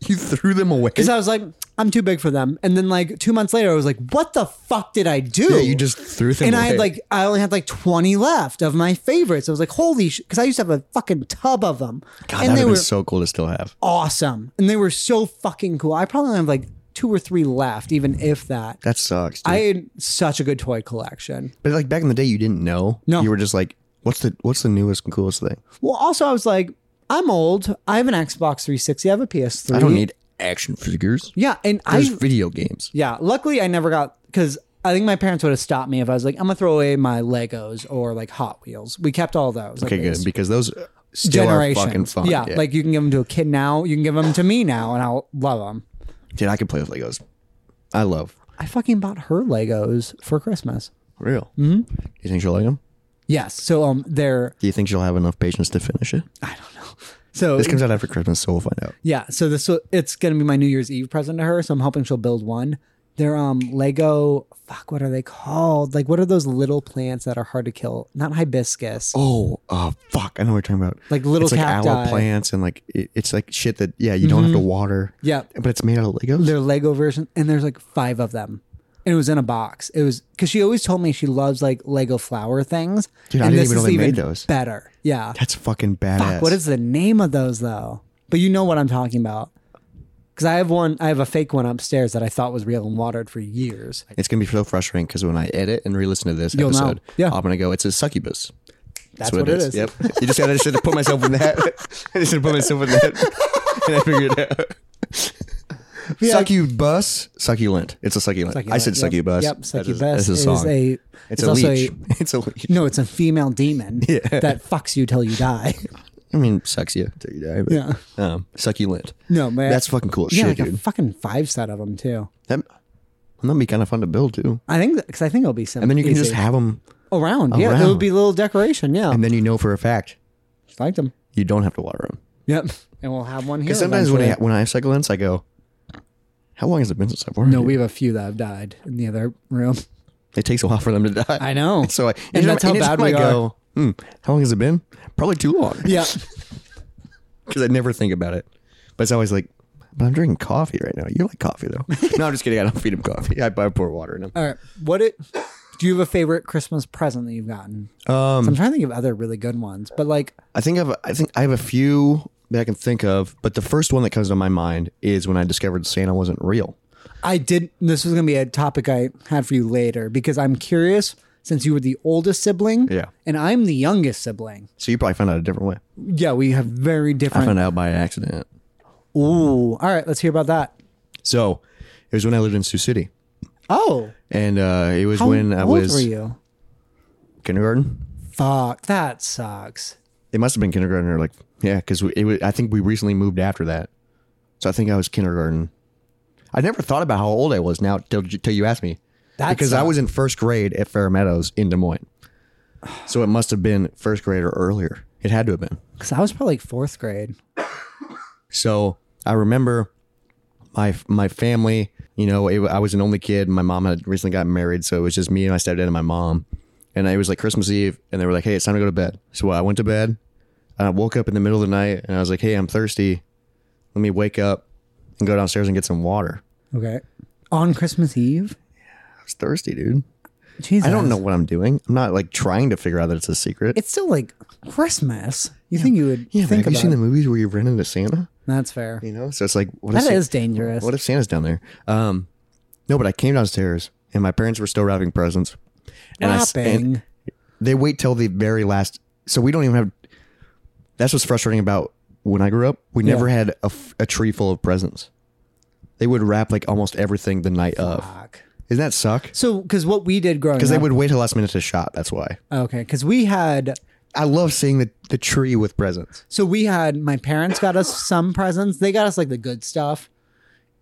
you threw them away. Because I was like, I'm too big for them. And then like two months later, I was like, what the fuck did I do? Yeah, you just threw them and away. I had like I only had like twenty left of my favorites. I was like, holy, because I used to have a fucking tub of them, God, that and would they have were been so cool to still have. awesome, and they were so fucking cool. I probably only have like two or three left, even if that. That sucks. Dude. I had such a good toy collection. but like back in the day, you didn't know. No. you were just like, what's the what's the newest and coolest thing? Well, also I was like, I'm old. I have an Xbox 360. I have a PS3. I don't need action figures. Yeah, and There's I video games. Yeah. Luckily, I never got because I think my parents would have stopped me if I was like, I'm gonna throw away my Legos or like Hot Wheels. We kept all those. Okay, at good least. because those still generation. are fucking fun. Yeah, like you can give them to a kid now. You can give them to me now, and I'll love them. dude, I could play with Legos. I love I fucking bought her Legos for Christmas. real. Mm-hmm. You think she'll like them? Yes. So um, they're Do you think she'll have enough patience to finish it? so This comes out after Christmas, so we'll find out. yeah. So this will- it's gonna be my New Year's Eve present to her. So I'm hoping she'll build one. They're um Lego. Fuck, what are they called? Like, what are those little plants that are hard to kill? Not hibiscus. Oh, uh, fuck! I know what you're talking about. Like little it's like aloe cacti. Mm-hmm. plants and like it, it's like shit that yeah you don't have to water. Yeah. but it's made out of Legos. their Lego version, and there's like five of them. And it was in a box. It was because she always told me she loves like Lego flower things. Dude, I and didn't this even know is they made those. Better, yeah. That's fucking badass. Fuck, what is the name of those though? But you know what I'm talking about. Because I have one, I have a fake one upstairs that I thought was real and watered for years. It's gonna be so frustrating because when I edit and re-listen to this You'll know. episode, Yeah. I'm gonna go. It's a succubus. That's what it is. Yep. you just gotta I just had to put myself in that. I just had to put myself in that, and I figured it out. Succubus, succulent. It's a succulent. I said Yep. succubus. Yep, succubus That is, is, that's a song. a. it's, a also leech. it's a leech. no, it's a female demon that fucks you till you die. I mean, sucks you till you die. But, Yeah. Um, succulent. No, man. That's fucking cool as yeah, shit, like a dude. fucking five set of them too. That, that'd be kind of fun to build too. I think because I think it'll be simple. And then you can just have them, around. Yeah, it Around. would be a little decoration. Yeah, and then you know for a fact like them. you don't have to water them. Yep, and we'll have one here. Because sometimes when I eventually. when I have succulents, I go, "How long has it been since I've worn no, it?" we have a few that have died in the other room. It takes a while for them to die. I know. So I, and that's how anytime bad we I are. go, hmm, how long has it been? Probably too long. Yeah. because I never think about it. But it's always like, but I'm drinking coffee right now. You like coffee though? no, I'm just kidding. I don't feed him coffee. I, I pour water in him. All right. What it? Do you have a favorite Christmas present that you've gotten? Um, I'm trying to think of other really good ones, but like, I think I've I think I have a few that I can think of, but the first one that comes to my mind is when I discovered Santa wasn't real. I did. This was going to be a topic I had for you later because I'm curious since you were the oldest sibling, Yeah. and I'm the youngest sibling. So you probably found out a different way. Yeah, we have very I different. found out by accident. Ooh, all right. Let's hear about that. So it was when I lived in Sioux City, Oh, and uh, it was how when I old were was you? kindergarten. Fuck, that sucks. It must have been kindergarten or like yeah, because it was. I think we recently moved after that, so I think I was kindergarten. I never thought about how old I was now till, till you asked me, That because I sucks. was in first grade at Fair Meadows in Des Moines, so it must have been first grade or earlier. It had to have been. Because I was probably like fourth grade. So I remember my my family. You know, it, I was an only kid. My mom had recently gotten married, so it was just me and my stepdad and my mom. And it was like Christmas Eve, and they were like, "Hey, it's time to go to bed." So I went to bed, and I woke up in the middle of the night, and I was like, "Hey, I'm thirsty. Let me wake up and go downstairs and get some water." Okay. On Christmas Eve? I was thirsty, dude. Jesus. I don't know what I'm doing. I'm not like trying to figure out that it's a secret. It's still like Christmas. You think you would yeah, think but have you about seen it. the movies where you run into Santa? That's fair. You know, so it's like what That if Sa- is dangerous. What if Santa's down there? Um, no, but I came downstairs and my parents were still wrapping presents. And I s- and Wrapping. they wait till the very last. So we don't even have. That's what's frustrating about when I grew up. We never had a, f- a tree full of presents. They would wrap like almost everything the night of. Fuck. Doesn't that suck? So, because what we did growing up, Because they would wait till last minute to shop. That's why. okay, because we had, I love seeing the, the tree with presents. so we had, my parents got us some presents. They got us like the good stuff.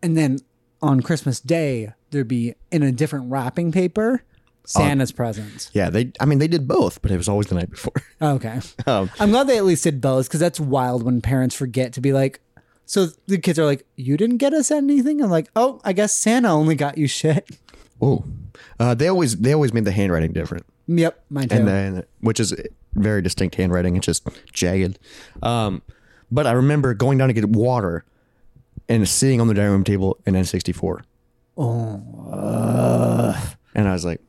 And then on Christmas Day, there'd be in a different wrapping paper, Oh. Santa's presents. Yeah, they. I mean, they did both, but it was always the night before. Okay. Um, I'm glad they at least did both because that's wild when parents forget to be like, so the kids are like, you didn't get us anything? I'm like, oh, I guess Santa only got you shit. Whoa. Uh, they always they always made the handwriting different. Yep, mine too. and then which is very distinct handwriting. It's just jagged. Um, but I remember going down to get water and sitting on the dining room table an N64. Oh. And I was like,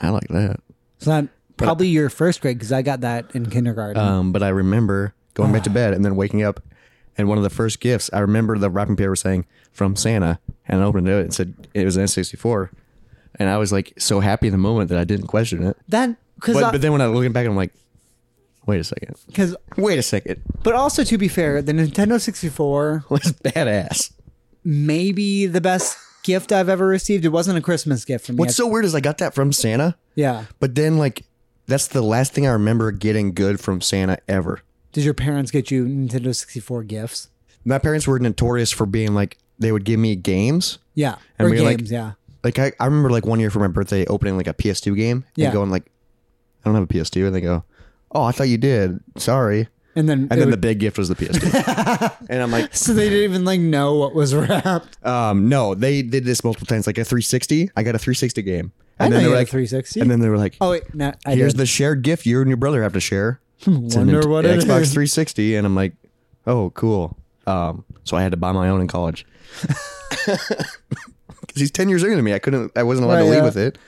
I like that. so I'm probably your first grade because I got that in kindergarten. Um, but I remember going back to bed and then waking up. And one of the first gifts, I remember the wrapping paper saying from Santa, and I opened it and said it was an N64. And I was like so happy in the moment that I didn't question it. that because But, but then when I look back, I'm like, wait a second. because Wait a second. but also to be fair, the Nintendo 64 was badass. maybe the best gift I've ever received. It wasn't a Christmas gift for me. What's so weird is I got that from Santa, yeah. but then like that's the last thing I remember getting good from Santa ever. Did your parents get you Nintendo 64 gifts? My parents were notorious for being like they would give me games. Yeah, And or we, like- games. yeah, Like I, I remember like one year for my birthday opening like a PS2 game Yeah. and going like I don't have a PS2 and they go, "Oh, I thought you did. Sorry." and then And it then the would- big gift was the PS2. and I'm like, so they didn't even like know what was wrapped. um, no, they did this multiple times. Like a 360, I got a 360 game. I And know then they you were had a like 360. And then they were like, Oh wait, no, I here's did. the shared gift you and your brother have to share. It's an Wonder Nint- what an it Xbox is. 360, and I'm like, oh, cool. Um, so I had to buy my own in college because he's 10 years younger than me. I couldn't, I wasn't allowed Right, to leave yeah. with it.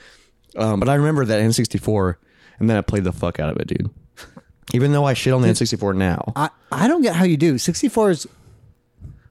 Um, but I remember that N64, and then I played the fuck out of it, dude. Even though I shit on the N64 now, I I don't get how you do. 64 is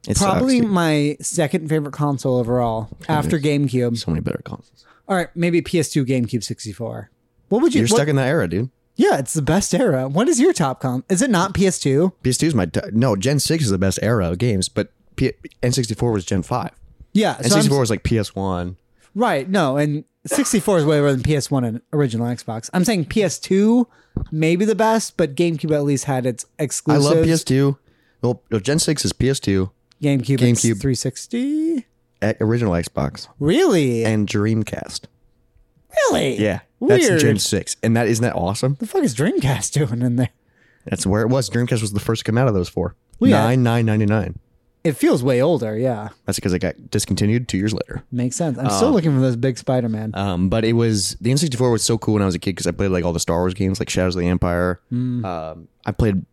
it's probably my second favorite console overall after GameCube. so many better consoles. All right, maybe PS2, GameCube, 64. What would you? You're what- stuck in that era, dude. yeah, it's the best era. What is your top con? Is it not PS2? PS2 is my t- no Gen 6 is the best era of games, but P- N64 was Gen 5. Yeah, so I'm- N64 was like PS1. right. No, and 64 is way better than PS1 and original Xbox. I'm saying PS2 maybe the best, but GameCube at least had its I exclusive. love PS2. Well, no, Gen 6 is PS2, GameCube, GameCube, GameCube. 360. e- original Xbox, Really? and Dreamcast. really? Yeah. Weird. That's Gen 6. And that isn't that awesome? The fuck is Dreamcast doing in there? That's where it was. Dreamcast was the first to come out of those four. yeah. Nine nine ninety nine. It feels way older. Yeah, That's because it got discontinued two years later. makes sense. I'm Uh, still looking for this big Spider-Man. Um, but it was the N64 Mm. was so cool when I was a kid because I played like all the Star Wars games, like Shadows of the Empire. Um, I played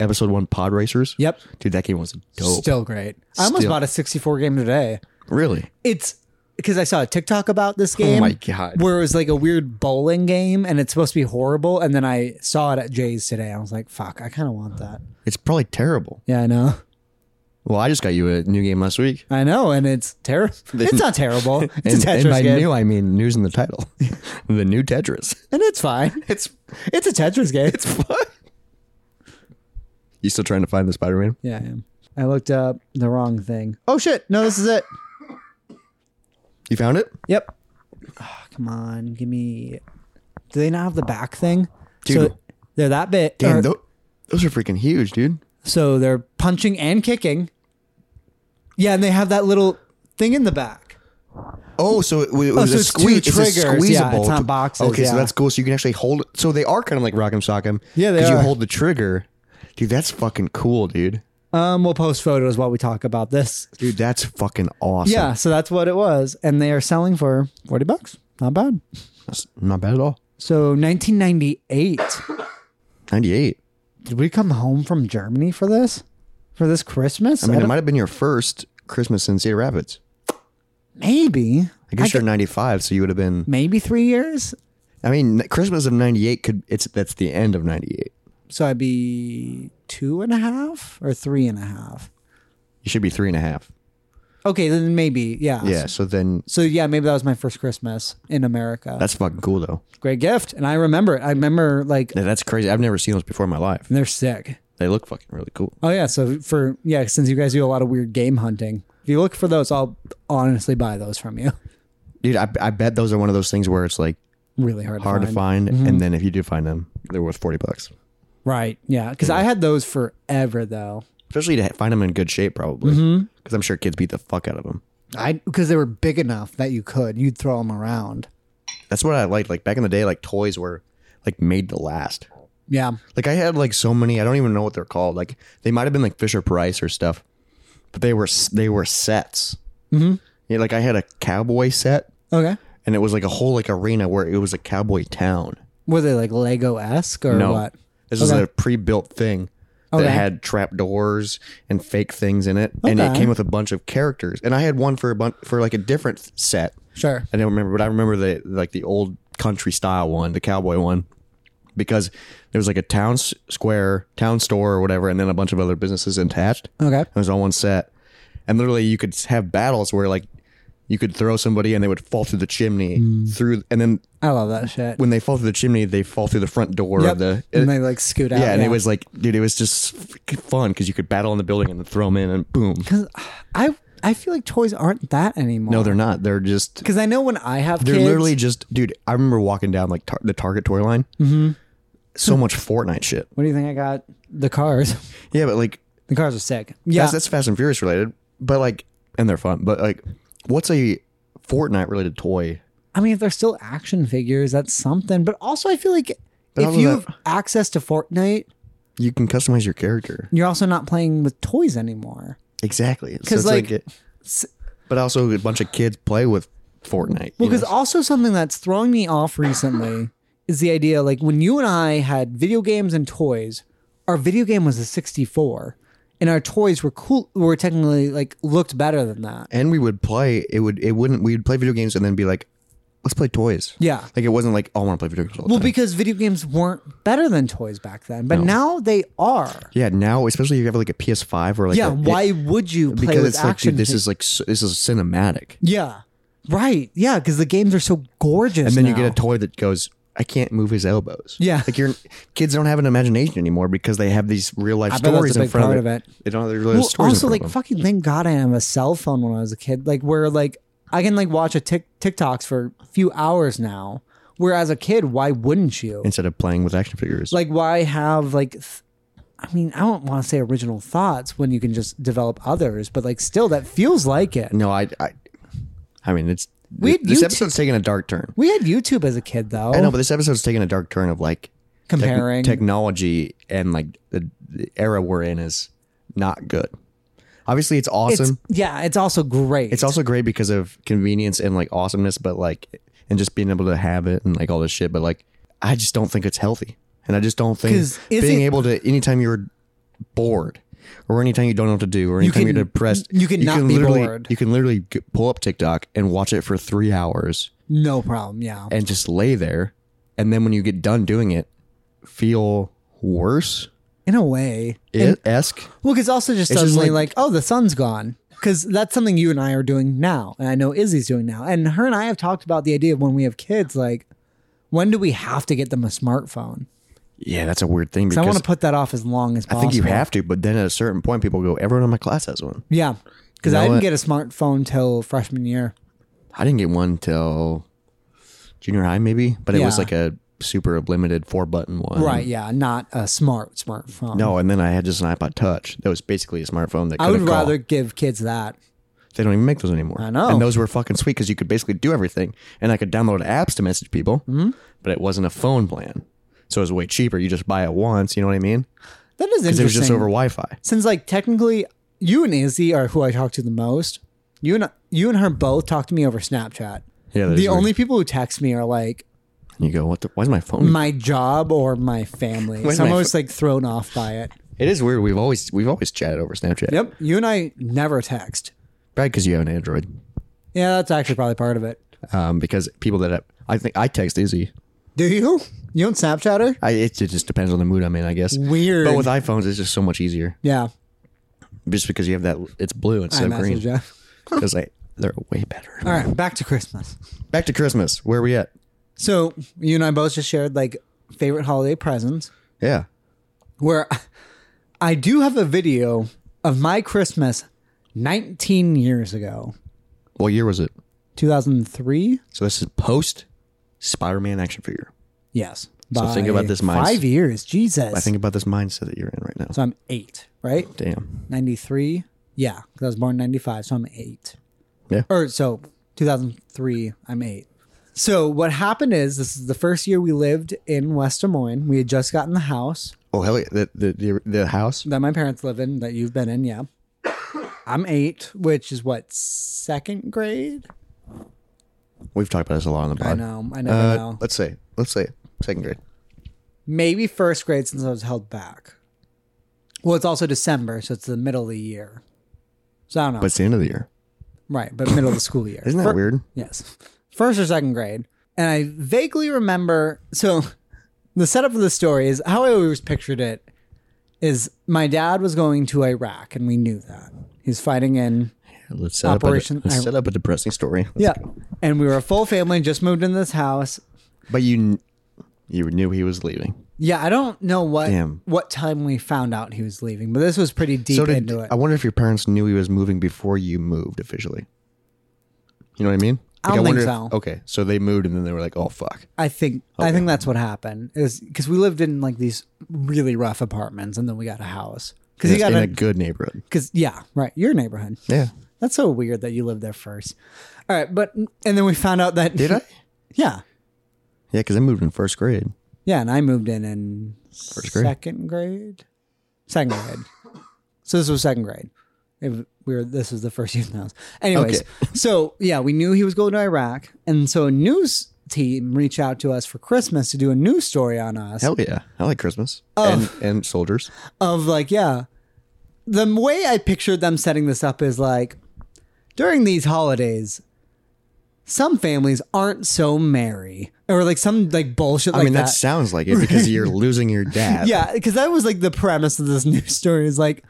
episode one Pod Racers? Yep. Dude, that game was dope. Still great. I almost Still. bought a 64 game today. Really? It's because I saw a TikTok about this game. Oh my God. Where it was like a weird bowling game and it's supposed to be horrible. And then I saw it at Jay's today. I was like, fuck, I kind of want that. It's probably terrible. Yeah, I know. Well, I just got you a new game last week. I know. And it's terrible. It's not terrible. It's and, a Tetris and by game. new, I mean news in the title. the new Tetris. and it's fine. It's It's a Tetris game. it's fun. You still trying to find the Spider Man? yeah, I am. I looked up the wrong thing. Oh, shit. No, this is it. You found it? Yep. Ah, come on, give me. Do they not have the back thing? Dude. So they're that bit. Damn, or- tho- those are freaking huge, dude. so they're punching and kicking. Yeah, and they have that little thing in the back. Oh, so it, it was so a it's two squeeze. It's a triggers. Yeah, squeezable. it's not boxes, Okay, yeah. so that's cool. So you can actually hold it. So they are kind of like Rock'em Sock'em. Yeah, they Because you are. hold the trigger. Dude, that's fucking cool, dude. Um, we'll post photos while we talk about this. Dude, that's fucking awesome. Yeah, so that's what it was, and they are selling for forty bucks. Not bad. That's not bad at all. So nineteen ninety eight. 98. Did we come home from Germany for this? For this Christmas? Uh, I mean, it don't- might have been your first Christmas in Cedar Rapids. maybe. I guess I you're 95, so you would have been. Maybe three years. I mean, Christmas of 98 could. It's That's the end of 98. So I'd be two and a half or three and a half. You should be three and a half. Okay, then maybe, yeah. Yeah, so then. So yeah, maybe that was my first Christmas in America. That's fucking cool, though. great gift. And I remember it. I remember like Yeah, that's crazy. I've never seen those before in my life. they're sick. They look fucking really cool. Oh yeah, so for yeah, since you guys do a lot of weird game hunting, if you look for those, I'll honestly buy those from you. Dude, I, I bet those are one of those things where it's like Really hard, hard to to find. find, and then if you do find them, they're worth forty bucks. Right. Yeah. Because I had those forever though. Especially to find them in good shape, probably, because I'm sure kids beat the fuck out of them. I because they were big enough that you could you'd throw them around. That's what I liked. Like back in the day, like toys were like made to last. Yeah. Like I had like so many, I don't even know what they're called. Like they might have been like Fisher Price or stuff, but they were s- they were sets. Mm-hmm. Yeah, like I had a cowboy set, Okay. and it was like a whole like arena where it was a cowboy town. Were they like Lego esque or No. what? This is Okay. a pre-built thing that Okay. had trap doors and fake things in it, and it Okay. came with a bunch of characters. And I had one for a bunch for like a different set. Sure. I don't remember, but I remember the like the old country style one, the cowboy one, because there was like a town s- square, town store or whatever, and then a bunch of other businesses attached. Okay. It was on one set, and literally you could have battles where like you could throw somebody and they would fall through the chimney Mm. through, and then I love that shit. when they fall through the chimney, they fall through the front door Yep. of the. and they like scoot out. yeah, and it was like, dude, it was just f- fun because you could battle in the building and then throw them in, and boom. I I feel like toys aren't that anymore. No, they're not. They're just because I know when I have They're kids, literally just, dude. I remember walking down like tar- the Target toy line. Mm-hmm. So much Fortnite shit. What do you think I got? The cars. Yeah, but like The cars are sick. Yeah, that's, that's Fast and Furious related. But like, and they're fun. But like, what's a Fortnite related toy? I mean, if they're still action figures, that's something. But also, I feel like But if other you than have access to Fortnite, You can customize your character you're also not playing with toys anymore. exactly. 'Cause, it's like, it- but also a bunch of kids play with Fortnite. Well, you know? because also something that's throwing me off recently is the idea like when you and I had video games and toys, our video game was a 64, and our toys were cool. Were technically like looked better than that. and we would play. It would. It wouldn't. We'd play video games and then be like, let's play toys. Yeah. Like it wasn't like oh, I want to play video games. All the Well, time. because video games weren't better than toys back then, but now they are. yeah. Now, especially if you have like a PS5 or like Yeah, a- why would you play because with it's like action? dude, this fi- is like s- this is cinematic. yeah, right. Yeah, because the games are so gorgeous. and then you now. get a toy that goes i can't move his elbows Yeah. like your kids don't have an imagination anymore because they have these real life bet that's a stories in big front part of, of it. it. they don't have real life Well, stories also in front like of them. fucking thank God I have a cell phone when I was a kid. Like where like I can like watch a tick TikToks for a few hours now. Where as a kid, why wouldn't you? instead of playing with action figures Like why have like th- I mean, I don't want to say original thoughts when you can just develop others, but like still that feels like it. no i i, I mean it's We had this YouTube- episode's taking a dark turn We had YouTube as a kid though. i know but this episode's taking a dark turn of like tec- comparing technology and like the, the era we're in is not good obviously it's awesome it's, it's, yeah, it's also great. also great because of convenience and like awesomeness but like and just being able to have it and like all this shit but like i just don't think it's healthy and i just don't think 'Cause is being it- able to anytime you're bored or anytime you don't know what to do or anytime can- you're depressed, you can not be literally, bored. You can literally g- pull up TikTok and watch it for three hours No problem. Yeah. and just lay there. And then when you get done doing it, feel worse In a way. esque. Well, because also just It's just suddenly like, like- oh, the sun's gone. Because that's something you and I are doing now, and I know Izzy's doing now, and her and I have talked about the idea of when we have kids, like, when do we have to get them a smartphone? Yeah, that's a weird thing 'Cause I want because to put that off as long as I, possible. think you have to, but then at a certain point, people go, everyone in my class has one. yeah. Because You know I didn't what? get a smartphone till freshman year. I didn't get one till junior high, maybe, but it was Yeah. like a super limited four button one. Right? Yeah, not a smart smartphone. Mm. No, and then I had just an iPod Touch that was basically a smartphone that could I would call. rather give kids that. They don't even make those anymore. I know. And those were fucking sweet because you could basically do everything. And I could download apps to message people, mm-hmm. but it wasn't a phone plan. So it was way cheaper. You just buy it once. You know what I mean? That is Because interesting. it was just over Wi Fi. Since like technically, you and Izzy are who I talk to the most. You and you and her both talk to me over Snapchat. Yeah, the that is weird. only people who text me are like And you go, what the? Why is my phone? my job or my family. Where's so I'm my always like thrown off by it. it is weird. We've always we've always chatted over Snapchat. Yep. You and I never text. Probably because you have an Android. Yeah, that's actually probably part of it. Um, because people that have, I think I text Izzy. Do you? You don't Snapchat her? I, it, it just depends on the mood I'm in, I guess. Weird. But with iPhones, it's just so much easier. Yeah. Just because you have that, it's blue I instead of message green. ya. Because like, they're way better. All right, back to Christmas. Back to Christmas. Where are we at? So you and I both just shared like favorite holiday presents. Yeah. Where I do have a video of my Christmas 19 years ago, What year was it? 2003. So this is post Spider-Man action figure. Yes. So think By about this mindset. Five years, Jesus. I think about this mindset that you're in right now. so. I'm eight, right? Damn. 93 yeah because i was born in 95 so i'm eight Yeah. or so 2003 i'm eight so what happened is this is the first year we lived in west des moines we had just gotten the house Oh hell yeah! The the the, the house. that my parents live in that you've been in yeah i'm eight which is what second grade We've talked about this a lot on the i pod. know i never Uh, know Let's say let's say second grade. maybe first grade since i was held back well it's also december so it's the middle of the year so i don't know But it's the end of the year. right but middle of the school year Isn't that Fir- weird? Yes. First or second grade. And I vaguely remember so the setup of the story is how I always pictured it is my dad was going to Iraq and we knew that. He's fighting in Let's set Operation up a, let's Iron- set up a depressing story. Let's Yeah. go. And we were a full family, just moved in this house. But you kn- you knew he was leaving. Yeah, I don't know what Damn. what time we found out he was leaving, but this was pretty deep so did into it. I wonder if your parents knew he was moving before you moved officially. You know what I mean? I don't think wonder if- so. okay, so they moved and then they were like, "Oh fuck." I think I think that's what happened is because we lived in like these really rough apartments, and then we got a house because you That's got in a a good neighborhood. because yeah right your neighborhood Yeah. That's so weird that you lived there first. All right, but and then we found out that Did I? Yeah, Yeah, because I moved in first grade. yeah, and I moved in in grade? second grade, second grade. so this was second grade. If we were this was the first year in the house. Anyways, so yeah, we knew he was going to Iraq, and so a news team reached out to us for Christmas to do a news story on us Hell yeah. I like Christmas. Oh. And, and soldiers. of like yeah, the way I pictured them setting this up is like during these holidays some families aren't so merry or like some like bullshit I like mean, that. that. sounds like it because you're losing your dad. yeah because that was like the premise of this news story is like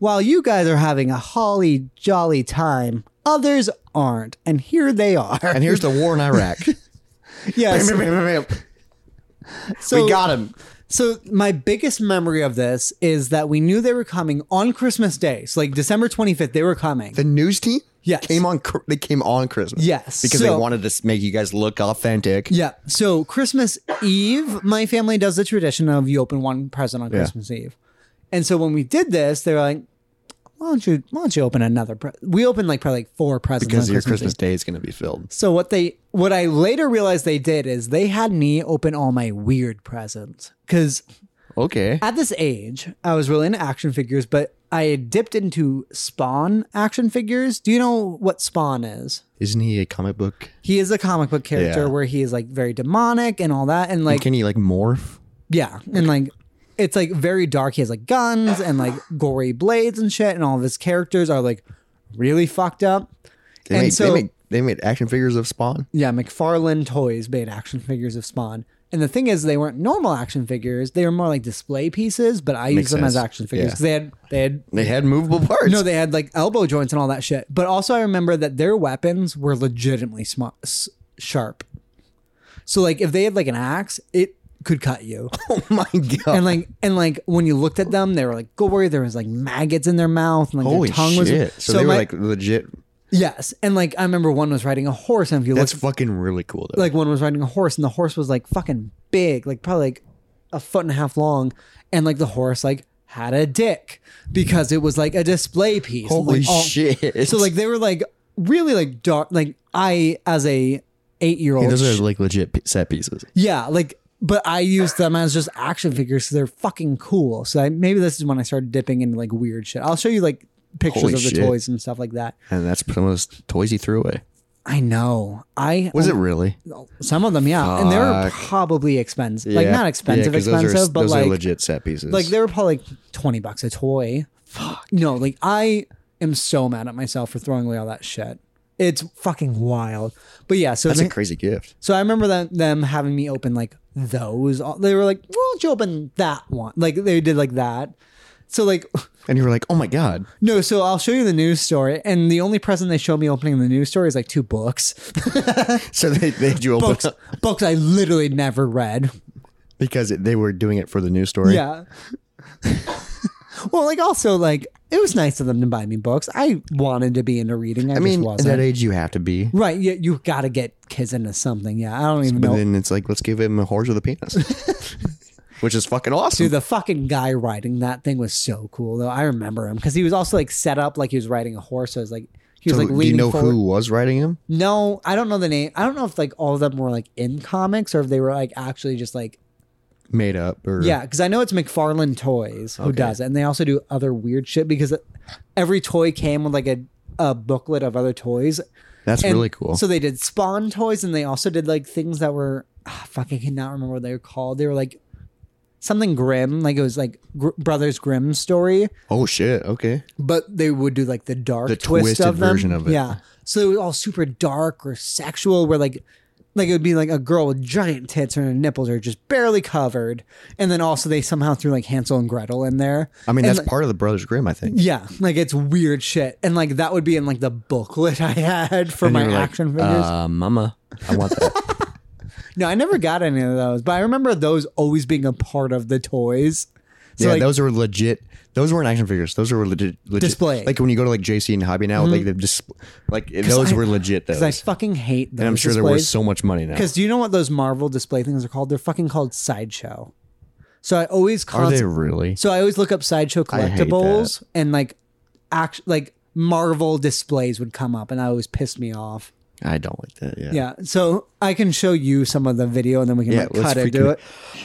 while you guys are having a holly jolly time others aren't and here they are And here's the war in Iraq. yes so, we got him. so my biggest memory of this is that we knew they were coming on christmas day so like december 25th they were coming The news team Yes. came on. Cr- They came on Christmas. Yes. Because they So- wanted to s- make you guys look authentic. Yeah. So Christmas Eve, my family does the tradition of you open one present on Christmas Eve. And so when we did this, they were like, why don't you why don't you open another pre-? we opened like probably like four presents Because on your Christmas, Christmas Eve. day is going to be filled. So what they what I later realized they did is they had me open all my weird presents. Cause Okay. at this age, I was really into action figures, but I had dipped into Spawn action figures. Do you know what Spawn is? Isn't he a comic book? He is a comic book character Yeah. where he is like very demonic and all that, and like Can he like morph? Yeah, and like it's like very dark. He has like guns and like gory blades and shit, and all of his characters are like really fucked up. They, and made, so they, made, they made action figures of Spawn. yeah, McFarlane Toys made action figures of Spawn. And the thing is, they weren't normal action figures; they were more like display pieces. But I Makes used them as sense. action figures Yeah. 'cause they had they had They had movable parts. no, they had like elbow joints and all that shit. But also, I remember that their weapons were legitimately smart, s- sharp. So like, if they had like an axe, it could cut you. oh my god! and like, and like when you looked at them, they were like gory. There was like maggots in their mouth, and like Holy their tongue was. shit! So, they were my- like legit. yes, and like I remember one was riding a horse, and if you That's looked, fucking really cool though. like one was riding a horse, and the horse was like fucking big, like probably like a foot and a half long, and like the horse like had a dick because it was like a display piece. holy Like, all- shit! so like they were like really like dark. Like I as a eight year old. those are like legit p- set pieces. yeah, like but I used them as just action figures because they're fucking cool. So I, maybe this is when I started dipping into like weird shit. I'll show you like pictures Holy of the shit. toys and stuff like that. And that's some of those toys he threw away. I know. I Was it really? some of them, yeah, and they were Fuck. probably expensive, like not expensive, 'cause expensive, those are, but those like are legit set pieces. like they were probably like twenty bucks a toy. Fuck. No, like I am so mad at myself for throwing away all that shit. It's fucking wild. But yeah, so that's they- a crazy gift. So I remember them, them having me open like those. They were like, "Why don't you open that one?" Like they did like that. So like And you were like, oh my god! no. So I'll show you the news story, and the only present they show me opening the news story is like two books, So they they had you open books, books I literally never read. because it, they were doing it for the news story. Yeah. well, like also like it was nice of them to buy me books. I wanted to be into reading. I, I just mean, at wasn't. that age, you have to be. right? Yeah, you got to get kids into something. Yeah, I don't even But know. then it's like, let's give him a horse with a penis, which is fucking awesome. Dude, the fucking guy riding that thing was so cool though. I remember him because he was also like set up like he was riding a horse. So it was like he was So like do leaning you know forward. who was writing him? No, I don't know the name. I don't know if like all of them were like in comics or if they were like actually just like Made up or yeah. Because I know it's McFarlane Toys who does it, and they also do other weird shit because every toy came with like a a booklet of other toys. That's And really cool. So they did Spawn toys, and they also did like things that were ah, fuck. I cannot remember what they were called. They were like something grim, like it was like Gr- Brothers Grimm story, oh shit. Okay. but they would do like the dark, The twist twisted of them. version of it. Yeah, so it was all super dark or sexual, where like. Like it would be like a girl with giant tits and her nipples are just barely covered, and then also they somehow threw like Hansel and Gretel in there. I mean, And, that's like- part of the Brothers Grimm, I think. yeah, like it's weird shit, and like that would be in like the booklet I had for And you my were like, action figures. Uh, mama, I want that. No, I never got any of those, but I remember those always being a part of the toys. So yeah, like, those were legit. Those weren't action figures. Those were legit. legit. Display. Mm-hmm. Like when you go to like JC and Hobby now, like they just like those I- were legit. Those. because I fucking hate those. and I'm sure there was so much money now. Because do you know what those Marvel display things are called? They're fucking called sideshow. So I always Are they const- really? so I always look up sideshow hate that. collectibles and like act like Marvel displays would come up, and that always pissed me off. I don't like that. Yeah. Yeah, so I can show you some of the video, and then we can Yeah, like, let's cut it. freaking- Do it.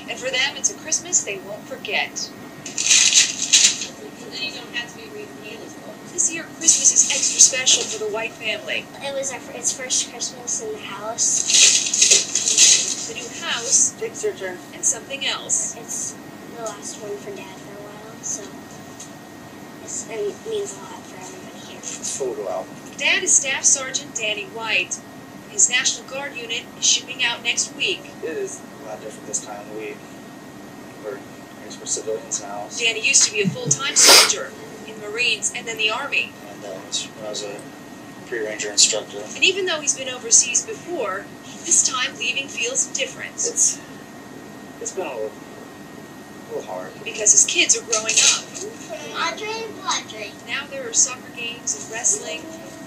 And for them, it's a Christmas they won't forget. Then you don't have to be reading English books. This year, Christmas is extra special for the White family. It was our, its first Christmas in the house. The new house, Dick's your turn. and something else. It's the last one for Dad for a while, so it's, it means a lot for everybody here. Photo album. Dad is Staff Sergeant Danny White. His National Guard unit is shipping out next week. It is a lot different this time. We we're, I guess we're civilians now. Danny used to be a full time soldier in the Marines and then the Army. And uh, I was a pre-ranger instructor. And even though he's been overseas before, this time leaving feels different It's it's been a little, a little hard. because his kids are growing up. Audrey and Audrey. Now there are soccer games and wrestling.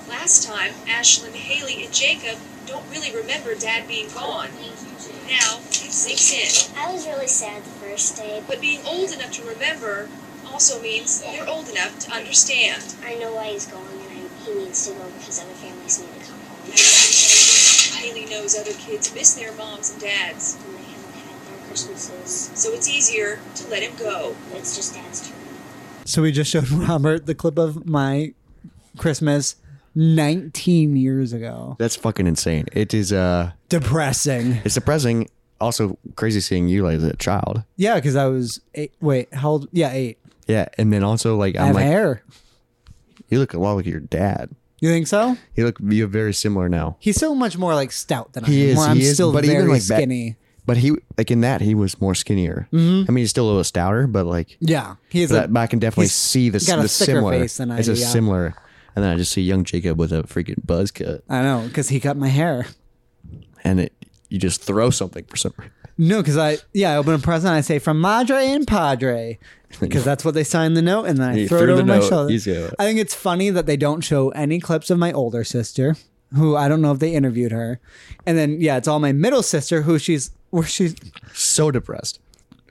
Last time, Ashlyn, Haley, and Jacob don't really remember Dad being gone. Now it sinks in. I was really sad the first day, but But being old enough to remember also means you're old enough to understand. I know why he's going and I, he needs to go because other families need to come home. Haley knows other kids miss their moms and dads, And they haven't had their Christmases. so it's easier to let him go. It's just Dad's turn. So we just showed Robert the clip of my Christmas 19 years ago. That's fucking insane. It is. uh Depressing. It's depressing also crazy seeing you like as a child. Yeah, because I was eight. Wait, how old? Yeah, eight. Yeah, and then also like i I'm have like hair. you look a lot like your dad. You think so? You look you look very similar now. He's so much more like stout than I He am. is, where I'm he is, still but very even, like, back- skinny. But he like in that he was more skinnier. I mean he's still a little stouter, but like yeah, Mm-hmm. he's but, a, I can definitely he's see the, got a the thicker similar. face than I it's do, a yeah. similar, and then I just see young Jacob with a freaking buzz cut, I know because he cut my hair. and it you just throw something for some. No, because I yeah, I open a present. I say from Madre and Padre because that's what they sign the note, and then I You throw it threw over the my note. shoulder. You threw it. I think it's funny that they don't show any clips of my older sister, who I don't know if they interviewed her, and then yeah, it's all my middle sister who she's where she's So depressed.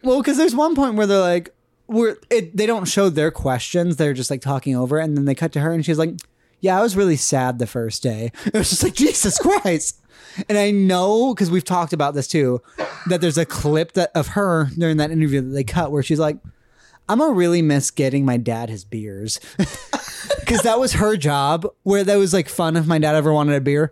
Well, because there's one point where they're like, we're it, they don't show their questions. They're just like talking over, it, and then they cut to her, and she's like, "Yeah, I was really sad the first day." It was just like Jesus Christ. And I know because we've talked about this too, that there's a clip that of her during that interview that they cut where she's like, "I'm gonna really miss getting my dad his beers." Because that was her job, where that was like fun. If my dad ever wanted a beer,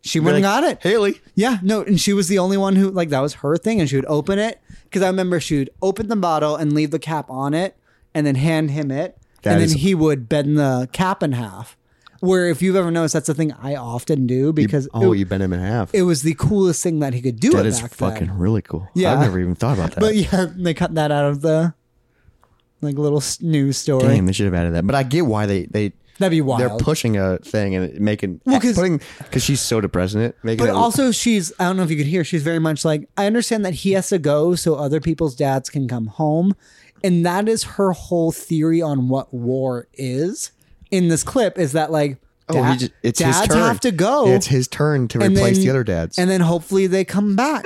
she went and got it. Haley. Yeah, no, and she was the only one who like that was her thing, and she would open it because I remember she would open the bottle and leave the cap on it, and then hand him it, That and is- then he would bend the cap in half. Where if you've ever noticed, that's the thing I often do because Oh, it, you bent him in half. it was the coolest thing that he could do. that it is back fucking Then. really cool. Yeah. I've never even thought about that. But yeah, they cut that out of the like little s- news story. Damn, they should have added that. But I get why they they That'd be wild. they're pushing a thing and it making Well, 'cause- because because she's so depressed in it. Making But it, also, she's, I don't know if you could hear, she's very much like, I understand that he has to go so other people's dads can come home. And that is her whole theory on what war is in this clip is that, like, oh, he dad- just, it's dads his turn. have to go. It's his turn to and replace then- the other dads, And then hopefully they come back.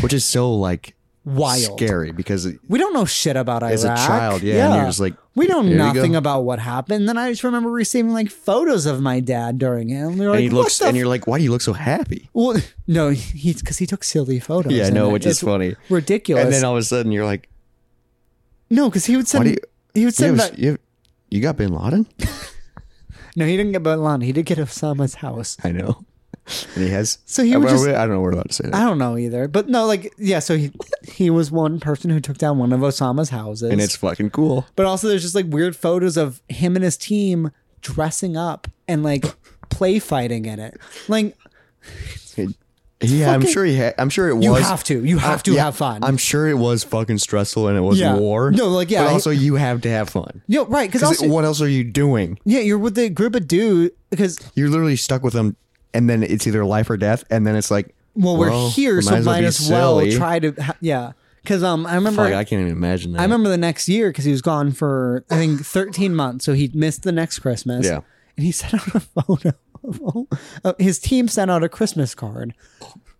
which is so like Wild. scary because it- We don't know shit about Iraq. as a child, yeah, and you're just like we know "Here you go." nothing about what happened. Then I just remember receiving like photos of my dad during it. And, we were like, and he looks, what the and you're like, why do you look so happy? Well, no, he's because he took silly photos. Yeah, I and know, it- which is it's funny. ridiculous. And then all of a sudden, you're like, no, because he would send. why do you? he would You, send. have- back- you, have- you got Bin Laden? no, he didn't get Bin Laden. He did get Osama's house. I know, and he has. So he would I, just- I don't know. We're allowed to say that. I don't know either, but no, like yeah. So he he was one person who took down one of Osama's houses, and it's fucking cool. but also there's just like weird photos of him and his team dressing up and like play fighting in it. Like Yeah, I'm fucking- sure he. Ha- I'm sure it was. you have to, you have I- to yeah, have fun. I'm sure it was fucking stressful and it was Yeah. war. No, like, yeah, But I- also, you have to have fun. no right because Because also what else are you doing? yeah, you're with the group of dudes because You're literally stuck with them, and then it's either life or death. And then it's like, well we're here, we so might be as well, silly. try to ha- yeah. Because um, I remember Fuck, I can't even imagine that. I remember the next year because he was gone for I think 13 months, so he missed the next Christmas. Yeah. and he sent out a photo of all, uh, his team sent out a Christmas card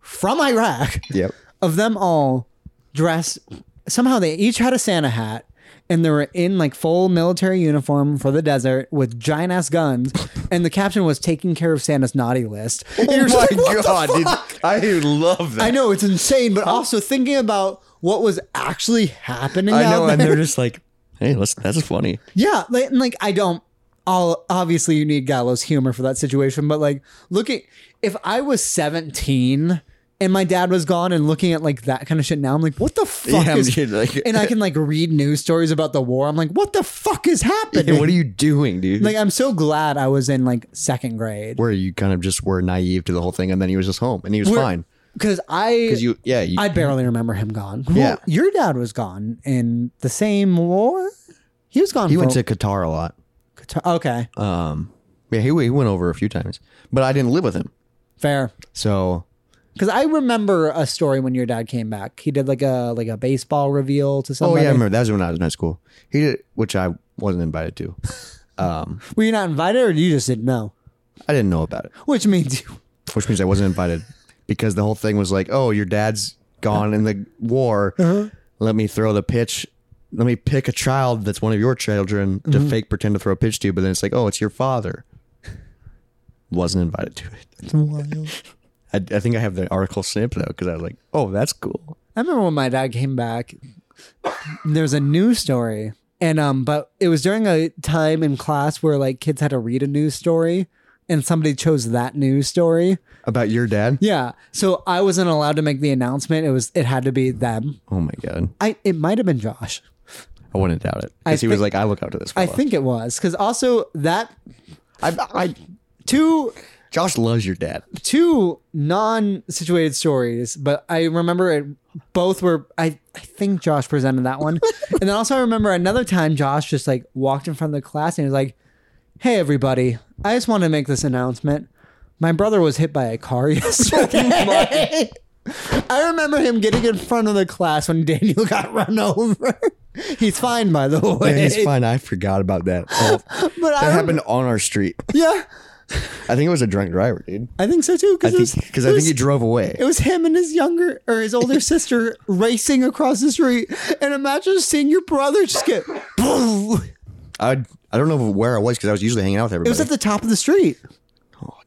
from Iraq Yep. of them all dressed. Somehow they each had a Santa hat. And they were in like full military uniform for the desert with giant ass guns, and the caption was "Taking care of Santa's naughty list." And Oh you're just my like, "What the god, dude! I love that. I know it's insane, but also thinking about what was actually happening. I out know, there. and they're just like, hey, let's, that's funny. Yeah, like, and like I don't. All obviously you need gallows humor for that situation, but like looking, if I was seventeen and my dad was gone and looking at like that kind of shit now, I'm like, what the fuck Yeah, is? dude, like- and I can like read news stories about the war. I'm like, what the fuck is happening? Hey, what are you doing, dude? like I'm so glad I was in like second grade Where you kind of just were naive to the whole thing, and then he was just home, and he was We're- fine. because I Because you, yeah, you, I barely remember him gone. Well, Yeah. your dad was gone in the same war. He was gone. he for, went to Qatar a lot. okay, Um, yeah, he, he went over a few times, but I didn't live with him. fair. So Because I remember a story when your dad came back. He did like a like a baseball reveal to oh somebody. yeah, I remember that was when I was in high school. He did, which I wasn't invited to. Were you not invited, or you just didn't know? I didn't know about it, Which means you. which means I wasn't invited because the whole thing was like, oh, your dad's gone in the war. Uh-huh. Let me throw the pitch. Let me pick a child that's one of your children Mm-hmm. to fake pretend to throw a pitch to, but then it's like, oh, it's your father. Wasn't invited to it. I, I think I have the article snipped though because I was like, oh, that's cool. I remember when my dad came back. There's a news story, and um, but it was during a time in class where like kids had to read a news story, and somebody chose that news story. About your dad? Yeah. So I wasn't allowed to make the announcement. It was it had to be them. Oh my god. I it might have been Josh. I wouldn't doubt it. I Because he was think- like, I look up to this I fella. think it was cuz also that I, I, two Josh loves your dad. two non-situated stories, but I remember it both were I I think Josh presented that one. and then also I remember another time Josh just like walked in front of the class and he was like, "Hey everybody, I just want to make this announcement. My brother was hit by a car yesterday." I remember him getting in front of the class when Daniel got run over. He's fine, by the way. Yeah, he's fine. I forgot about that. Oh, But I that rem- happened on our street. Yeah, I think it was a drunk driver, dude. I think so too. I Because think because I think he drove away. It was him and his younger or his older sister racing across the street. And imagine seeing your brother just get. It I I don't know where I was because I was usually hanging out with everybody. was at the top of the street.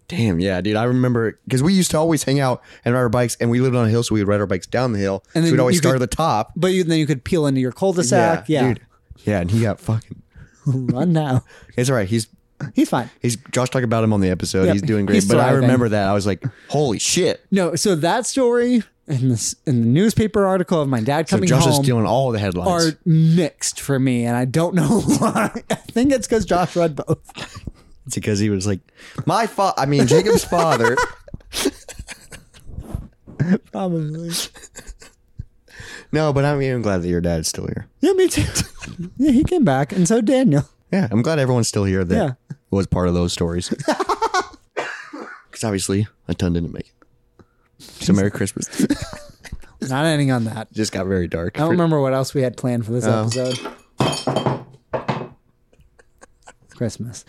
Damn, yeah, dude. I remember because we used to always hang out and ride our bikes, and we lived on a hill, so we'd ride our bikes down the hill. And And then so we'd always you start could- at the top. But you, then you could peel into your cul de sac. Yeah. dude. yeah, and he got fucking. Run now. It's all right. He's He's fine. he's Josh talked about him on the episode. Yep, He's doing great. he's but I thriving. remember that I was like, holy shit. No, so that story and this in the newspaper article of my dad So coming Josh is home stealing all the headlines. are mixed for me, and I don't know why. I think it's because Josh read both. It's because he was like, my fa I mean, Jacob's father. Probably. No, but I'm, I'm glad that your dad's still here. Yeah, me too. yeah, he came back, and so Daniel. Yeah, I'm glad everyone's still here that Yeah. was part of those stories. Because obviously, a ton didn't make it. So Merry Christmas. Not ending on that. just got very dark. I don't remember what else we had planned for this Oh. episode. Christmas.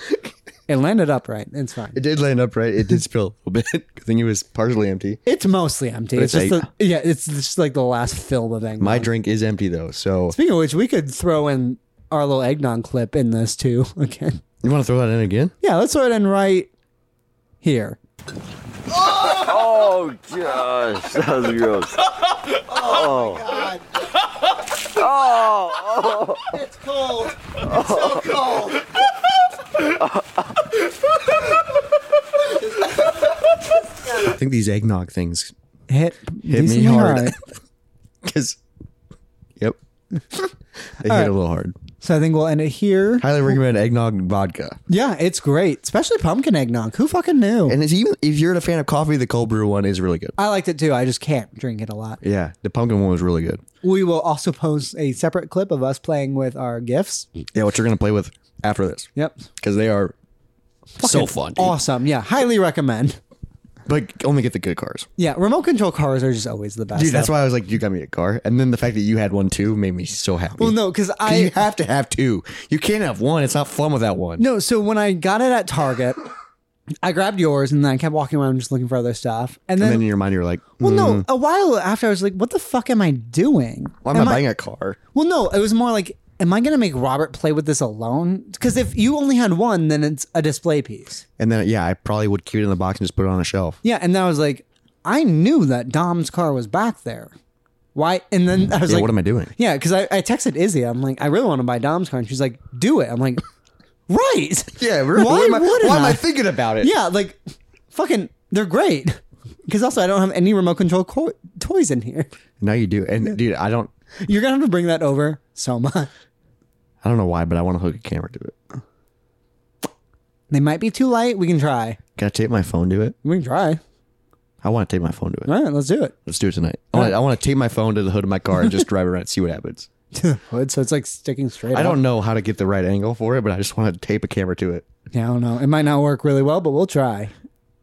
It landed up right. It's fine. It did land up right. It did spill a little bit. I think it was partially empty. It's mostly empty. It's, It's just the, yeah. It's just like the last film of eggnog. My drink is empty though. So Speaking of which, we could throw in our little eggnog clip in this too. Again, you want to throw that in again? yeah. Let's throw it in right here. Oh gosh, that was gross. Oh. Oh. I think these eggnog things. Hit Hit me decently hard. Because, yep, they hit right. a little hard. So I think we'll end it here. Highly recommend eggnog vodka. Yeah, it's great, especially pumpkin eggnog. Who fucking knew? And it's even if you're a fan of coffee, the cold brew one is really good. I liked it too. I just can't drink it a lot. Yeah, the pumpkin one was really good. We will also post a separate clip of us playing with our gifts. Yeah, what you're gonna play with after this? Yep. because they are Fucking so fun. dude. Awesome. Yeah. Highly recommend. But only get the good cars, Yeah. Remote control cars are just always the best. dude. That's though. why I was like, you got me a car, and then the fact that you had one too made me so happy. Well, no, because I, you I. have to have two. You can't have one. It's not fun without one. No, so when I got it at Target, I grabbed yours and then I kept walking around just looking for other stuff. And And then. then in your mind, you're like, "Hmm, well, no, a while after I was like, what the fuck am I doing? why am I Am I- buying a car? Well, no, it was more like, am I going to make Robert play with this alone? Because if you only had one, then it's a display piece. And then, yeah, I probably would keep it in the box and just put it on a shelf. Yeah, and then I was like, I knew that Dom's car was back there. Why? And then I was Yeah, like, what am I doing? Yeah, because I, I texted Izzy. I'm like, I really want to buy Dom's car, and she's like, Do it. I'm like, Right. really. Why wouldn't I? thinking about it? yeah, like, fucking, they're great. Because also, I don't have any remote control co- toys in here. Now you do, and dude, I don't, You're gonna have to bring that over so much. I don't know why, but I want to hook a camera to it. They might be too light. We can try. Can I tape my phone to it? We can try. I want to tape my phone to it. All right, let's do it. Let's do it tonight. I want, to, I want to tape my phone to the hood of my car and just drive around and see what happens. Hood, so it's like sticking straight. I up. don't know how to get the right angle for it, but I just want to tape a camera to it. Yeah, I don't know. It might not work really well, but we'll try.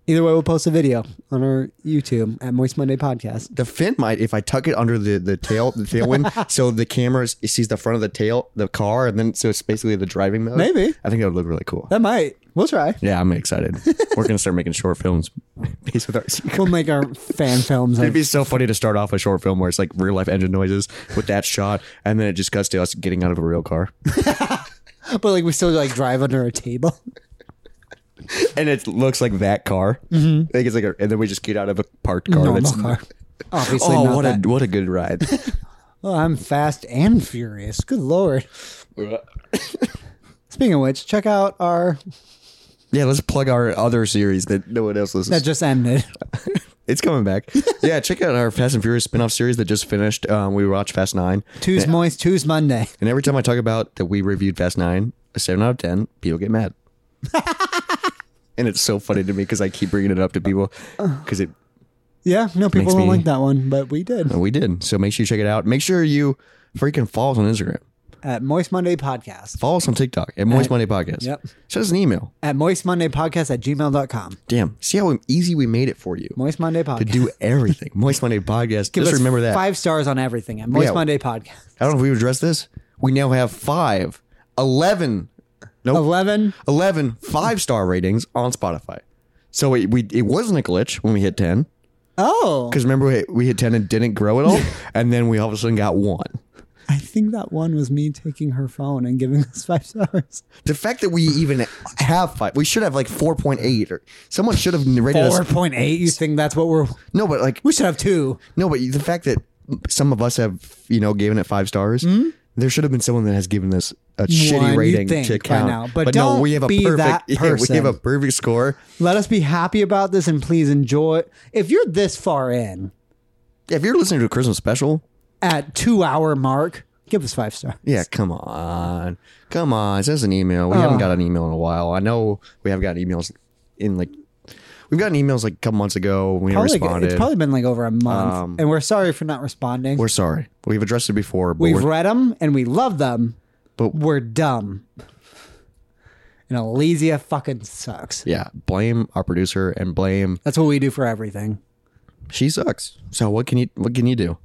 Either way, we'll post a video on our YouTube at Moist Monday Podcast. The fin might, if I tuck it under the, the tail, the tailwind, so the camera is- it sees the front of the tail, the car, and then so it's basically the driving mode. Maybe. I think that would look really cool. That might. We'll try. Yeah, I'm excited. We're gonna start making short films based with our. We'll make our fan films. It'd Like, be so funny to start off a short film where it's like real life engine noises with that shot, and then it just cuts to us getting out of a real car, but like we still like drive under a table. and it looks like that car. I think it's like, a, and then we just get out of a parked Mm-hmm. car. Normal that's- car. Obviously Oh, not what that. a what a good ride! Oh, I'm fast and furious. Good lord. Speaking of which, check out our Yeah, let's plug our other series that no one else listens. That just ended. it's coming back. yeah, check out our Fast and Furious spin-off series that just finished. Um, we watched Fast Nine, Two's moist, two's Monday. and every time I talk about that we reviewed Fast Nine, a seven out of ten, people get mad. and it's so funny to me because I keep bringing it up to people Uh. because it Yeah, no, people Makes don't me- like that one, but we did we did. So make sure you check it out. Make sure you freaking follow us on Instagram. at Moist Monday Podcast. Follow us on TikTok at Moist Monday Podcast. Yep. Send us an email. At Moist Monday Podcast at gmail.com. Damn. See how easy we made it for you Moist Monday Podcast. to do everything. Moist Monday Podcast. Give Just us remember that. Five stars on everything at Moist Yeah. Monday Podcast. I don't know if we addressed this. We now have five, 11, nope, 11. 11. five star ratings on Spotify. So it, we, it wasn't a glitch when we hit 10. Oh, Because remember, we, we hit 10 and didn't grow at all. and then we all of a sudden got one. I think that one was me taking her phone and giving us five stars. The fact that we even have five, we should have like 4.8 or someone should have rated us. 4.8. You think that's what we're. No, but like, We should have two. no, but the fact that some of us have, you know, given it five stars, there should have been someone that has given this a shitty you'd rating Hmm? think to by count. now, but don't be perfect, that yeah, we have a person. perfect score. Let us be happy about this and please enjoy. If you're this far in Yeah, if you're listening to a Christmas special, at two hour mark, give us five stars. yeah, come on, come on, send us an email. We Ah. haven't got an email in a while. I know we have gotten emails in like we've gotten emails like a couple months ago. We haven't Probably, responded. it's probably been like over a month, Um, and we're sorry for not responding. we're sorry. We've addressed it before, but We've we're, read them and we love them, But- but we're dumb. And Elysia fucking sucks. yeah, blame our producer and blame That's what we do for everything. she sucks. So what can you what can you do?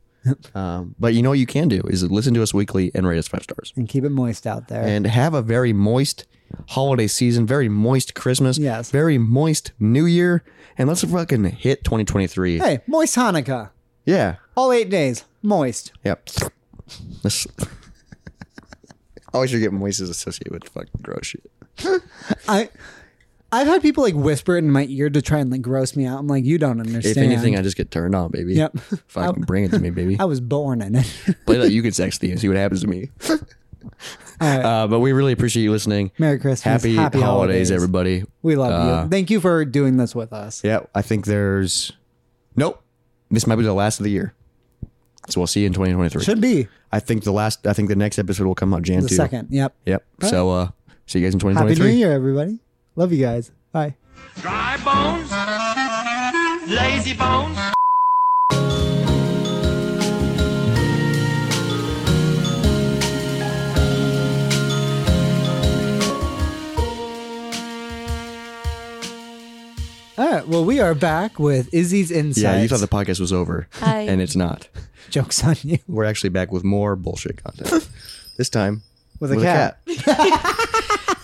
um, but you know what you can do is listen to us weekly and rate us five stars. And keep it moist out there. and have a very moist holiday season, very moist Christmas, Yes. very moist New Year, and let's fucking hit 2023. hey, moist Hanukkah. Yeah, All eight days. Moist. yep. Let's. Always you get moist is associated with fucking gross shit. I I've had people like whisper it in my ear to try and like gross me out. I'm like, you don't If understand. anything, I just get turned on, baby. Yep. Fucking bring it to me, baby. I was born in it. Play that you can sex the and see what happens to me. uh, but we really appreciate you listening. Merry Christmas. Happy, Happy holidays, holidays. everybody. We love Uh, you. Thank you for doing this with us. Yeah, I think there's. Nope. This might be the last of the year. So we'll see you in 2023. Should be I think the last. I think the next episode will come out Jan the two. second. Yep. Yep. So uh, see you guys in Happy 2023. New Year, everybody. Love you guys. Bye. Dry bones, lazy bones. All right. Well, we are back with Izzy's insights. Yeah, you thought the podcast was over, Hi. and it's not. jokes on you We're actually back with more bullshit content. this time with a cat.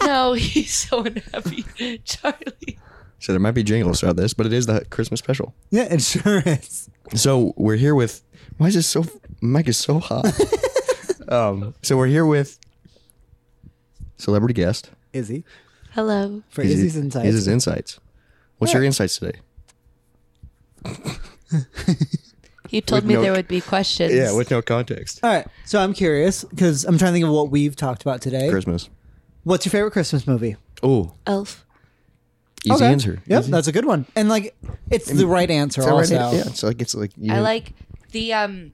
No, he's so unhappy, Charlie. So there might be jingles throughout this, but it is the Christmas special. Yeah, it sure is. So we're here with. Why is this so? Mike is so hot. um. So we're here with celebrity guest. Izzy Hello. for Izzy's insights. Izzy's insights. What's your insights today? He told With me no- there would be questions. no context. All right. So I'm curious because I'm trying to think of what we've talked about today. Christmas. What's your favorite Christmas movie? Oh, Elf. easy Okay. answer. Yep, that's a good one. And like, it's the right answer. Also, yeah, it's like it's like you I like the um.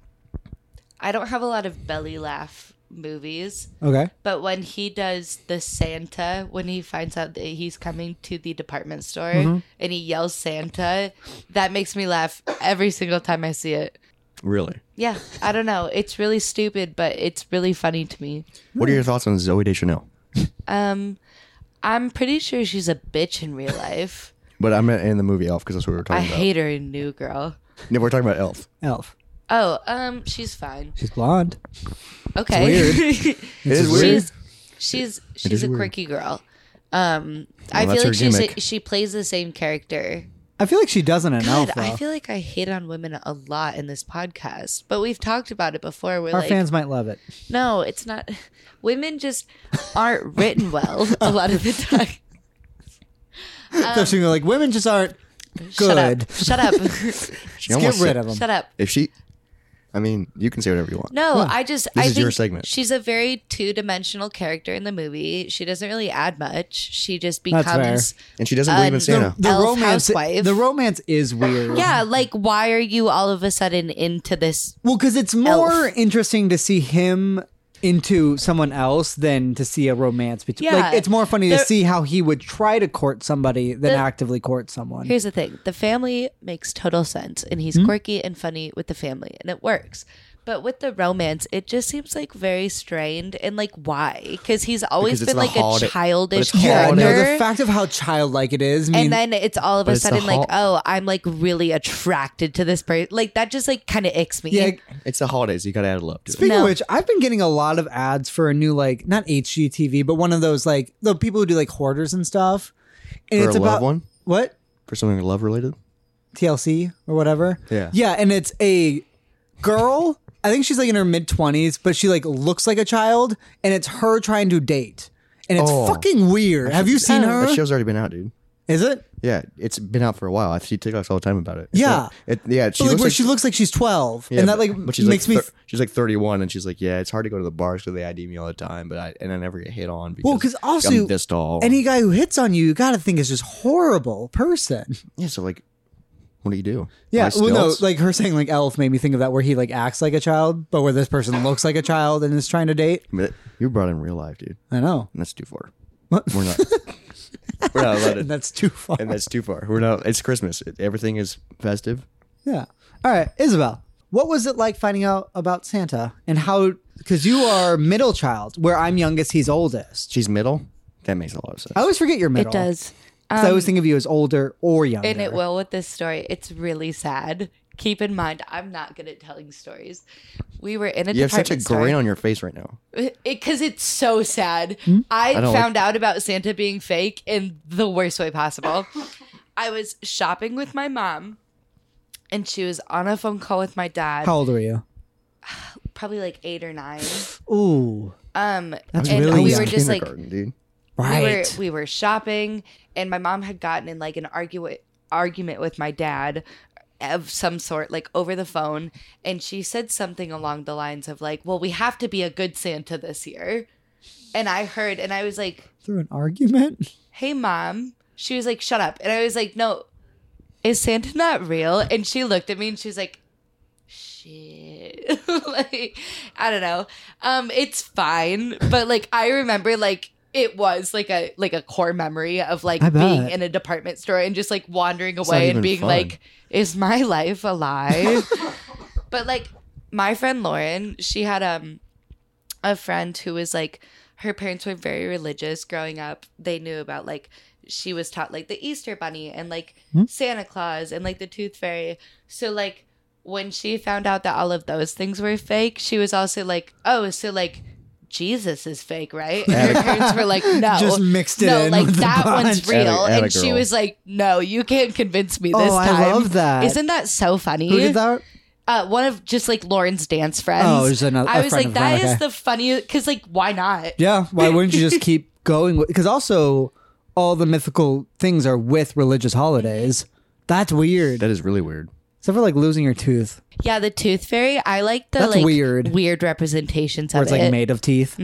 I don't have a lot of belly laugh movies, okay. but when he does the Santa, when he finds out that he's coming to the department store Mm-hmm. and he yells Santa, that makes me laugh every single time I see it. really. Yeah, I don't know. It's really stupid, but it's really funny to me. What are your thoughts on Zoe Deschanel? Um, I'm pretty sure she's a bitch in real life. But I'm in the movie Elf because that's what we were I talking about. hate her in New Girl. no, we're talking about Elf. Elf. Oh, um, she's fine. She's blonde. Okay. It is she's she's is she's a weird. quirky girl. Um, I that's feel her like she's gimmick. a, she plays the same character. I feel like she doesn't in God, Elf. Though. I feel like I hate on women a lot in this podcast, but we've talked about it before. We're Our like, fans might love it. no, it's not. Women just aren't written well a lot of the time. so she's like, women just aren't. um, Shut up! Shut up! She almost get rid said- of them. Shut up! If she I mean, you can say whatever you want. No, I just This I is your think segment. She's a very two-dimensional character in the movie. She doesn't really add much. She just That's fair. becomes And she doesn't believe Um, in Santa. The Elf romance, housewife. the romance is weird. yeah, like why are you all of a sudden into this? Well, because it's more Elf. interesting to see him into someone else than to see a romance between. Yeah. Like, it's more funny to There- see how he would try to court somebody than The- actively court someone. Here's the thing: the family makes total sense, and Hmm? he's quirky and funny with the family, and it works. But with the romance, it just seems like very strained and like why? Because he's always Because it's been the like holiday- a but childish it's yeah, character. holiday. no, the fact of how childlike it is. mean- and then it's all of But a it's the sudden like, hol- oh, I'm like really attracted to this person. Like that just like kind of icks me. yeah. It's the holidays. You got to add love to it. Speaking of No. which, I've been getting a lot of ads for a new like not HGTV, but one of those like the people who do like hoarders and stuff. And For it's a about love one? what For something love related? TLC or whatever. Yeah. Yeah, and it's a girl. I think she's like in her mid twenties, but she like looks like a child, and it's her trying to date, and it's Oh. fucking weird. Have you Oh. seen her? That show's already been out, dude. Is it? Yeah, it's been out for a while. I see TikToks all the time about it. It's Yeah. not- it, yeah. But, She like looks where like she looks like she's twelve, yeah, and that but- like but she's makes like me. thir- she's like 31, and she's like, yeah, it's hard to go to the bars because they ID me all the time, but I and I never get hit on because well, because also I'm this tall. any guy who hits on you, you gotta think is just horrible person. yeah, so like, what do you do? Yeah, Buy well, no, stilts? like her saying like elf made me think of that where he like acts like a child, but where this person looks like a child and is trying to date. I mean, that- you brought in real life, dude. I know. And that's too far. What? We're not. we're not allowed to- And that's too far. and that's too far. We're not. It's Christmas. It, everything is festive. Yeah. All right, Isabel. What was it like finding out about Santa and how? Because you are middle child, where I'm youngest, he's oldest. She's middle. That makes a lot of sense. I always forget you're middle. It does. Um, 'Cause I always think of you as older or younger. And it will with this story. It's really sad. Keep in mind, I'm not good at telling stories. We were in a you have department such a store. grin on your face right now. because it's so sad. I, I don't found out about Santa being fake in the worst way possible. I was shopping with my mom, and she was on a phone call with my dad, How old were you? probably like eight or nine. Ooh, Um, That's and really we young. were just like Kindergarten, dude. we were right. we were shopping, and my mom had gotten in like an argument argument with my dad of some sort, like over the phone, and she said something along the lines of like, "Well, we have to be a good Santa this year," and I heard, and I was like. Through an argument. hey mom she was like shut up and i was like no is santa not real and she looked at me and she was like shit like i don't know um it's fine but like i remember like it was like a like a core memory of like I bet. being in a department store and just like wandering not away and even being fun. like is my life alive but like my friend lauren she had um a friend who was like her parents were very religious growing up they knew about like she was taught like the easter bunny and like Hmm? santa claus and like the tooth fairy so like when she found out that all of those things were fake she was also like oh so like jesus is fake right and her parents were like no Just mixed it no in like with a that bunch. one's real Atta- atta and she girl. was like no you can't convince me this Oh, I time love that. isn't that so funny Who did that? uh, one of just like Lauren's dance friends. Oh, just another- a I was friend of like, mine, that is okay. the funniest because like, why not? Yeah. Why wouldn't you just keep going? Because also, all the mythical things are with religious holidays. That's weird. That is really weird. Except for like losing your tooth, Yeah, the Tooth Fairy. I like the That's like weird. weird representations where of it's like it. Mm-hmm. made of teeth.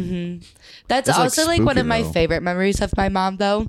That's That's, like, also like, one spooky, of my though. favorite memories of my mom though.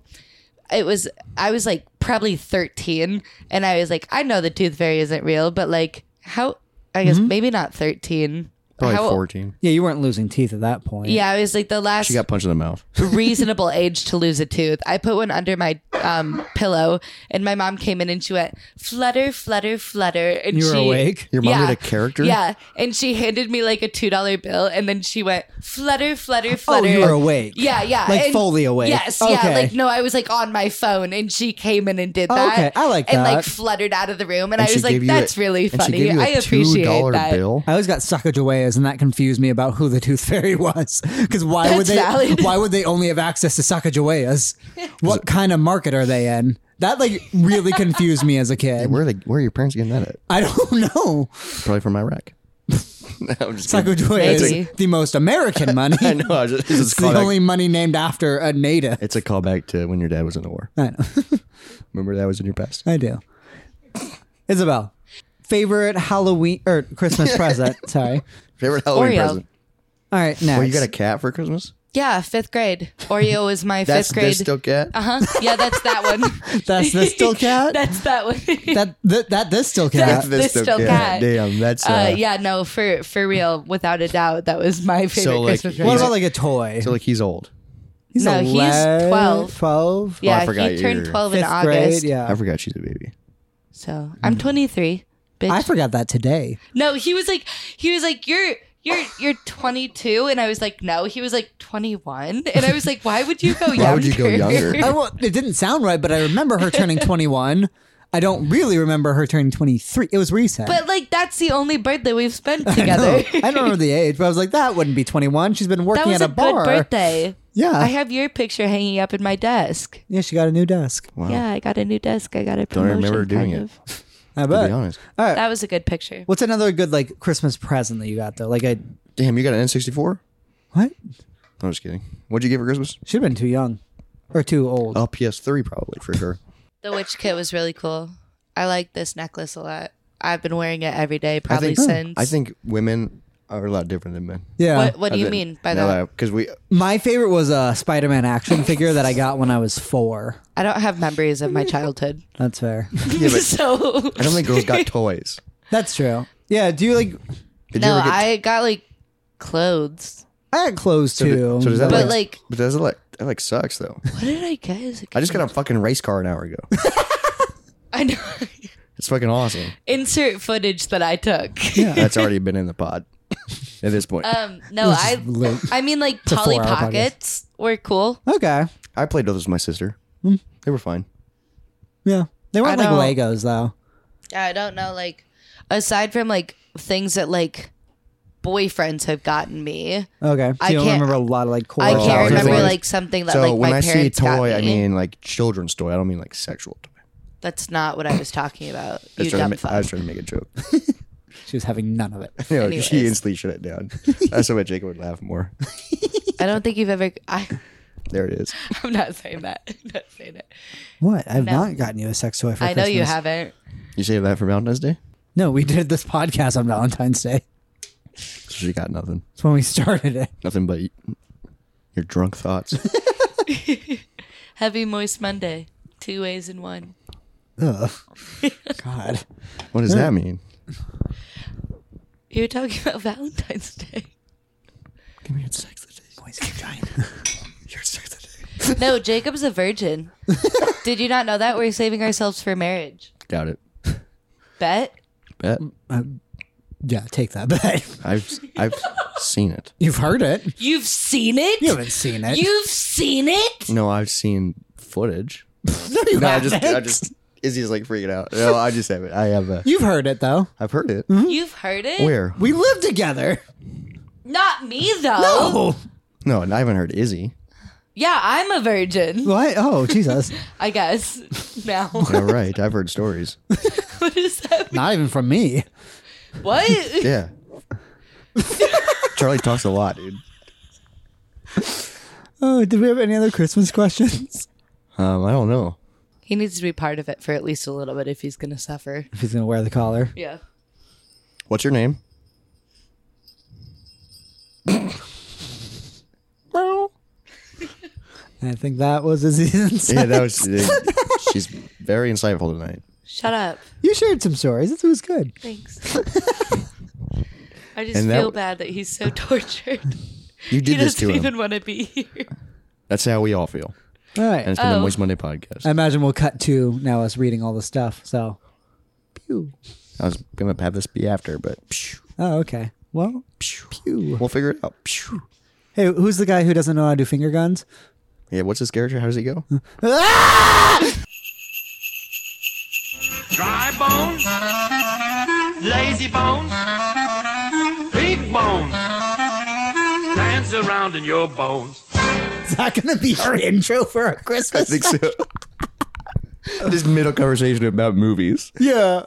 It was I was like probably thirteen, and I was like, I know the Tooth Fairy isn't real, but like how? I guess maybe not thirteen. Probably How- 14. Yeah, you weren't losing teeth at that point. Yeah, I was like the last She got punched in the mouth. reasonable age to lose a tooth. I put one under my um, pillow, and my mom came in and she went flutter, flutter, flutter, and You were she, awake? Your mom did a character? Yeah, and she handed me like a two dollar bill, and then she went flutter, flutter, Oh, flutter. you were awake. Yeah, yeah, Like and- fully awake. Yes, Okay. yeah. Like no, I was like on my phone, and she came in and did Oh, that. okay. I like And that. like fluttered out of the room, and, I she was like, gave you a- "That's really and she funny. gave you a I appreciate $2 that." bill. I always got Sacagaweas, and that confused me about who the Tooth Fairy was. Because why would That's they? valid. Why would they only have access to Sacagaweas? What kind of market are they in? That like really confused me as a kid. Where are they, Where are your parents getting that at? I don't know. Probably from Iraq. I'm just kidding. Sacagawea is Maybe. the most American money. I know. I just, it's, It's a the callback. only money named after a native. it's a callback to when your dad was in the war. I know. Remember that was in your past. I do. Isabel, favorite Halloween or Christmas present. Sorry. Favorite Halloween Oreo. present. All right, next. Well, you got a cat for Christmas? Yeah, fifth grade. Oreo is my That's fifth grade. this still cat. uh huh. Yeah, that's that one. That's the still cat. that's that one. that, that that this still That's cat. That's this still cat. Damn, that's uh, Uh, yeah, no, for for real, without a doubt, that was my favorite So, like, Christmas yeah, present. What about like a toy? So like he's old. He's No, he's 11, 12. 12? yeah, oh, forgot he turned you're- twelve in Fifth August. grade, yeah. I forgot she's a baby. So Mm. I'm twenty three. Bitch. I forgot that today. No, he was like, he was like, you're. You're you're 22, and I was like, no. He was like 21, and I was like, why would you go younger? would you go younger? I don't- it didn't sound right, but I remember her turning 21. I don't really remember her turning 23. It was recent. but like, that's the only birthday we've spent together. I don't know the age, but I was like, that wouldn't be 21. She's been that working was at a, a bar. good birthday. Yeah. I have your picture hanging up in my desk. yeah, she got a new desk. Wow. Yeah, I got a new desk. I got a Don't promotion. remember doing kind it. of. I To bet. be honest. That was a good picture. What's another good like Christmas present that you got though? Like I Damn, you got an N64? what? I'm just kidding. What'd you get for Christmas? Should have been too young or too old. Oh, PS3 probably for sure. The witch kit was really cool. I like this necklace a lot. I've been wearing it every day probably I think, hmm, since. I think uh, women are a lot different than men. Yeah. What, what do you mean by that? Because we My favorite was a Spider-Man action figure that I got when I was 4. I don't have memories of my childhood. That's fair. so I don't think girls got toys. That's true. Yeah, do you like Did you no, ever get I got like clothes. I had clothes so, too. did- so does that But, like, like- but does it like that like sucks though? What did I get? as a I just kid? got a fucking race car an hour ago. I know. It's fucking awesome. Insert footage that I took. That's already been in the pod at this point. Um, no, This is I lit. I mean like a Polly four-hour podcast. Pockets were cool. Okay. I played those with my sister. They were fine. Yeah. They weren't I like don't- Legos though. I don't know, like aside from like things that like boyfriends have gotten me, Okay. So I you don't can't- remember a lot of like core I Oh, can't okay. remember Toys. like something that so like when my I say parents got toy, me. I mean like children's toy. I don't mean like sexual toy. That's not what I was talking about. I was, trying You to dumb make, I fuck. was trying to make a joke. She was having none of it. You know, Anyways. she instantly shut it down. That's why Jacob would laugh more. I don't think you've ever. I, There it is. I'm not saying that. I'm not saying it. What? I've No. not gotten you a sex toy for I know you Christmas. haven't. You saved that for Valentine's Day? No, we did this podcast on Valentine's Day. So she got nothing. That's when we started it. Nothing but y- your drunk thoughts. Heavy Moist Monday. Two ways in one. Ugh. God. what does that mean? You were talking about Valentine's Day. Give me your sex today. Boys vagina. Your sex today. No, Jacob's a virgin. Did you not know that? We're saving ourselves for marriage. Doubt it. Bet? Bet. Yeah, take that back. I've I've seen it. You've heard it. You've seen it? You haven't seen it. You've seen it? No, I've seen footage. no, you No, I haven't. just I just Izzy's like freaking out. No, I just haven't. I have a You've heard it though. I've heard it. You've heard it? Mm-hmm. Where? We live together. Not me, though. Oh. No, and I haven't heard Izzy. Yeah, I'm a virgin, What? Oh, Jesus. I guess. Now. All right, I've heard stories. what does that Not even from me. mean? What? Yeah. Charlie talks a lot, dude. Oh, did we have any other Christmas questions? Um, I don't know. He needs to be part of it for at least a little bit if he's going to suffer. If he's gonna wear the collar. Yeah. What's your name? And I think that was his answer. Yeah, that was. she's very insightful tonight. Shut up. You shared some stories. It was good. Thanks. I just And that w- feel bad that he's so tortured. You he did this doesn't to him. even want to be here. That's how we all feel. All And right. it's been the Oh. Moist Monday podcast. I imagine we'll cut to now us reading all the stuff. So, pew. I was gonna have this be after, but phew, Oh, okay. Well, pew. we'll figure it out. Phew. Hey, who's the guy who doesn't know how to do finger guns? Yeah, what's his character? How does he go? Dry bones, lazy bones, big bones, dance around in your bones. Is that going to be our intro for our Christmas? so. this middle conversation about movies. yeah.